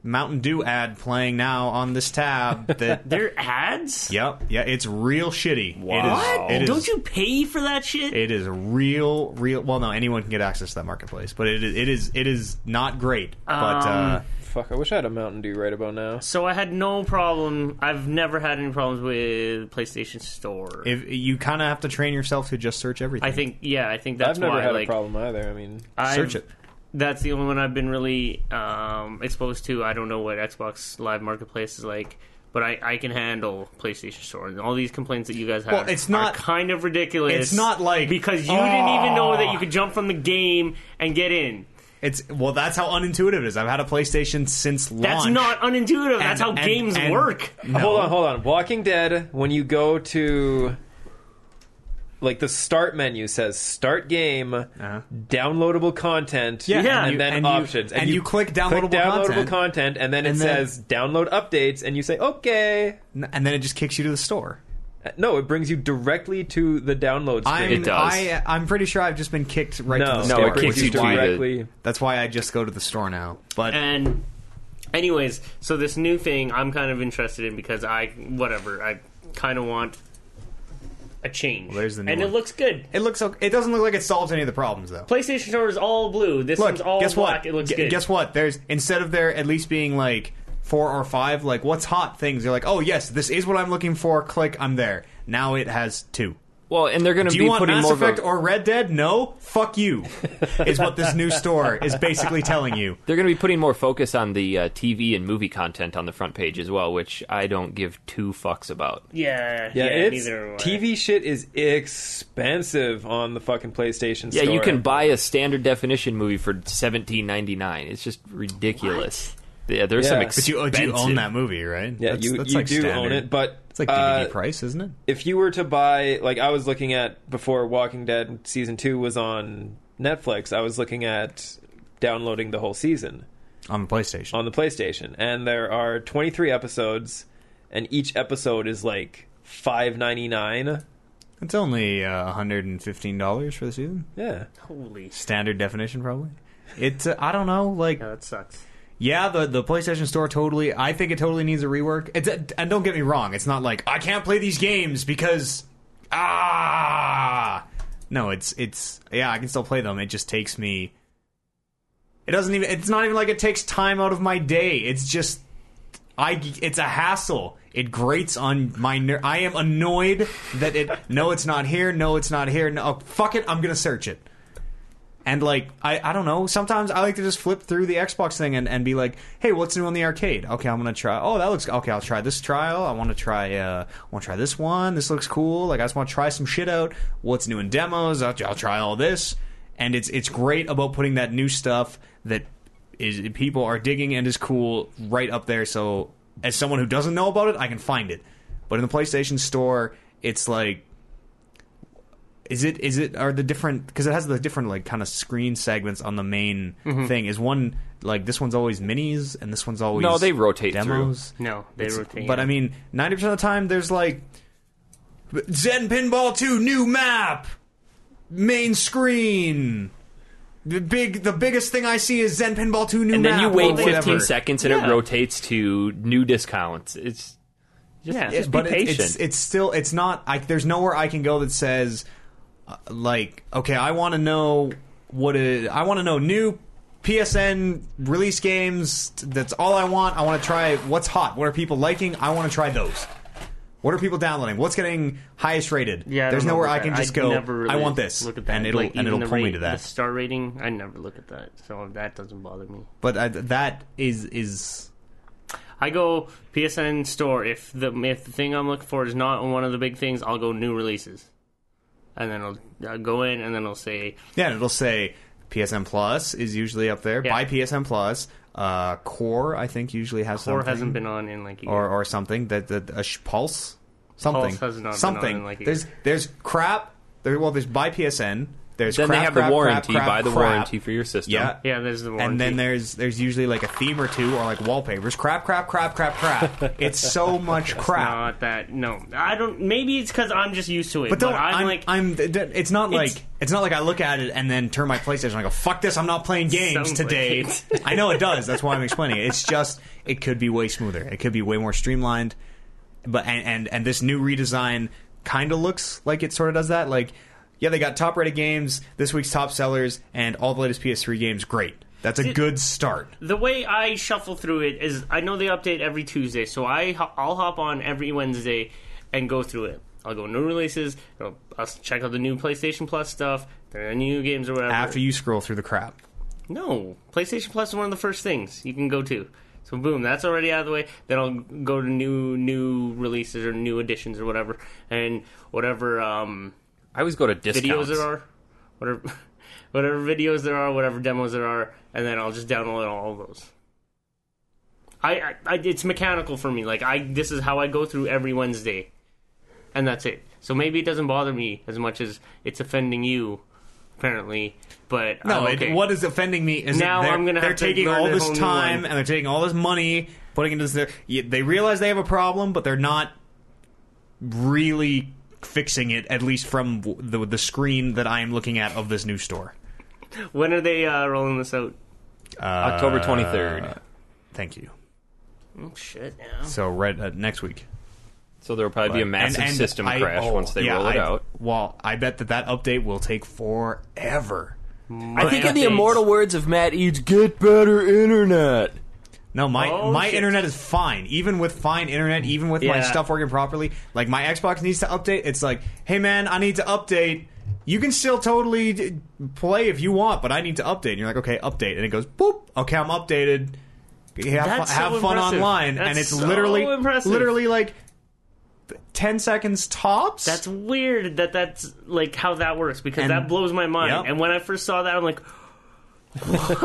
Mountain Dew ad playing now on this tab. That,
Their ads?
yep, yeah, it's real shitty.
Wow.
It is, it is-
Don't you pay for that shit?
It is real, real. Well, no, anyone can get access to that marketplace, but it is, it is, it is not great. But uh,
Fuck, I wish I had a Mountain Dew right about now.
so I had no problem. I've never had any problems with PlayStation Store.
if you kind of have to train yourself to just search everything.
I think, yeah, I think
I've
that's
never
why.
had
like,
a problem either. I mean,
I've-
Search it.
That's the only one I've been really um, exposed to. I don't know what Xbox Live Marketplace is like, but I, I can handle PlayStation Store and all these complaints that you guys have.
Well, it's not-
are kind of ridiculous.
it's not like- Oh.
because you didn't even know that you could jump from the game and get in.
it's well, that's how unintuitive it is. I've had a PlayStation since launch.
That's not unintuitive. that's how
and-
games
and-
work.
No.
Uh, Hold on, hold on. Walking Dead, when you go to like the start menu says start game, downloadable content,
Uh-huh. Yeah,
and,
Yeah.
you-
then
and you-
options.
and you click downloadable
downloadable
content.
content, and then it
And then-
says download updates, and you say okay.
and then it just kicks you to the store.
No, it brings you directly to the download
I'm,
screen.
It does.
I, I'm pretty sure I've just been kicked right to
no,
the
no,
store.
it brings
kicks
you
you to the-
directly.
That's why I just go to the store now. But
And anyways, so this new thing I'm kind of interested in because I whatever I kind of want a change.
there's the new
and
one.
it looks good.
it looks. ok- It doesn't look like it solves any of the problems though.
PlayStation Store is all blue. This
Look,
one's all
guess
black.
what?
It looks
Gu-
good.
Guess what? There's instead of there at least being like four or five, like what's hot things. They're like, oh yes, this is what I'm looking for. Click, I'm there. Now it has two.
Well, and they're going to
Do
be
you want
putting
Mass
more
Effect
of a,
or Red Dead? No, fuck you. Is what this new store is basically telling you.
they're going to be putting more focus on the uh, TV and movie content on the front page as well, which I don't give two fucks about.
Yeah,
Yeah, it's
neither way.
TV shit is expensive on the fucking PlayStation.
Yeah, you
store.
can buy a standard definition movie for seventeen ninety nine. It's just ridiculous. Yeah, there's some
Yeah.
But
expensive.
you, oh, do you own that movie, right?
Yeah,
That's-
you,
that's
you
like
do own
standard.
it, but
It's like
uh,
DVD price, isn't it?
if you were to buy like i was looking at before walking dead season 2 was on netflix i was looking at downloading the whole season
On the PlayStation.
on the playstation and there are 23 episodes and each episode is like 5.99
It's only uh, $115 for the season.
yeah
Holy sh-
Standard definition, probably. It's, uh, I don't know, like,
yeah, that sucks.
yeah, the, the PlayStation Store totally, I think it totally needs a rework. It's, and don't get me wrong, it's not like, I can't play these games because, ah! No, it's, it's, yeah, I can still play them. It just takes me, it doesn't even, it's not even like it takes time out of my day. It's just, I it's a hassle. It grates on my ner- I am annoyed that it no it's not here, no it's not here. No oh, fuck it, I'm going to search it. And like I I don't know, sometimes I like to just flip through the Xbox thing and, and be like, "Hey, what's new on the arcade?" Okay, I'm going to try. Oh, that looks okay, I'll try this trial. I want to try uh I want to try this one. This looks cool. Like I just want to try some shit out. What's new in demos? I'll, I'll try all this. And it's it's great about putting that new stuff that is people are digging and is cool right up there. So as someone who doesn't know about it, I can find it. But in the PlayStation Store, it's like, is it is it are the different because it has the different like kind of screen segments on the main
Mm-hmm.
thing. Is one like this one's always minis and this one's always
No, they rotate through.
demos.
No, they
It's-
rotate.
But I mean, ninety percent of the time, there's like Zen Pinball Two new map, main screen. The big, the biggest thing I see is Zen Pinball Two new
and
map.
then you
or
wait
whatever.
fifteen seconds, and it rotates to new discounts. It's
yeah,
just
but
be
it-
patient.
it's it's still it's not. I, there's nowhere I can go that says, uh, like, okay, I want to know what it, I want to know new PSN release games. That's all I want. I want to try what's hot. What are people liking? I want to try those. What are people downloading? What's getting highest rated?
Yeah, I
there's
don't know
nowhere I
about
can
that.
just
I'd
go.
never
I
really
want this,
Look at that.
and it'll
Like,
and it'll
even the
pull me
rate-
to
The
that.
star rating, I never look at that, so that doesn't bother me.
but I, that is is
I go PSN store if the if the thing I'm looking for is not one of the big things. I'll go new releases, and then I'll, I'll go in and then I'll say
yeah. It'll say PSN Plus is usually up there.
Yeah.
Buy PSN Plus. Uh, Core I think usually has
Core
something.
hasn't been on in like a year.
or or something that that a sh- pulse something
has not been
something
on, like, a-
there's there's crap there well there's buy PSN there's
then
crap,
they
crap,
have the
crap,
warranty.
crap,
buy the
crap.
warranty for your system.
yeah.
yeah, there's the warranty.
And then there's there's usually like a theme or two or like wallpapers. Crap, crap, crap, crap, crap. it's so much crap.
not that no. I don't. Maybe it's because I'm just used to it.
But don't
I'm,
I'm, I'm
like
th- th- it's not like it's,
It's-
not like I look at it and then turn my PlayStation and I go fuck this I'm not playing games
Sounds
today.
like
I know it does. That's why I'm explaining it. It's just it could be way smoother. It could be way more streamlined. But and and, and this new redesign kind of looks like it sort of does that. Like yeah, they got top rated games, this week's top sellers, and all the latest PS3 games. Great. That's a good start.
the way I shuffle through it is I know they update every Tuesday, so I ho- I'll hop on every Wednesday and go through it. I'll go new releases. I'll, I'll check out the new PlayStation Plus stuff, the new games or whatever.
After you scroll through the crap.
No, PlayStation Plus is one of the first things you can go to. So boom, that's already out of the way. Then I'll go to new new releases or new editions or whatever, and whatever um,
I always go to discounts.
videos there are, whatever whatever videos there are, whatever demos there are, and then I'll just download all of those. I, I, I it's mechanical for me. Like I this is how I go through every Wednesday, and that's it. So maybe it doesn't bother me as much as it's offending you, apparently. But
No,
I'm Oh, okay.
it, what is offending me is
Now
that they're,
I'm gonna
they're
have to
taking
learn
all
a
this
whole new
time
one.
and they're taking all this money, putting into this. Their, yeah, they realize they have a problem, but they're not really fixing it, at least from w- the, the screen that I am looking at of this new store.
when are they uh, rolling this out?
Uh,
October twenty third.
Thank you.
Oh, shit, yeah.
So right uh, next week,
so there will probably be a massive
And- and
system
I-
crash
oh,
once they
yeah,
roll it
I-
out.
Well, I bet that that update will take forever.
I think in the
updates.
immortal words of Matt Eads, get better internet.
No, my
Oh,
my
shit.
internet is fine. Even with fine internet, even with my
Yeah.
stuff working properly, like my Xbox needs to update. It's like, hey man, I need to update. You can still totally d- play if you want, but I need to update. And you're like, okay, update, and it goes boop. Okay, I'm updated. Have, fu-
That's so
have fun
impressive.
online, and
That's
it's
so
literally
impressive.
literally like ten seconds tops.
That's weird that that's like how that works because
And-
that blows my mind.
Yep.
And when I first saw that, I'm like,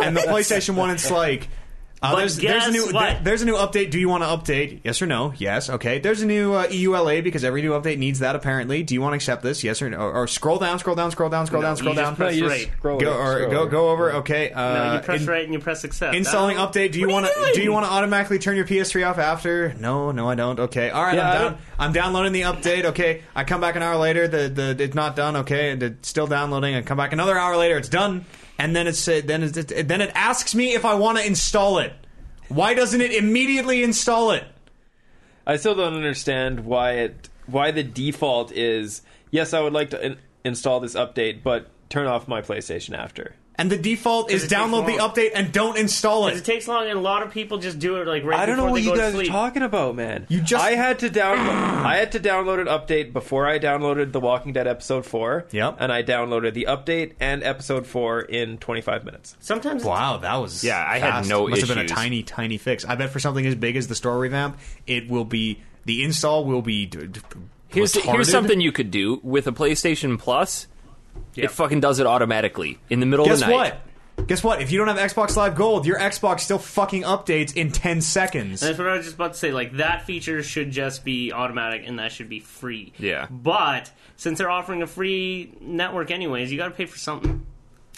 and the PlayStation One, it's like. Uh,
But
there's, there's a
guess
new
what?
there- there's a new update. Do you want to update? Yes or no? Yes. Okay. There's a new uh, EULA because every new update needs that apparently. Do you want to accept this? Yes or no? Or, or scroll down, scroll down, scroll down, scroll
No,
down, scroll
you just
down.
press-
you just
right.
scroll
Go
it,
or
scroll
go
it.
go over. Okay. Uh,
no, you press
in-
right and you press accept.
Installing
I don't-
update. Do you
What
want
are
to? Do
doing?
you want to automatically turn your PS3 off after? No, no, I don't. Okay, all right,
Yeah, I
I'm down.
don't-
I'm downloading the update. Okay, I come back an hour later. The the it's not done. Okay, and it's still downloading. I come back another hour later. It's done. And then it's uh, then it's, it, then it asks me if I want to install it. Why doesn't it immediately install it?
I still don't understand why it why the default is yes, I would like to in- install this update, but turn off my PlayStation after.
And the default is
it takes
download the
long.
update and don't install
It
it.
takes long, and a lot of people just do it like right
I don't know
before
what
they
you
go
guys
to
are
sleep.
talking about, man.
You just-
I had to download I had to download an update before I downloaded The Walking Dead episode 4.
Yep.
And I downloaded the update and episode 4 in 25 minutes.
Sometimes it's
Wow, that was
Yeah, I had
fast.
no
Must have been a
issues.
tiny, tiny fix. I bet for something as big as the store revamp, it will be the install will be. d- d-
Here's
retarded.
here's something you could do with a PlayStation Plus. It fucking does it automatically in the middle
Guess
of the night.
what? Guess what? If you don't have Xbox Live Gold, your Xbox still fucking updates in 10 seconds.
That's what I was just about to say. Like that feature should just be automatic, and that should be free.
Yeah.
But since they're offering a free network anyways, you got to pay for something.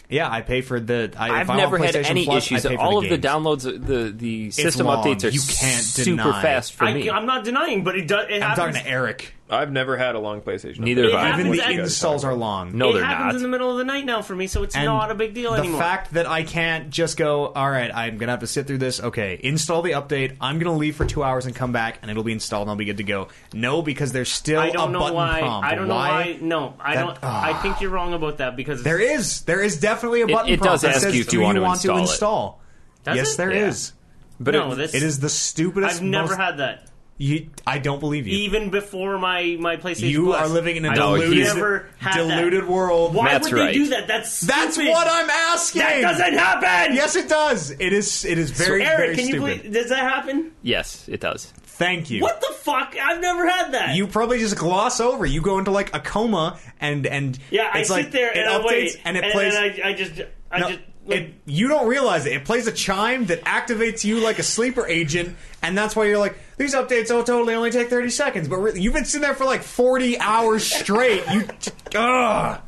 Yeah, I pay for the. I, if
I've
I want
never had
PlayStation
any
Plus, I
issues.
pay for
All of the
games.
downloads, the the system
long.
updates are
You can't
super
deny.
fast for
I,
me.
am not denying, but it does. It
I'm talking
happens.
to Eric.
I've never had a long PlayStation.
Neither
update.
have I.
Even
happens
the
at-
installs are long.
no,
it
they're
happens
not.
in the middle of the night now for me, so it's
And
not a big deal
the
anymore.
fact that I can't just go, all right, I'm gonna have to sit through this. Okay, install the update. I'm gonna leave for two hours and come back, and it'll be installed, and I'll be good to go. No, because there's still
I don't
a
know
button
why.
prompt.
I don't know why. No, I
That-
don't. I think you're wrong about that because
There is. There is definitely a button
it
prompt
does
that
ask
says,
you if
"Do
you want to
to
install it."
install?"
Does
yes,
it?
there is.
Yeah.
But no,
it-
this
It is the stupidest.
I've never
most-
had that.
You, I don't believe you.
Even before my my PlayStation,
you
Plus.
are living in a
I
know,
deluded,
he's-
never had that.
deluded world.
Why
Matt's
would they
right.
do that? That's
That's
stupid.
what I'm asking.
That doesn't happen.
Yes, it does. It is. It is very,
Eric,
very
can
stupid.
you please? Does that happen?
yes, it does.
Thank you.
What the fuck? I've never had that.
You probably just gloss over. You go into like a coma, and and
yeah, I
it's
sit
like,
there
it
and
updates
I wait,
and it plays.
And I, I just, I
No,
just. Like,
it, you don't realize it. It plays a chime that activates you like a sleeper agent, and that's why you're like, these updates will totally only take 30 seconds. But really, you've been sitting there for like 40 hours straight. You, ugh.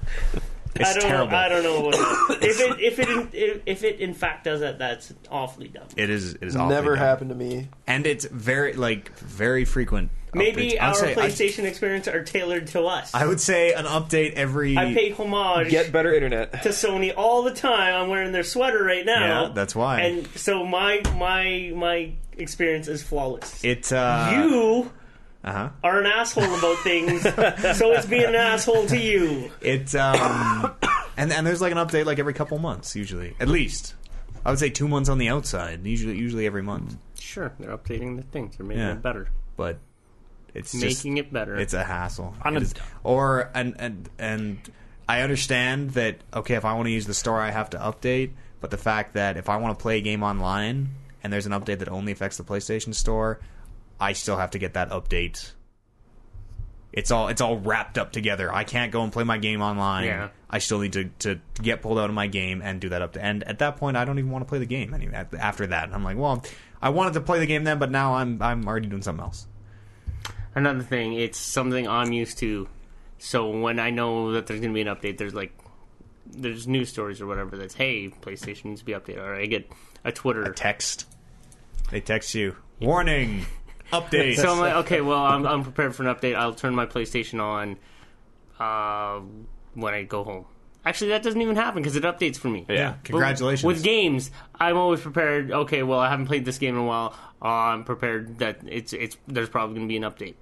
It's
I don't
terrible.
know. I don't know what. if it, if it, in- if, if it in fact does that, that's awfully dumb.
It is. It is awfully
Never
dumb.
happened to me.
and it's very like very frequent.
Maybe
updates. I
our
would say-
PlayStation experience are tailored to us.
I, I would say an update every.
I pay homage
Get better internet.
to Sony all the time. I'm wearing their sweater right now.
Yeah, that's why.
And so my my my experience is flawless.
it. Uh,
you
Uh-huh.
are an asshole about things, so it's being an asshole to you.
It um, and and there's like an update like every couple months usually, at least. I would say two months on the outside, usually usually every month.
Sure, they're updating the things. They're making
Yeah.
it better.
But it's just,
Making it better.
It's a hassle.
On
It
a-
is- or and and and I understand that okay, if I want to use the store, I have to update. But the fact that if I want to play a game online and there's an update that only affects the PlayStation Store, I still have to get that update. It's all it's all wrapped up together. I can't go and play my game online.
Yeah.
I still need to, to get pulled out of my game and do that update. And at that point, I don't even want to play the game anyway. at- After that, and I'm like, well, I wanted to play the game then, but now I'm I'm already doing something else.
Another thing, it's something I'm used to. So when I know that there's going to be an update, there's like there's news stories or whatever that's hey, PlayStation needs to be updated. Or I get a Twitter
text. They text you. Warning. Update.
So I'm like, okay, well, I'm, I'm prepared for an update. I'll turn my PlayStation on uh, when I go home. Actually, that doesn't even happen because it updates for me.
Yeah.
Congratulations.
With games, I'm always prepared. Okay, well, I haven't played this game in a while. Uh, I'm prepared that it's it's there's probably going to be an update.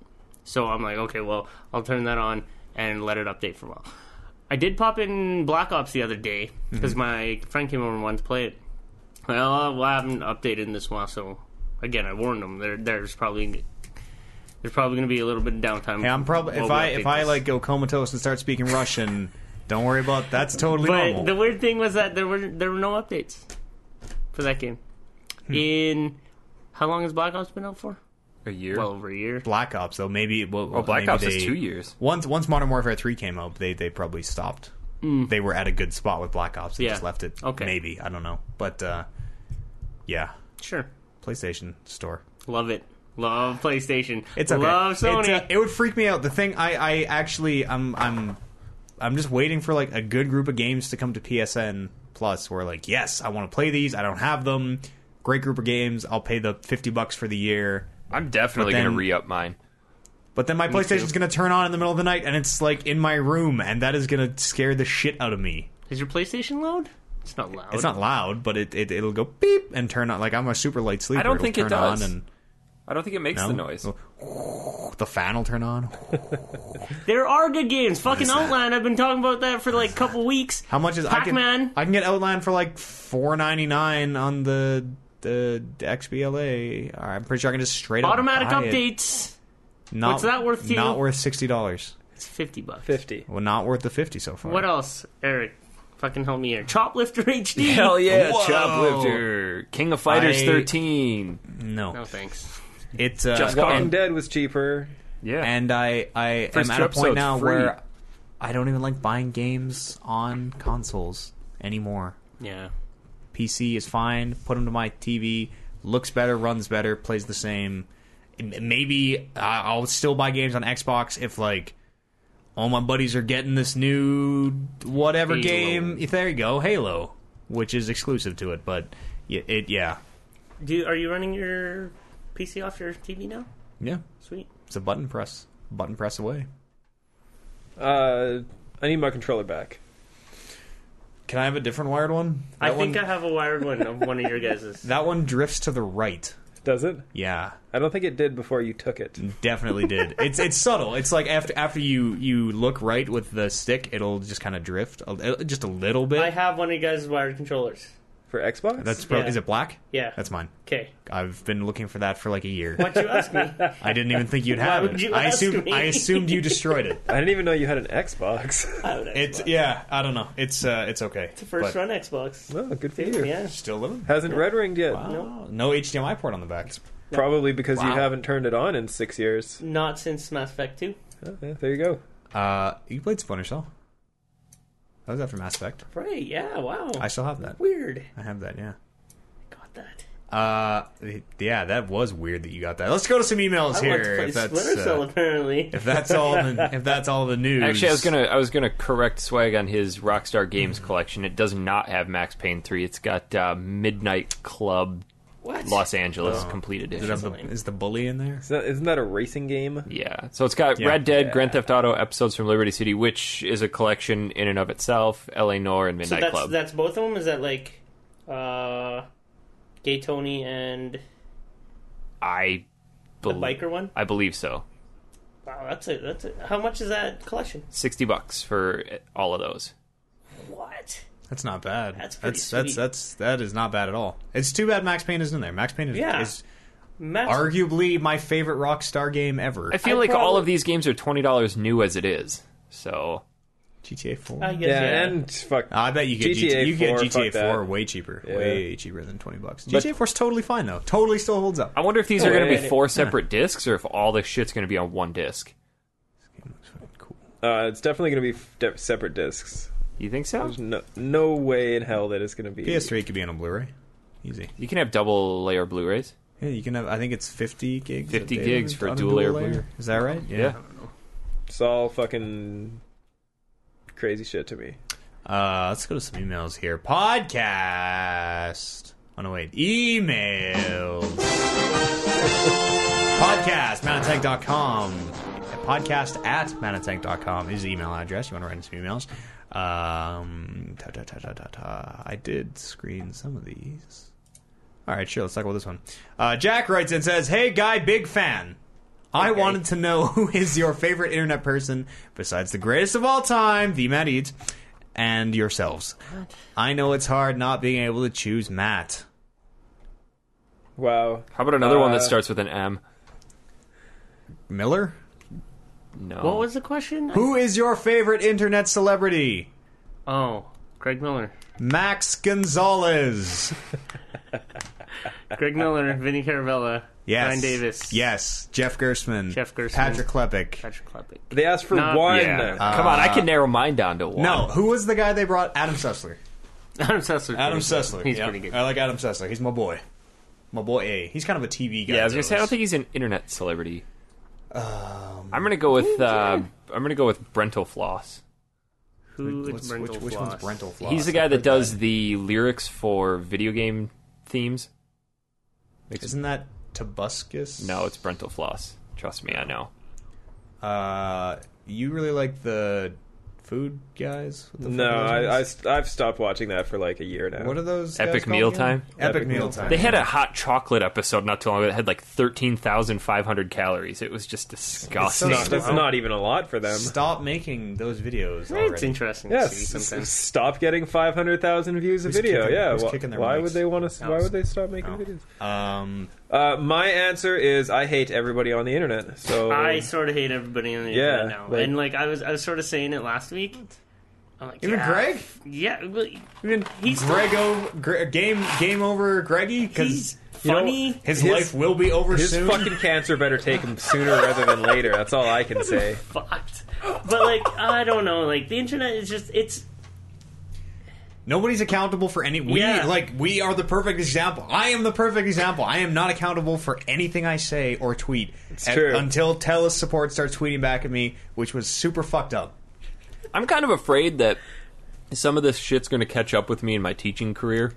So I'm like, okay, well, I'll turn that on and let it update for a while. I did pop in Black Ops the other
Mm-hmm.
day because my friend came over and wanted to play it. Well, I haven't updated in this while, so again, I warned them. There, there's probably there's probably going to be a little bit of downtime.
Hey, I'm probably
while
if
we
I if
update
I
this.
like go comatose and start speaking Russian, don't worry about that's totally normal.
But the weird thing was that there were there were no updates for that game.
Hmm.
In how long has Black Ops been out for?
A year.
Well over a year.
Black Ops though maybe well,
oh, Black
maybe
Ops is
they-
two years.
Once once Modern Warfare three came out, they they probably stopped. They were at a good spot with Black Ops. They
Hmm. Yeah.
just left it.
Okay.
maybe I don't know, but uh, yeah,
Sure.
PlayStation Store.
Love it. Love PlayStation.
It's okay.
Love Sony.
It's, uh, it would freak me out. The thing I I actually I'm I'm I'm just waiting for like a good group of games to come to PSN Plus where like yes I want to play these I don't have them. Great group of games. I'll pay the fifty bucks for the year.
I'm definitely
But
going
then-
to re up mine.
But then my PlayStation's
too.
gonna turn on in the middle of the night, and it's like in my room, and that is gonna scare the shit out of me.
Is your PlayStation loud? It's not loud.
It's not loud, but it, it it'll go beep and turn on. Like I'm a super light sleeper.
I don't
It'll
think it
turn
does.
On and
I don't think it makes
no?
the noise.
The fan will turn on.
There are good games. Fucking
is that?
Outland. I've been talking about that for like a couple weeks.
How much is I
Pac-Man?
can I can get Outland for like four ninety nine on the the XBLA. All right, I'm pretty sure I can just straight up
Automatic
buy it.
updates.
Not,
What's that worth to you?
Not worth sixty dollars.
It's fifty bucks.
Fifty.
Well, not worth the fifty so far.
What else, Eric? Fucking help me here. Choplifter HD.
Hell yeah,
Whoa.
Choplifter, King of Fighters
I-
13.
No,
No thanks.
it's uh,
Just
Walking
And-
Dead was cheaper.
Yeah,
and I I
First
am at
two
a point
episodes
now
free.
where I don't even like buying games on consoles anymore.
Yeah.
PC is fine. Put them to my TV. Looks better, runs better, plays the same. M- Maybe I- I'll still buy games on Xbox if like all my buddies are getting this new whatever
Halo.
game. There you go, Halo, which is exclusive to it, but y- it yeah
Do you, are you running your PC off your TV now?
yeah
Sweet.
it's a button press, button press away.
Uh, I need my controller back.
Can I have a different wired one?
I
That
think
one,
I have a wired one of one of your guys's.
that one drifts to the right.
Does it?
Yeah,
I don't think it did before you took it.
definitely did. It's it's subtle. It's like after after you you look right with the stick, it'll just kind of drift a, uh, just a little bit.
I have one of you guys' wired controllers.
For Xbox?
That's pro-
yeah.
is it black?
Yeah.
That's mine.
Okay.
I've been looking for that for like a year.
Why don't you ask me?
I didn't even think you'd have
would
it.
you
I
ask
assumed
me?
I assumed you destroyed it.
I didn't even know you had an Xbox.
I would ask
It's
you.
yeah. I don't know. It's uh, it's okay. It's
first run Xbox.
oh, good for you.
Yeah.
Still living.
Hasn't red ringed yet.
Wow. No HDMI port on the back.
Probably because you
Wow.
haven't turned it on in six years.
Not since Mass Effect 2.
Oh, yeah, there you go.
Uh, you played Splinter Cell. That was after Mass Effect.
Right. Yeah. Wow.
I still have that.
Weird.
I have that. Yeah.
Got that.
Uh, yeah, that was weird that you got that. Let's go to some emails
I want to
here.
play
If that's,
Splinter Cell
uh,
apparently.
if that's all, the, if that's all the news.
Actually, I was gonna I was gonna correct Swag on his Rockstar Games collection. It does not have Max Payne three. It's got uh, Midnight Club
What?
Los Angeles complete edition.
Oh. Is, that the, is the bully in there?
Is that, isn't that a racing game?
yeah, so it's got
Yeah.
Red Dead, Grand Theft Auto episodes from Liberty City, which is a collection in and of itself. L.A. Noir and
So
Midnight
that's
Club.
that's both of them. Is that like, uh, Gay Tony and
I
the
bel-
biker one?
I believe so.
Wow, that's it. That's it. How much is that collection?
Sixty bucks for all of those.
What?
That's not bad.
That's pretty
that's, that's
sweet.
that's that is not bad at all. It's too bad Max Payne isn't in there. Max Payne is,
Yeah.
is
Max,
arguably my favorite Rockstar game ever.
I feel
I
like all
probably-
of these games are twenty dollars new as it is. So
GTA Four.
I guess,
Yeah,
yeah.
and fuck.
I bet you get GTA,
GTA
you get
4,
GTA
fuck that.
Four way cheaper, way cheaper than twenty bucks.
But-
GTA Four's totally fine though. Totally still holds up.
I wonder if these are going to be
Wait.
four separate discs, or if all this shit's going to be on one disc.
Cool.
Uh, it's definitely going to be f- de- separate discs.
You think so?
There's no, no way in hell that it's going to be.
PS3 could be on a Blu-ray. Easy.
You can have double layer Blu-rays.
Yeah, you can have. I think it's fifty gigs. of
50
data
gigs for
on a
dual layer Blu-ray.
Is that right?
Yeah.
It's all fucking crazy shit to me.
Uh, let's go to some emails here. Podcast. Oh no, wait. Emails. Podcast, manatank.com. Podcast at manatank.com is the email address. You want to write in some emails. Um, ta, ta, ta, ta, ta, ta. I did screen some of these. All right, sure. Let's talk about this one. Uh, Jack writes and says, Hey, guy, big fan. I wanted to know who is your favorite internet person besides the greatest of all time, the Matt Eads, and yourselves. I know it's hard not being able to choose Matt.
Wow.
How about another one
Uh,
that starts with an M?
Miller?
No.
What was the question?
Who is your favorite internet celebrity?
Oh, Greg Miller.
Max Gonzalez.
Uh,
Greg Miller, Vinny Caravella,
Yes.
Brian Davis.
Yes. Jeff Gerstmann.
Jeff Gerstmann.
Patrick Klepek.
Patrick Klepek.
They asked for
Not-
one.
Yeah.
Uh,
Come on, I
Uh,
can narrow mine down to one.
No, who was the guy they brought? Adam Sessler.
Adam Sessler.
Adam
pretty good.
Sessler.
He's
yeah.
pretty good.
I like Adam Sessler. He's my boy. My boy A. He's kind of a TV guy.
Yeah, I was gonna
though.
say I don't think he's an internet celebrity.
Um,
I'm gonna go with uh, I'm gonna go with Brental Floss.
Who is
What's-
Brentel
which, which one's
Floss?
Brental Floss?
He's the guy that does the lyrics for video game themes.
Isn't that Tobuscus?
No, it's Brental Floss. Trust me, I know.
Uh, you really like the food guys? What the fuck
No,
are those
I, I,
ones?
st- I've stopped watching that for like a year now.
What are those? guys
Epic
called
Meal
again?
Time?
Epic,
Epic
meal
Meal
time.
They had a hot chocolate episode not too long ago that had like 13,500 calories. It was just disgusting.
Not- that's not even a lot for them.
Stop making those videos
It's
already.
interesting to
Yes,
see
s- s-
sometimes.
stop getting five hundred thousand views a
Who's
video.
kicking-
yeah,
who's
wh-
kicking their
why
mics?
would they want to? Why
Alex.
would they stop making
Oh.
videos?
Um,
Uh, my answer is I hate everybody on the internet. So
I sort of hate everybody on the
Yeah,
internet now.
like-
and like I was I was sort of saying it last week. I'm like,
even
yeah,
Greg,
Yeah, well,
even
He's still-
Grego, Gre- game game over, Greggy,
he's
because
funny.
his,
his-
life will be over
his
soon.
fucking cancer better take him sooner rather than later. That's all I can say.
fucked. But like I don't know, like the internet is just it's
Nobody's accountable for any. We
Yeah.
like we are the perfect example. I am the perfect example. I am not accountable for anything I say or tweet at-
true.
until Telus support starts tweeting back at me, which was super fucked up.
I'm kind of afraid that some of this shit's going to catch up with me in my teaching career.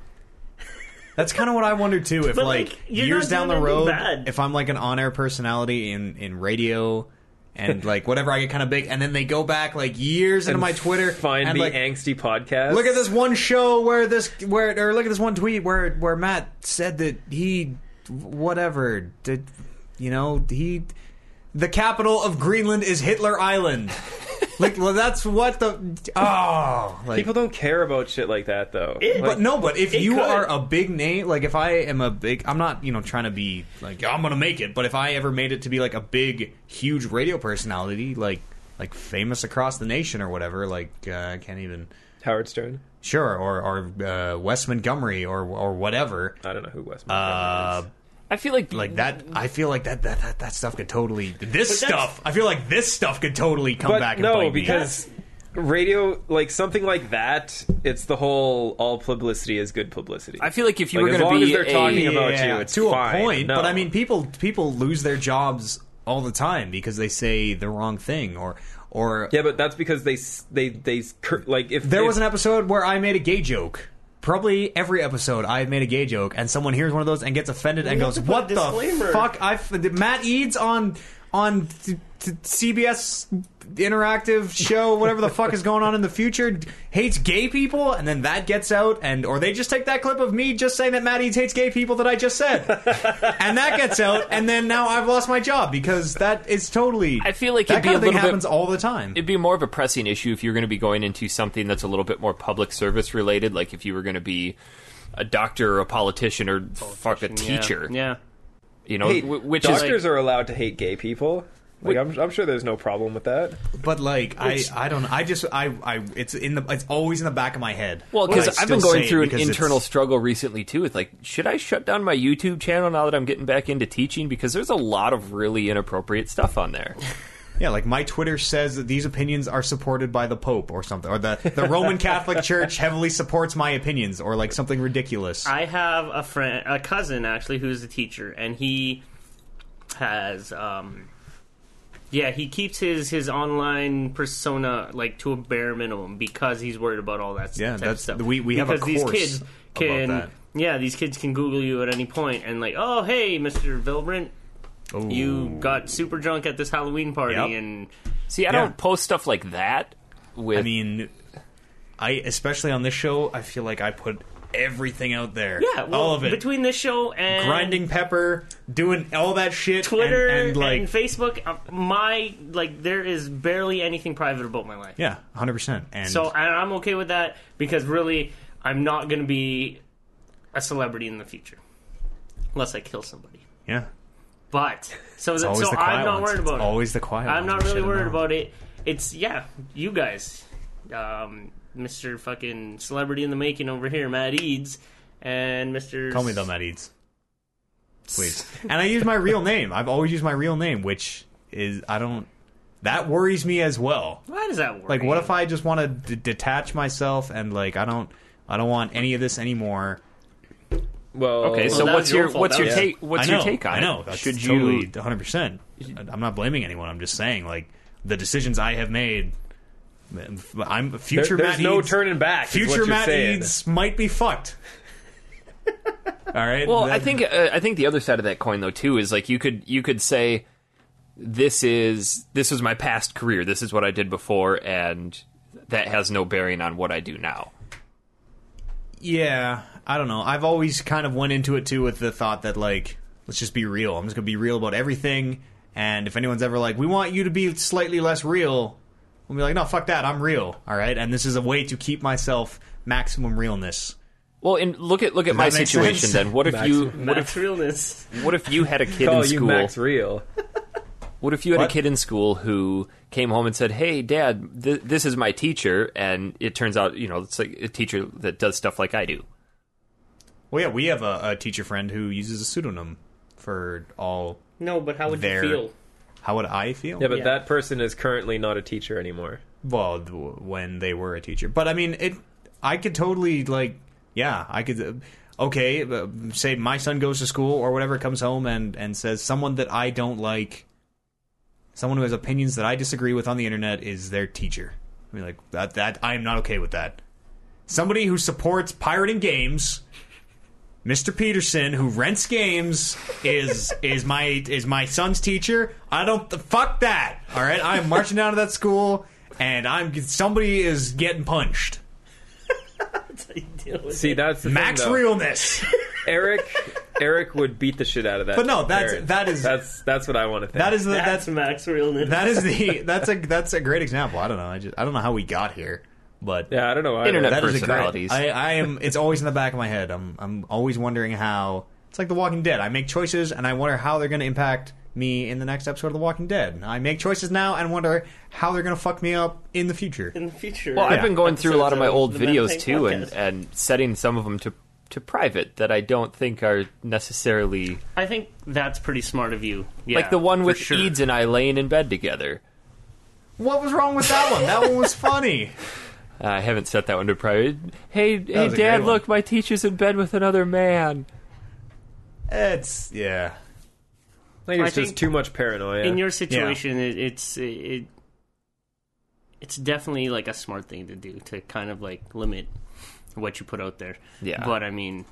That's kind of what I wonder too. If
But,
like,
like, you're
years
not
down the
doing anything
road,
bad.
if I'm like an on-air personality in in radio and like whatever, I get kind of big, and then they go back like years into my Twitter,
Find
and,
the
like,
angsty podcast.
Look at this one show where this where or look at this one tweet where where Matt said that he whatever did you know he the capital of Greenland is Hitler Island. like well, that's what the oh like,
People don't care about shit like that though.
It-
Like,
but no, but if
It
you
could.
are a big name, like if I am a big, I'm not, you know, trying to be like I'm gonna make it. But if I ever made it to be like a big, huge radio personality, like like famous across the nation or whatever, like uh, I can't even
Howard Stern.
sure, or or uh, Wes Montgomery or or whatever.
I don't know who Wes.
Uh,
Montgomery is.
I feel like
like that, I feel like that that that, that stuff could totally this
But that's-
stuff. I feel like this stuff could totally come
but
back. And
no,
bite me.
because radio, like something like that, it's the whole all publicity is good publicity.
I feel like if you
Like,
were
as
going
long
to
as
be
they're
a-
talking about you, it's
to
fine.
a point.
No.
But I mean, people people lose their jobs all the time because they say the wrong thing or or
Yeah, but that's because they s- they they s- cur- like if
there
if,
was an episode where I made a gay joke. Probably every episode I made a gay joke, and someone hears one of those and gets offended and
have
goes,
to put
"What
a
the
disclaimer."
fuck?" I Matt Eads on on t- t- CBS interactive show, whatever the fuck is going on in the future, d- hates gay people, and then that gets out, and or they just take that clip of me just saying that Matt Eads hates gay people that I just said, and that gets out, and then now I've lost my job because that is totally.
I feel like
that
it'd be
kind
a
of thing
little bit-
happens all the time.
it'd be more of a pressing issue if you're going to be going into something that's a little bit more public service related, like if you were going to be a doctor or a politician or fuck a
yeah,
teacher,
Yeah.
you know,
hey,
wh- which is
doctors are allowed to hate gay people. Like I'm, I'm sure there's no problem with that.
But like I, I don't know. I just I, I it's in the it's always in the back of my head.
Well,
But I
because I've
still
been
say
going
it
through an
because it's-
internal struggle recently too. With like, should I shut down my YouTube channel now that I'm getting back into teaching? Because there's a lot of really inappropriate stuff on there.
Yeah, like my Twitter says that these opinions are supported by the Pope or something, or the the Roman Catholic Church heavily supports my opinions, or like something ridiculous.
I have a friend, a cousin actually, who's a teacher, and he has, um, yeah, he keeps his his online persona like to a bare minimum because he's worried about all that.
Yeah,
type
that's-
of stuff.
we- we have a
because these
course
kids
about
can,
that.
yeah, these kids can Google you at any point and like, oh hey, Mister Vilbrant,
Ooh.
you got super drunk at this Halloween party,
Yep.
and
See, I
Yeah.
don't post stuff like that. With
I mean, I especially on this show, I feel like I put everything out there.
yeah, well,
all of it.
between this show and
grinding pepper, doing all that shit,
Twitter
and, and like
Facebook. uh, My like, there is barely anything private about my life.
yeah, hundred percent. And
So and I'm okay with that because really, I'm not going to be a celebrity in the future. unless I kill somebody.
Yeah.
But so
It's
that,
always
so
the quiet
I'm not
ones.
worried
It's
about it.
Always the quiet
I'm not
ones.
really
Should've
worried
known.
about it. It's yeah, you guys, um, Mr. Fucking celebrity in the making over here, Matt Eads, and Mr.
Call me though, Matt Eads. Please. and I use my real name. I've always used my real name, which is I don't that worries me as well.
Why does that work?
Like what if I just want to d- detach myself and like I don't I don't want any of this anymore.
Well,
Okay,
Well,
so
that
what's
was your
your
fault.
what's
That
your
was-
take what's
I know,
your take on
I know.
it?
That's
Should
totally
you
100%. I'm not blaming anyone. I'm just saying like the decisions I have made I'm
there-
future
there's
Matt
no
Eads,
turning back. is what
Future
you're
Matt
saying.
Eads might be fucked. All right.
Well, I
That-
think uh, I think the other side of that coin though too is like you could you could say this is this was my past career. This is what I did before and that has no bearing on what I do now.
Yeah, I don't know. I've always kind of went into it too with the thought that like, let's just be real. I'm just gonna be real about everything. And if anyone's ever like, we want you to be slightly less real, we'll be like, no, fuck that. I'm real. All right. And this is a way to keep myself maximum realness.
Well, and look at look at my
that make
situation
sense?
then. What if you
Matt realness?
what if you had a kid
Call
in
you
school?
Max Real.
What if you had
What?
a kid in school who came home and said, "Hey, Dad, th- this is my teacher," and it turns out, you know, it's like a teacher that does stuff like I do.
Well, yeah, we have a, a teacher friend who uses a pseudonym for all.
No, but how would
There.
you feel?
How would I feel?
Yeah, but
Yeah.
that person is currently not a teacher anymore.
well th- when they were a teacher but i mean it i could totally like yeah i could uh, okay uh, say my son goes to school or whatever comes home and and says someone that i don't like someone who has opinions that i disagree with on the internet is their teacher i mean like that that i am not okay with that somebody who supports pirating games Mr. Peterson, who rents games, is is my is my son's teacher. I don't fuck that. All right, I'm marching down to that school, and I'm somebody is getting punched.
See, that's the
Max
thing, though.
realness.
Eric. Eric would beat the shit out of that.
But no, that's-
parent.
that is-
that's that's what I want to think.
That is the,
That's
that's
Max realness.
that is the that's a that's a great example. I don't know. I just I don't know how we got here, but
yeah. I don't know. either.
Internet
that is a great.
personalities.
I, I am. It's always in the back of my head. I'm I'm always wondering how. It's like The Walking Dead. I make choices and I wonder how they're going to impact me in the next episode of The Walking Dead. I make choices now and wonder how they're going to fuck me up in the future.
in the future.
Well, I've been going through a lot of my
Episodes
old
the Matt
videos
Hank
too, and,
podcast.
and setting some of them to to private that I don't think are necessarily
I think that's pretty smart of you. Yeah,
like the one
for
with
sure.
Eads and I laying in bed together.
What was wrong with that one? That one was funny.
Uh, I haven't set that one to private. Hey, hey,
was a great
Dad,
one.
look, my teacher's in bed with another man.
It's yeah.
I think
I
it's just
think-
too much paranoia.
in your situation, it, it's it, it's definitely like a smart thing to do to kind of like limit what you put out there.
Yeah.
but I mean,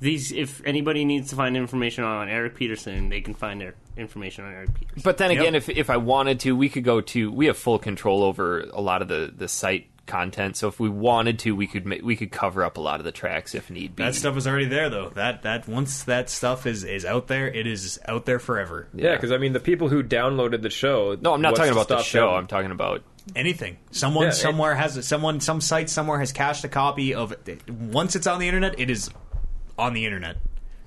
these if anybody needs to find information on Eric Peterson, they can find their information on Eric Peterson.
But then again, if if I wanted to, we could go to. We have full control over a lot of the the site content. So if we wanted to, we could ma- we could cover up a lot of the tracks if need be.
That stuff is already there though. That that once that stuff is is out there, it is out there forever.
yeah, because I mean, the people who downloaded the show.
no, I'm not
what's
talking
to
about the
stop
show.
them?
I'm talking about
Anything. Someone
Yeah, it-
somewhere has it. Someone some site somewhere has cached a copy of it. Once it's on the internet, it is on the internet.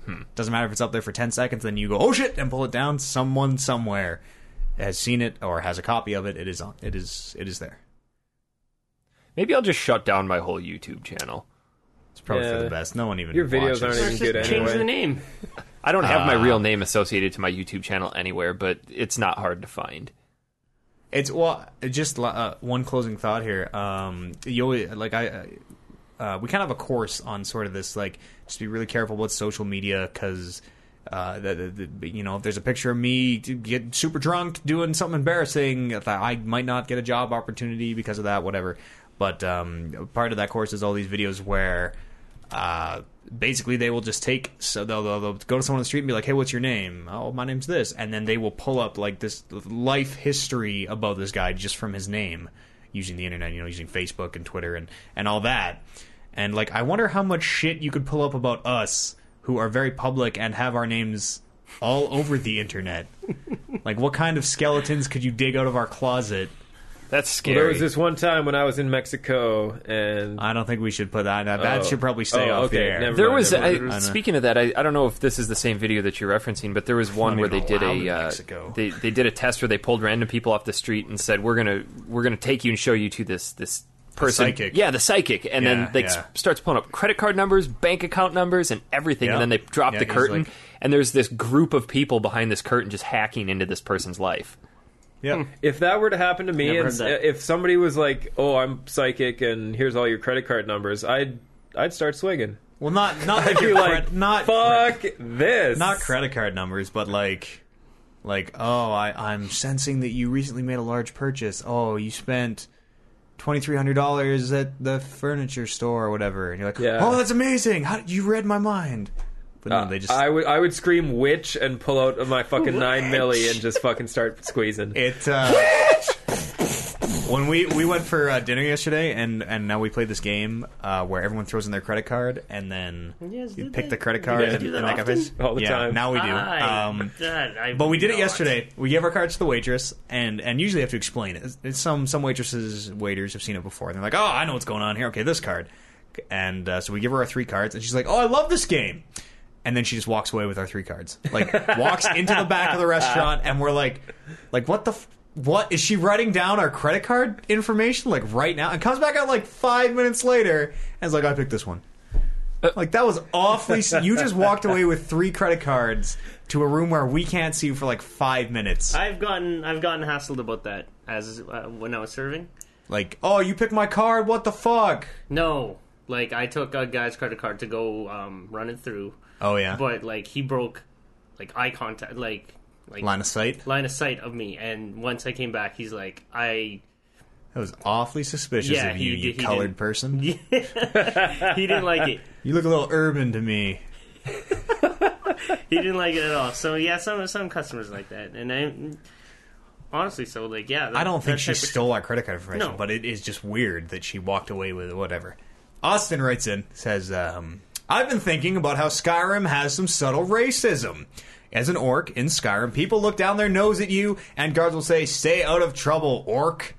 Hmm.
Doesn't matter if it's up there for ten seconds. Then you go, oh shit, and pull it down. Someone somewhere has seen it or has a copy of it. It is on. It is. It is there.
maybe I'll just shut down my whole YouTube channel.
It's probably
Yeah.
for the best. No one even
Your videos
watches.
aren't even
Just
good
change
anyway.
the name.
I don't have my real name associated to my YouTube channel anywhere, but it's not hard to find.
It's well, just uh, one closing thought here. Um, you always- like I, uh, we kind of have a course on sort of this like just be really careful with social media because. Uh, the, the, the, you know, if there's a picture of me to get super drunk doing something embarrassing, if I I might not get a job opportunity because of that, whatever. But um, part of that course is all these videos where uh, basically they will just take so they'll, they'll, they'll go to someone on the street and be like hey what's your name oh my name's this and then they will pull up like this life history about this guy just from his name using the internet you know using facebook and twitter and and all that and like i wonder how much shit you could pull up about us who are very public and have our names all over the internet like what kind of skeletons could you dig out of our closet
That's scary.
There was this one time when I was in Mexico and
I don't think we should put that. That, that
Oh.
should probably stay
Oh,
off
okay,
the air.
never-
There was
Right,
I know.
I, speaking of that, I, I don't know if this is the same video that you're referencing, but there was one where they
even
did
allowed in
a uh,
Mexico.
they they did a test where they pulled random people off the street and said we're gonna we're gonna take you and show you to this this person
psychic.
yeah the psychic and
Yeah,
then like
yeah.
s- starts pulling up credit card numbers bank account numbers and everything
Yeah.
and then they drop
Yeah,
the
he's
curtain
like-
and there's this group of people behind this curtain just hacking into this person's life
Yep.
if that were to happen to me
Never
and
heard
s-
that.
if somebody was like, "Oh, I'm psychic and here's all your credit card numbers." I'd I'd start swinging.
Well, not not like
I'd be
your
like,
cre- not
fuck this.
not credit card numbers, but like like oh, I I'm sensing that you recently made a large purchase. Oh, you spent. Twenty three hundred dollars at the furniture store or whatever, and you're like,
Yeah.
"Oh, that's amazing! How, you read my mind." But no,
Uh,
they just
I would I would scream witch and pull out of my fucking nine milli and just fucking start squeezing.
It uh, when we we went for uh, dinner yesterday, and and now we played this game uh, where everyone throws in their credit card, and then
Yes,
you
did
pick
they-
the credit
did
card
they
and,
do that
and make a
often?
fist.
All the
yeah,
time.
Now we do.
I-
Um,
that- I
but we did it
not.
yesterday. We gave our cards to the waitress, and and usually have to explain it. It's some some waitresses waiters have seen it before, and they're like, "Oh, I know what's going on here. Okay, this card." And uh, so we give her our three cards, and she's like, "Oh, I love this game." And then she just walks away with our three cards, like walks into the back of the restaurant, and we're like, "Like what the." F- what is she writing down our credit card information like right now? And comes back out like five minutes later and is like, "I picked this one." Like that was awfully. s- you just walked away with three credit cards to a room where we can't see you for like five minutes.
I've gotten I've gotten hassled about that as uh, when I was serving.
Like, oh, you picked my card. What the fuck?
No, like I took a guy's credit card to go um, run it through,
Oh yeah,
but like he broke like eye contact, like like
line of sight.
line of sight of me. And once I came back, he's like, I
That was awfully suspicious
Yeah,
of you,
he
you
did- he
colored
did.
person.
he didn't like it.
You look a little urban to me.
He didn't like it at all. So yeah, some some customers like that, and I honestly, so like yeah, that-
I don't think
that
she
type of-
stole our credit card information,
No.
but it is just weird that she walked away with whatever. Austin writes in, says, um, I've been thinking about how Skyrim has some subtle racism. As an orc in Skyrim, people look down their nose at you, and guards will say, Stay out of trouble, orc.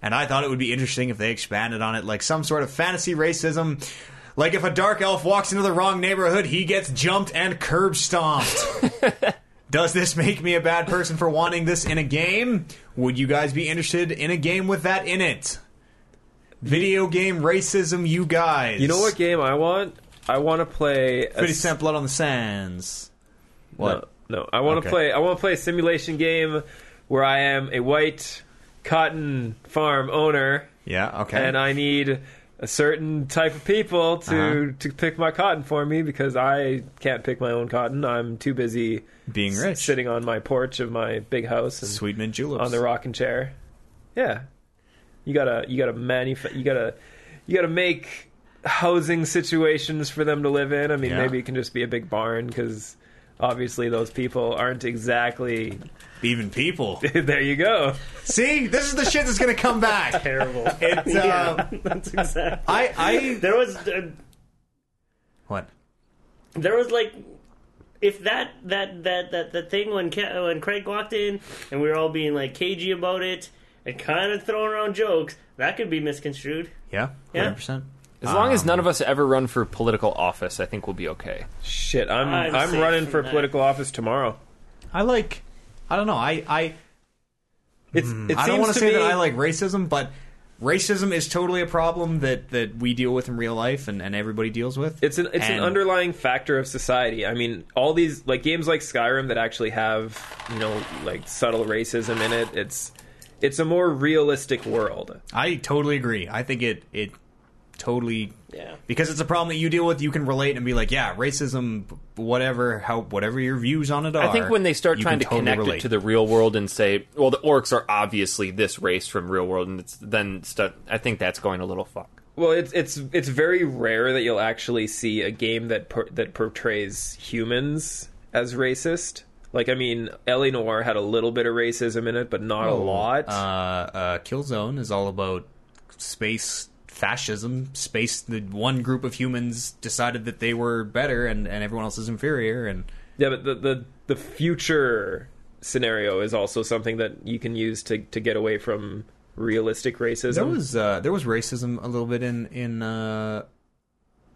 And I thought it would be interesting if they expanded on it, like some sort of fantasy racism. Like if a dark elf walks into the wrong neighborhood, he gets jumped and curb stomped. Does this make me a bad person for wanting this in a game? Would you guys be interested in a game with that in it? Video game racism, you guys.
You know what game I want? I want to play. a
Pretty
s-
Sent Blood on the Sands. What?
No, no. I want to
Okay.
play. I want to play a simulation game where I am a white cotton farm owner,
Yeah, okay.
and I need a certain type of people to
Uh-huh.
to pick my cotton for me because I can't pick my own cotton. I'm too busy
Being
s-
rich.
sitting on my porch of my big house and
Sweet mint juleps.
on the rocking chair. Yeah, you gotta you gotta manuf- you gotta you gotta make housing situations for them to live in. I mean,
Yeah.
maybe it can just be a big barn because obviously those people aren't exactly.
Even people.
there you go.
See? This is the shit that's going to come back.
terrible.
It's, uh,
That's exactly.
I, I.
There was uh,
What?
there was like if that that that that the thing when Ca- when Craig walked in and we were all being like cagey about it and kind of throwing around jokes, that could be misconstrued.
Yeah?
Yeah.
100%.
as long as none of us ever run for political office I think we'll be okay
Shit, I'm
I'm
I'm,
safe
running
from
for
that.
political office tomorrow.
I like. I don't know. I. I
It's, it
Hmm. I don't
seems
want to
to
say
me,
that I like racism, but racism is totally a problem that, that we deal with in real life and, and everybody deals with.
It's an it's an
And-
underlying factor of society. I mean, all these like games like Skyrim that actually have you know like subtle racism in it. It's it's a more realistic world.
I totally agree. I think it it totally
Yeah.
because it's a problem that you deal with. You can relate and be like, yeah, racism, whatever, how whatever your views on it are.
I think when they start
you can
trying to
totally
connect
relate.
it to the real world and say, well, the orcs are obviously this race from real world, and it's, then stu I think that's going a little fuck.
Well, it's it's it's very rare that you'll actually see a game that per, that portrays humans as racist. Like, I mean, L.A. Noir had a little bit of racism in it, but not a lot.
uh, uh, Killzone is all about space fascism. Space the one group of humans decided that they were better and and everyone else is inferior and.
yeah, but the, the the future scenario is also something that you can use to to get away from realistic racism.
There was uh, there was racism a little bit in in uh,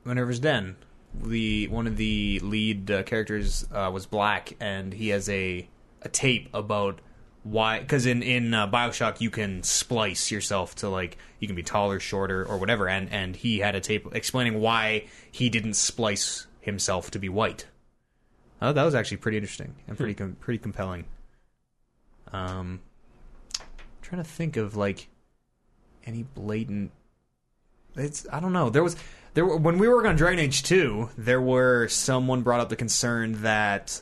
Minerva's Den. The one of the lead uh, characters uh, was black, and he has a a tape about why because in in uh, Bioshock you can splice yourself to like you can be taller, shorter, or whatever, and and he had a tape explaining why he didn't splice himself to be white. Oh, that was actually pretty interesting and pretty com- pretty compelling. Um, trying to think of like any blatant it's I don't know. There was there were, when we were on Dragon Age 2, there were someone brought up the concern that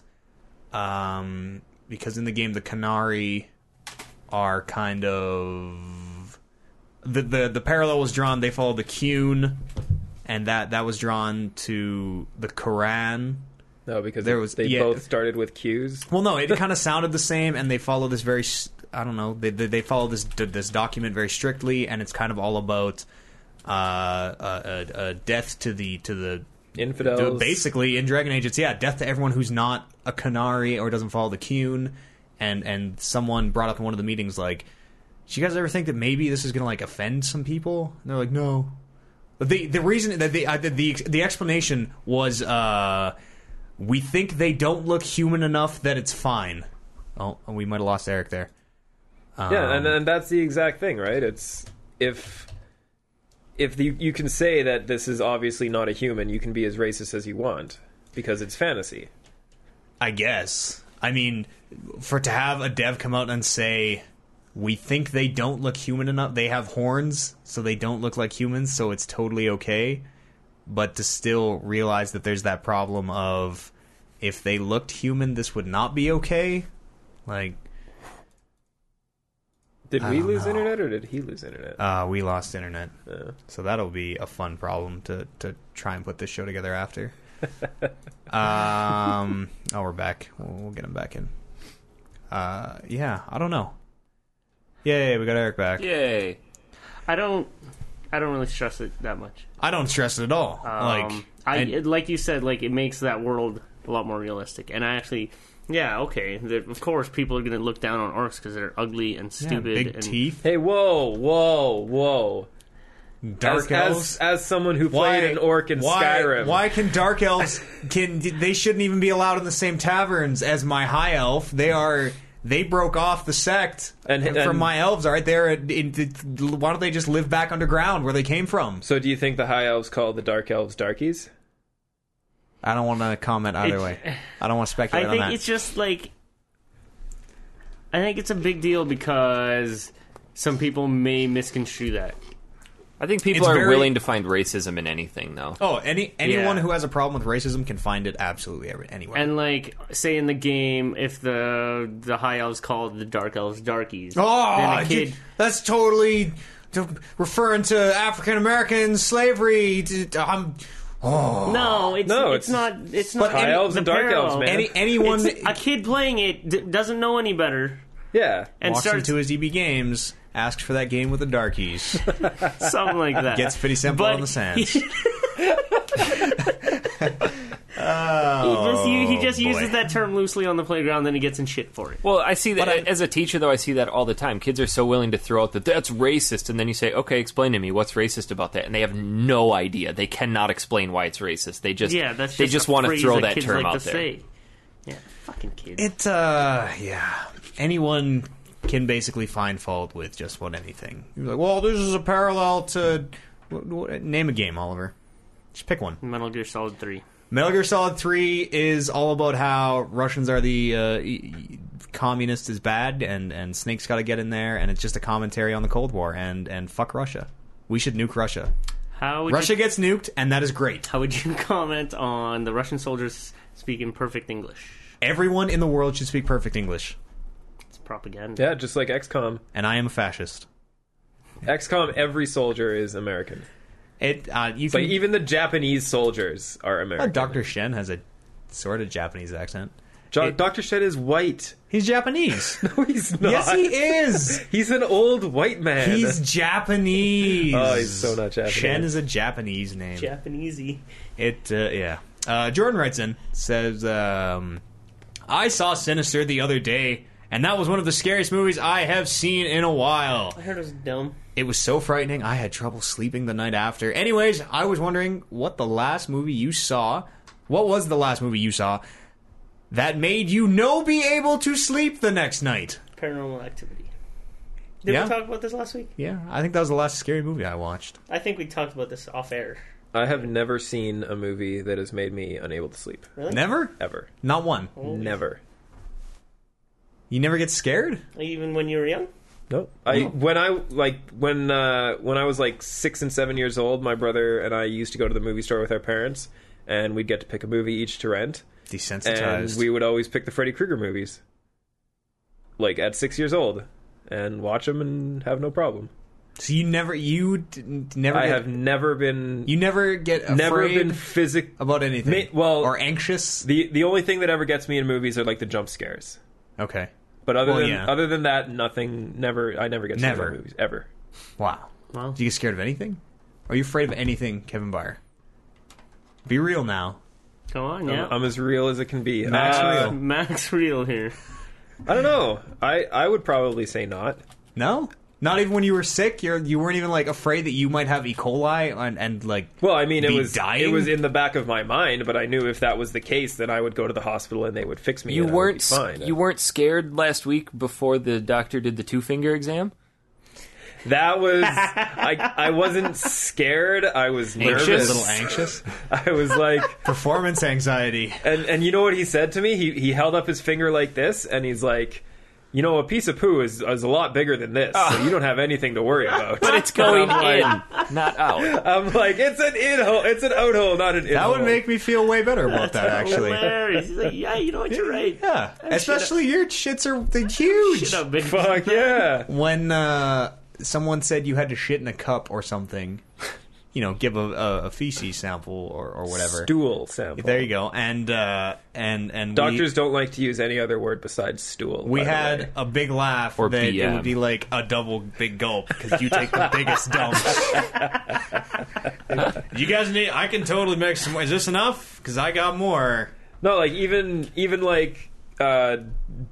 um because in the game the Canary are kind of the the the parallel was drawn they follow the Cune and that that was drawn to the Quran.
no, because
there was-
they
yeah.
both started with Q's.
Well, no, it kind of sounded the same, and they follow this very. s- I don't know. They they, they follow this d- this document very strictly, and it's kind of all about uh, uh, uh, uh, death to the to the
Infidels.
to- Basically, in Dragon Age, it's yeah, death to everyone who's not a Canary or doesn't follow the Cune. And and someone brought up in one of the meetings like, "Do you guys ever think that maybe this is gonna like offend some people?" And they're like, "No." But the the reason that they uh, the, the the explanation was uh, we think they don't look human enough that it's fine. Oh, we might have lost Eric there.
Yeah,
Um,
and, and that's the exact thing, right? It's if if you you can say that this is obviously not a human, you can be as racist as you want because it's fantasy.
I guess. I mean, for to have a dev come out and say we think they don't look human enough, they have horns, so they don't look like humans, so it's totally okay. But to still realize that there's that problem of if they looked human, this would not be okay. Like,
Did we lose internet or did he lose internet?
uh, we lost internet,
Uh,
so that'll be a fun problem to to try and put this show together after. um, oh, we're back. We'll, we'll get him back in. Uh, yeah, I don't know. Yay, we got Eric back.
Yay.
I don't. I don't really stress it that much.
I don't stress it at all.
Um,
like,
I
and-
it- like you said, like it makes that world a lot more realistic. And I actually, yeah, okay. The, of course, people are going to look down on orcs because they're ugly and
yeah,
stupid.
big
and,
teeth,
hey, whoa, whoa, whoa! As,
dark elves.
as as someone who played an orc in
why,
Skyrim,
Why can dark elves can they shouldn't even be allowed in the same taverns as my high elf? They are they broke off the sect
And-
from
and-
my elves. All right, they're in, in- why don't they just live back underground where they came from?
So, do you think the high elves call the dark elves darkies?
I don't want to comment either
It's-
way. I don't want to speculate
I think
on that.
it's just like I think it's a big deal because some people may misconstrue that.
I think people
It's
are
very-
willing to find racism in anything, though.
oh, any anyone
Yeah.
who has a problem with racism can find it absolutely every, anywhere.
And like say in the game if the the high elves called the dark elves darkies.
oh,
then a
you-
kid
that's totally t- referring to African American slavery. um, t- t- I'm- oh.
No, it's
No, it's-
it's, not it's not
high
any-
elves and
the
dark elves,
parallel-
man.
Any anyone
It's- a kid playing it d- doesn't know any better
Yeah,
and
walks
starts
into his DB games, asks for that game with the darkies,
something like that.
gets 50 Cent ball
But-
on the sands.
Just- he, he just
Oh, boy.
uses that term loosely on the playground, then he gets in shit for it.
Well, I see that
But I-
as a teacher, though. I see that all the time. Kids are so willing to throw out that that's racist, and then you say, "Okay, explain to me what's racist about that," and they have no idea. They cannot explain why it's racist. They just
Yeah, that's just
they just
a
want to
phrase
throw
that,
that
kids
term
like
out
to
there.
Say. Yeah, fucking kids.
It, uh, yeah. Anyone can basically find fault with just about anything. You're like, well, this is a parallel to. What, what, name a game, Oliver. Just pick one.
Metal Gear Solid Three.
Metal Gear Solid 3 is all about how Russians are the. Uh, e- e- communist is bad and and snake's got to get in there and it's just a commentary on the cold war and and fuck russia we should nuke russia
How would
russia
you,
gets nuked and that is great
how would you comment on the Russian soldiers speaking perfect English?
Everyone in the world should speak perfect English,
It's propaganda.
yeah, just like XCOM.
and I am a fascist.
XCOM, every soldier is American,
It uh, you
but
can
even the Japanese soldiers are
uh,
American.
Doctor Shen has a sort of Japanese accent.
Jo- Dr. Shed is white.
He's Japanese.
No, he's not.
yes, he is.
He's an old white man.
He's Japanese.
Oh, he's so not Japanese.
Shen is a Japanese name.
Japanesey.
It uh, yeah. Uh, Jordan writes in says, um, "I saw Sinister the other day, And that was one of the scariest movies I have seen in a while.
I heard it was dumb.
It was so frightening, I had trouble sleeping the night after. Anyways, I was wondering what the last movie you saw, what was the last movie you saw that made you no be able to sleep the next night?
Paranormal Activity. Did
Yeah.
we talk about this last week?
Yeah, I think that was the last scary movie I watched.
I think we talked about this off air.
I have never seen a movie that has made me unable to sleep.
Really?
Never?
Ever.
Not one.
Never.
You never get scared?
Even when you were young?
Nope. I when I like when uh, when I was like six and seven years old, my brother and I used to go to the movie store with our parents, and we'd get to pick a movie each to rent, and
Desensitized.
we would always pick the Freddy Krueger movies. Like at six years old, and watch them and have no problem.
so you never, you didn't, never
I
get,
have never been
you never get afraid
never been physic.
about anything.
Ma- well-
or anxious.
The the only thing that ever gets me in movies are like the jump scares.
Okay.
But other
Well,
than
yeah.
other than that, nothing. Never. I never get scared
Never.
of movies ever.
Wow.
Wow.
Do you get scared of anything? Are you afraid of anything, Kevin Byer? Be real now.
Come on, yeah.
I'm as real as it can be.
Max
Uh,
real.
Max Real here.
I don't know. I I would probably say not.
No? Not even when you were sick, you're you weren't even like afraid that you might have E. coli and, and like
Well, I mean, it
Be
was
dying?
it was in the back of my mind, but I knew if that was the case, then I would go to the hospital and they would fix me.
You
and I would
weren't
be
s-
fine.
you weren't scared last week before the doctor did the two finger exam.
That was I. I wasn't scared. I was nervous.
anxious, a little anxious.
I was like,
Performance anxiety.
and and you know what he said to me? He he held up his finger like this, and he's like. You know, a piece of poo is, is a lot bigger than this, so you don't have anything to worry about.
But it's going in, not out.
I'm like, it's an in hole, it's an out hole, not an in
That
hole.
would make me feel way better about that actually.
Hilarious. He's like, yeah, you know what? You're right.
Yeah. Especially your shits are they're huge.
Shut up, big
fuck yeah.
When uh someone said you had to shit in a cup or something, you know, give a, a, a feces sample or, or whatever.
Stool sample.
There you go. And uh and and we-
Doctors don't like to use any other word besides stool.
We
by the
had
way.
a big laugh
Or
that it
BM.
would be like a double big gulp because you take the biggest dumps. you guys need. I can totally make some. Is this enough? Because I got more.
no, like even even like uh,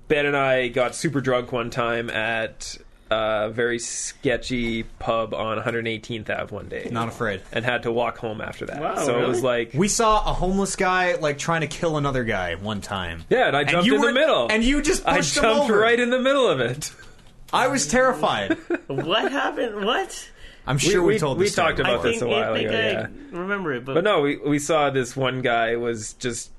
Ben and I got super drunk one time at a very sketchy pub on 118th Ave one day,
Not afraid.
and had to walk home after that.
Wow,
so it was like,
We saw a homeless guy like trying to kill another guy one time.
yeah, and I jumped
you
in the
were-
middle,
and you just
I
pushed him
jumped
over.
right in the middle of it.
I was terrified.
What happened? What?
I'm sure we,
we-
told
we
this story
talked about
before.
this. That's a while
I think
ago,
I
yeah.
remember it, but,
But no, we we saw this one guy was just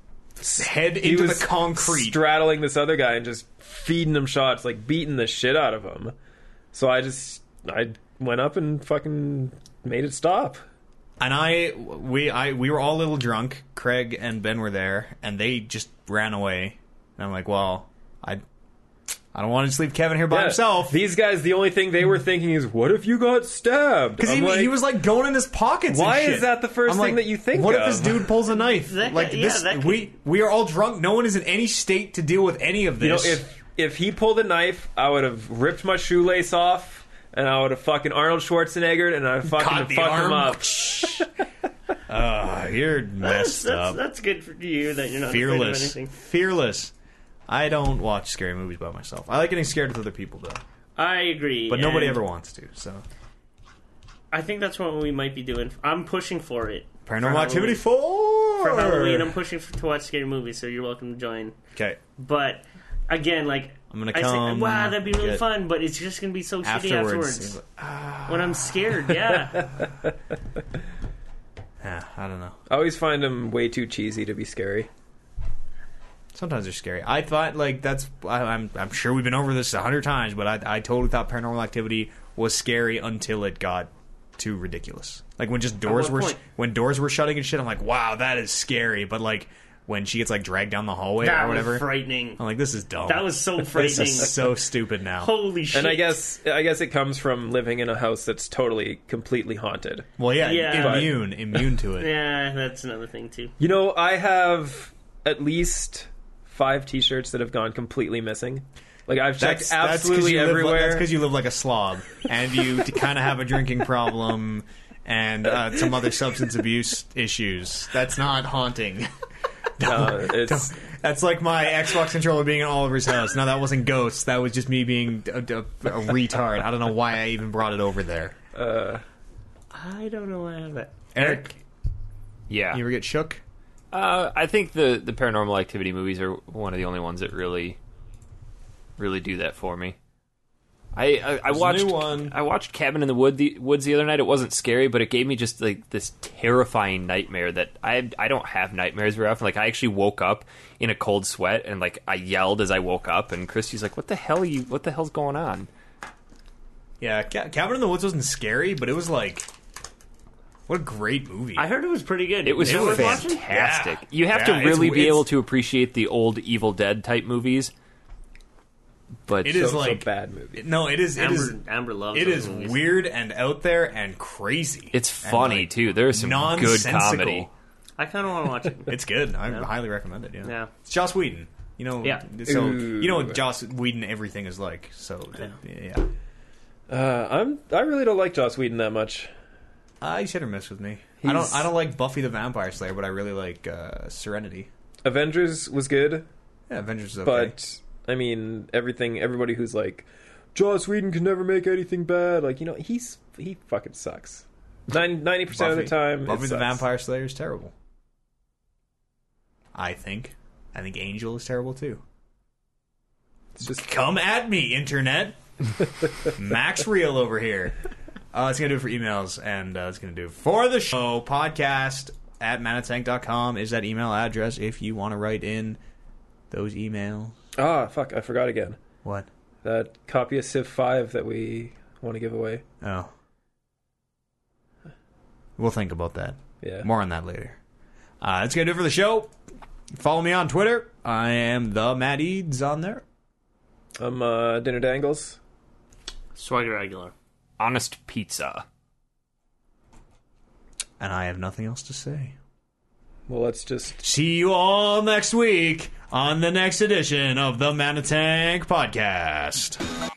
Head
he
into the
was
concrete.
straddling this other guy and just feeding him shots, like beating the shit out of him. So I just I went up and fucking made it stop.
and I we I we were all a little drunk. Craig and Ben were there, and they just ran away. And I'm like, well, I I don't want to just leave Kevin here by
Yeah.
himself.
These guys, the only thing they were thinking is, what if you got stabbed?
because he,
I'm like,
he was like going in his pockets. and
Why
shit.
is that the first
I'm
thing
like,
that you think
What if
of?
this dude pulls a knife?
That-
like
yeah,
this,
that could-
we we are all drunk. No one is in any state to deal with any of
you know,
this.
if if he pulled a knife, I would have ripped my shoelace off. And I would have fucking Arnold Schwarzenegger, and I would
Caught
fucking
the
fuck
arm.
him up.
Ah, you're
that's,
messed
that's,
up.
that's good for you that you're not
Fearless,
afraid of anything.
fearless. I don't watch scary movies by myself. I like getting scared with other people though,
I agree.
but nobody
and
ever wants to. So.
I think that's what we might be doing. I'm pushing for it.
Paranormal
For
Activity
Halloween.
Four.
For Halloween, I'm pushing for, to watch scary movies, so you're welcome to join.
okay,
But again, like
I'm gonna
I
come
say, wow, that'd be really
get-
fun, but it's just gonna be so shitty
afterwards. ah.
afterwards. When I'm scared, yeah.
Yeah,
Ah,
I don't know.
I always find him way too cheesy to be scary.
Sometimes they're scary. I thought like that's I, I'm I'm sure we've been over this a hundred times, but I I totally thought Paranormal Activity was scary until it got too ridiculous. Like when just doors
what
were
point?
when doors were shutting and shit. I'm like, wow, that is scary. But like when she gets like dragged down the hallway
that
or whatever,
was frightening.
I'm like, this is dumb.
That was so
this
frightening.
is so stupid now.
Holy shit!
And I guess I guess it comes from living in a house that's totally completely haunted.
Well, yeah,
Yeah.
immune immune to it.
yeah, that's another thing too.
You know, I have at least five T-shirts that have gone completely missing. Like I've checked
That's
absolutely everywhere.
because you live like a slob, and you kind of have a drinking problem and uh, some other substance abuse issues. That's not haunting.
Uh, it's
That's like my Xbox controller being in Oliver's house. No, that wasn't ghosts. That was just me being a, a- a retard. I don't know why I even brought it over there.
I don't know why I have that.
Eric,
Yeah.
you ever get shook?
Uh, I think the the paranormal activity movies are one of the only ones that really, really do that for me. I I, I
a
watched
new one.
I watched Cabin in the Wood the, Woods the other night. It wasn't scary, but it gave me just like this terrifying nightmare that I I don't have nightmares very often. Like I actually woke up in a cold sweat and like I yelled as I woke up, and Christy's like, "What the hell? Are you what the hell's going on?"
Yeah, Ca- Cabin in the Woods wasn't scary, but it was like, what a great movie.
I heard it was pretty good.
It was
Is worth watching?
fantastic.
Yeah.
You have
Yeah,
to
it's-
really be
it's-
able to appreciate the old Evil Dead type movies. But
It
So-
is
so
like
bad movie.
No, it is. It
Amber,
is.
Amber loves
It
those
is
movies.
weird and out there and crazy.
It's
And,
funny
like,
too. There's some good
nonsensical.
comedy.
I kind of want to watch it.
It's good. I highly recommend it. Yeah.
Yeah.
It's Joss Whedon. You know.
Yeah.
So
Ooh.
you know what Joss Whedon everything is like. So yeah.
Uh, I'm I really don't like Joss Whedon that much.
Uh, he's hit or miss with me. I don't.
He's-
I don't like Buffy the Vampire Slayer, but I really like uh, Serenity.
Avengers was good,
Yeah, Avengers is okay.
but I mean everything. Everybody who's like, Joss Whedon can never make anything bad. Like you know he's he fucking sucks. Ninety percent of the
Buffy-
time, it
Buffy the
sucks.
Vampire Slayer is terrible. I think. I think Angel is terrible too.
It's just
Come at me, internet. Max Real over here. Uh, that's going to do it for emails, and uh, that's going to do it for the show. Podcast at manatank.com is that email address if you want to write in those emails.
ah fuck. I forgot again.
What?
That copy of Civ Five that we want to give away.
Oh. We'll think about that.
Yeah.
More on that later. Uh, that's going to do it for the show. Follow me on Twitter. I am the Matt Eads on there.
I'm uh, Dinner Dangles.
Swagger Aguilar.
Honest pizza.
And I have nothing else to say.
Well, let's just
See you all next week on the next edition of the Manatank Podcast.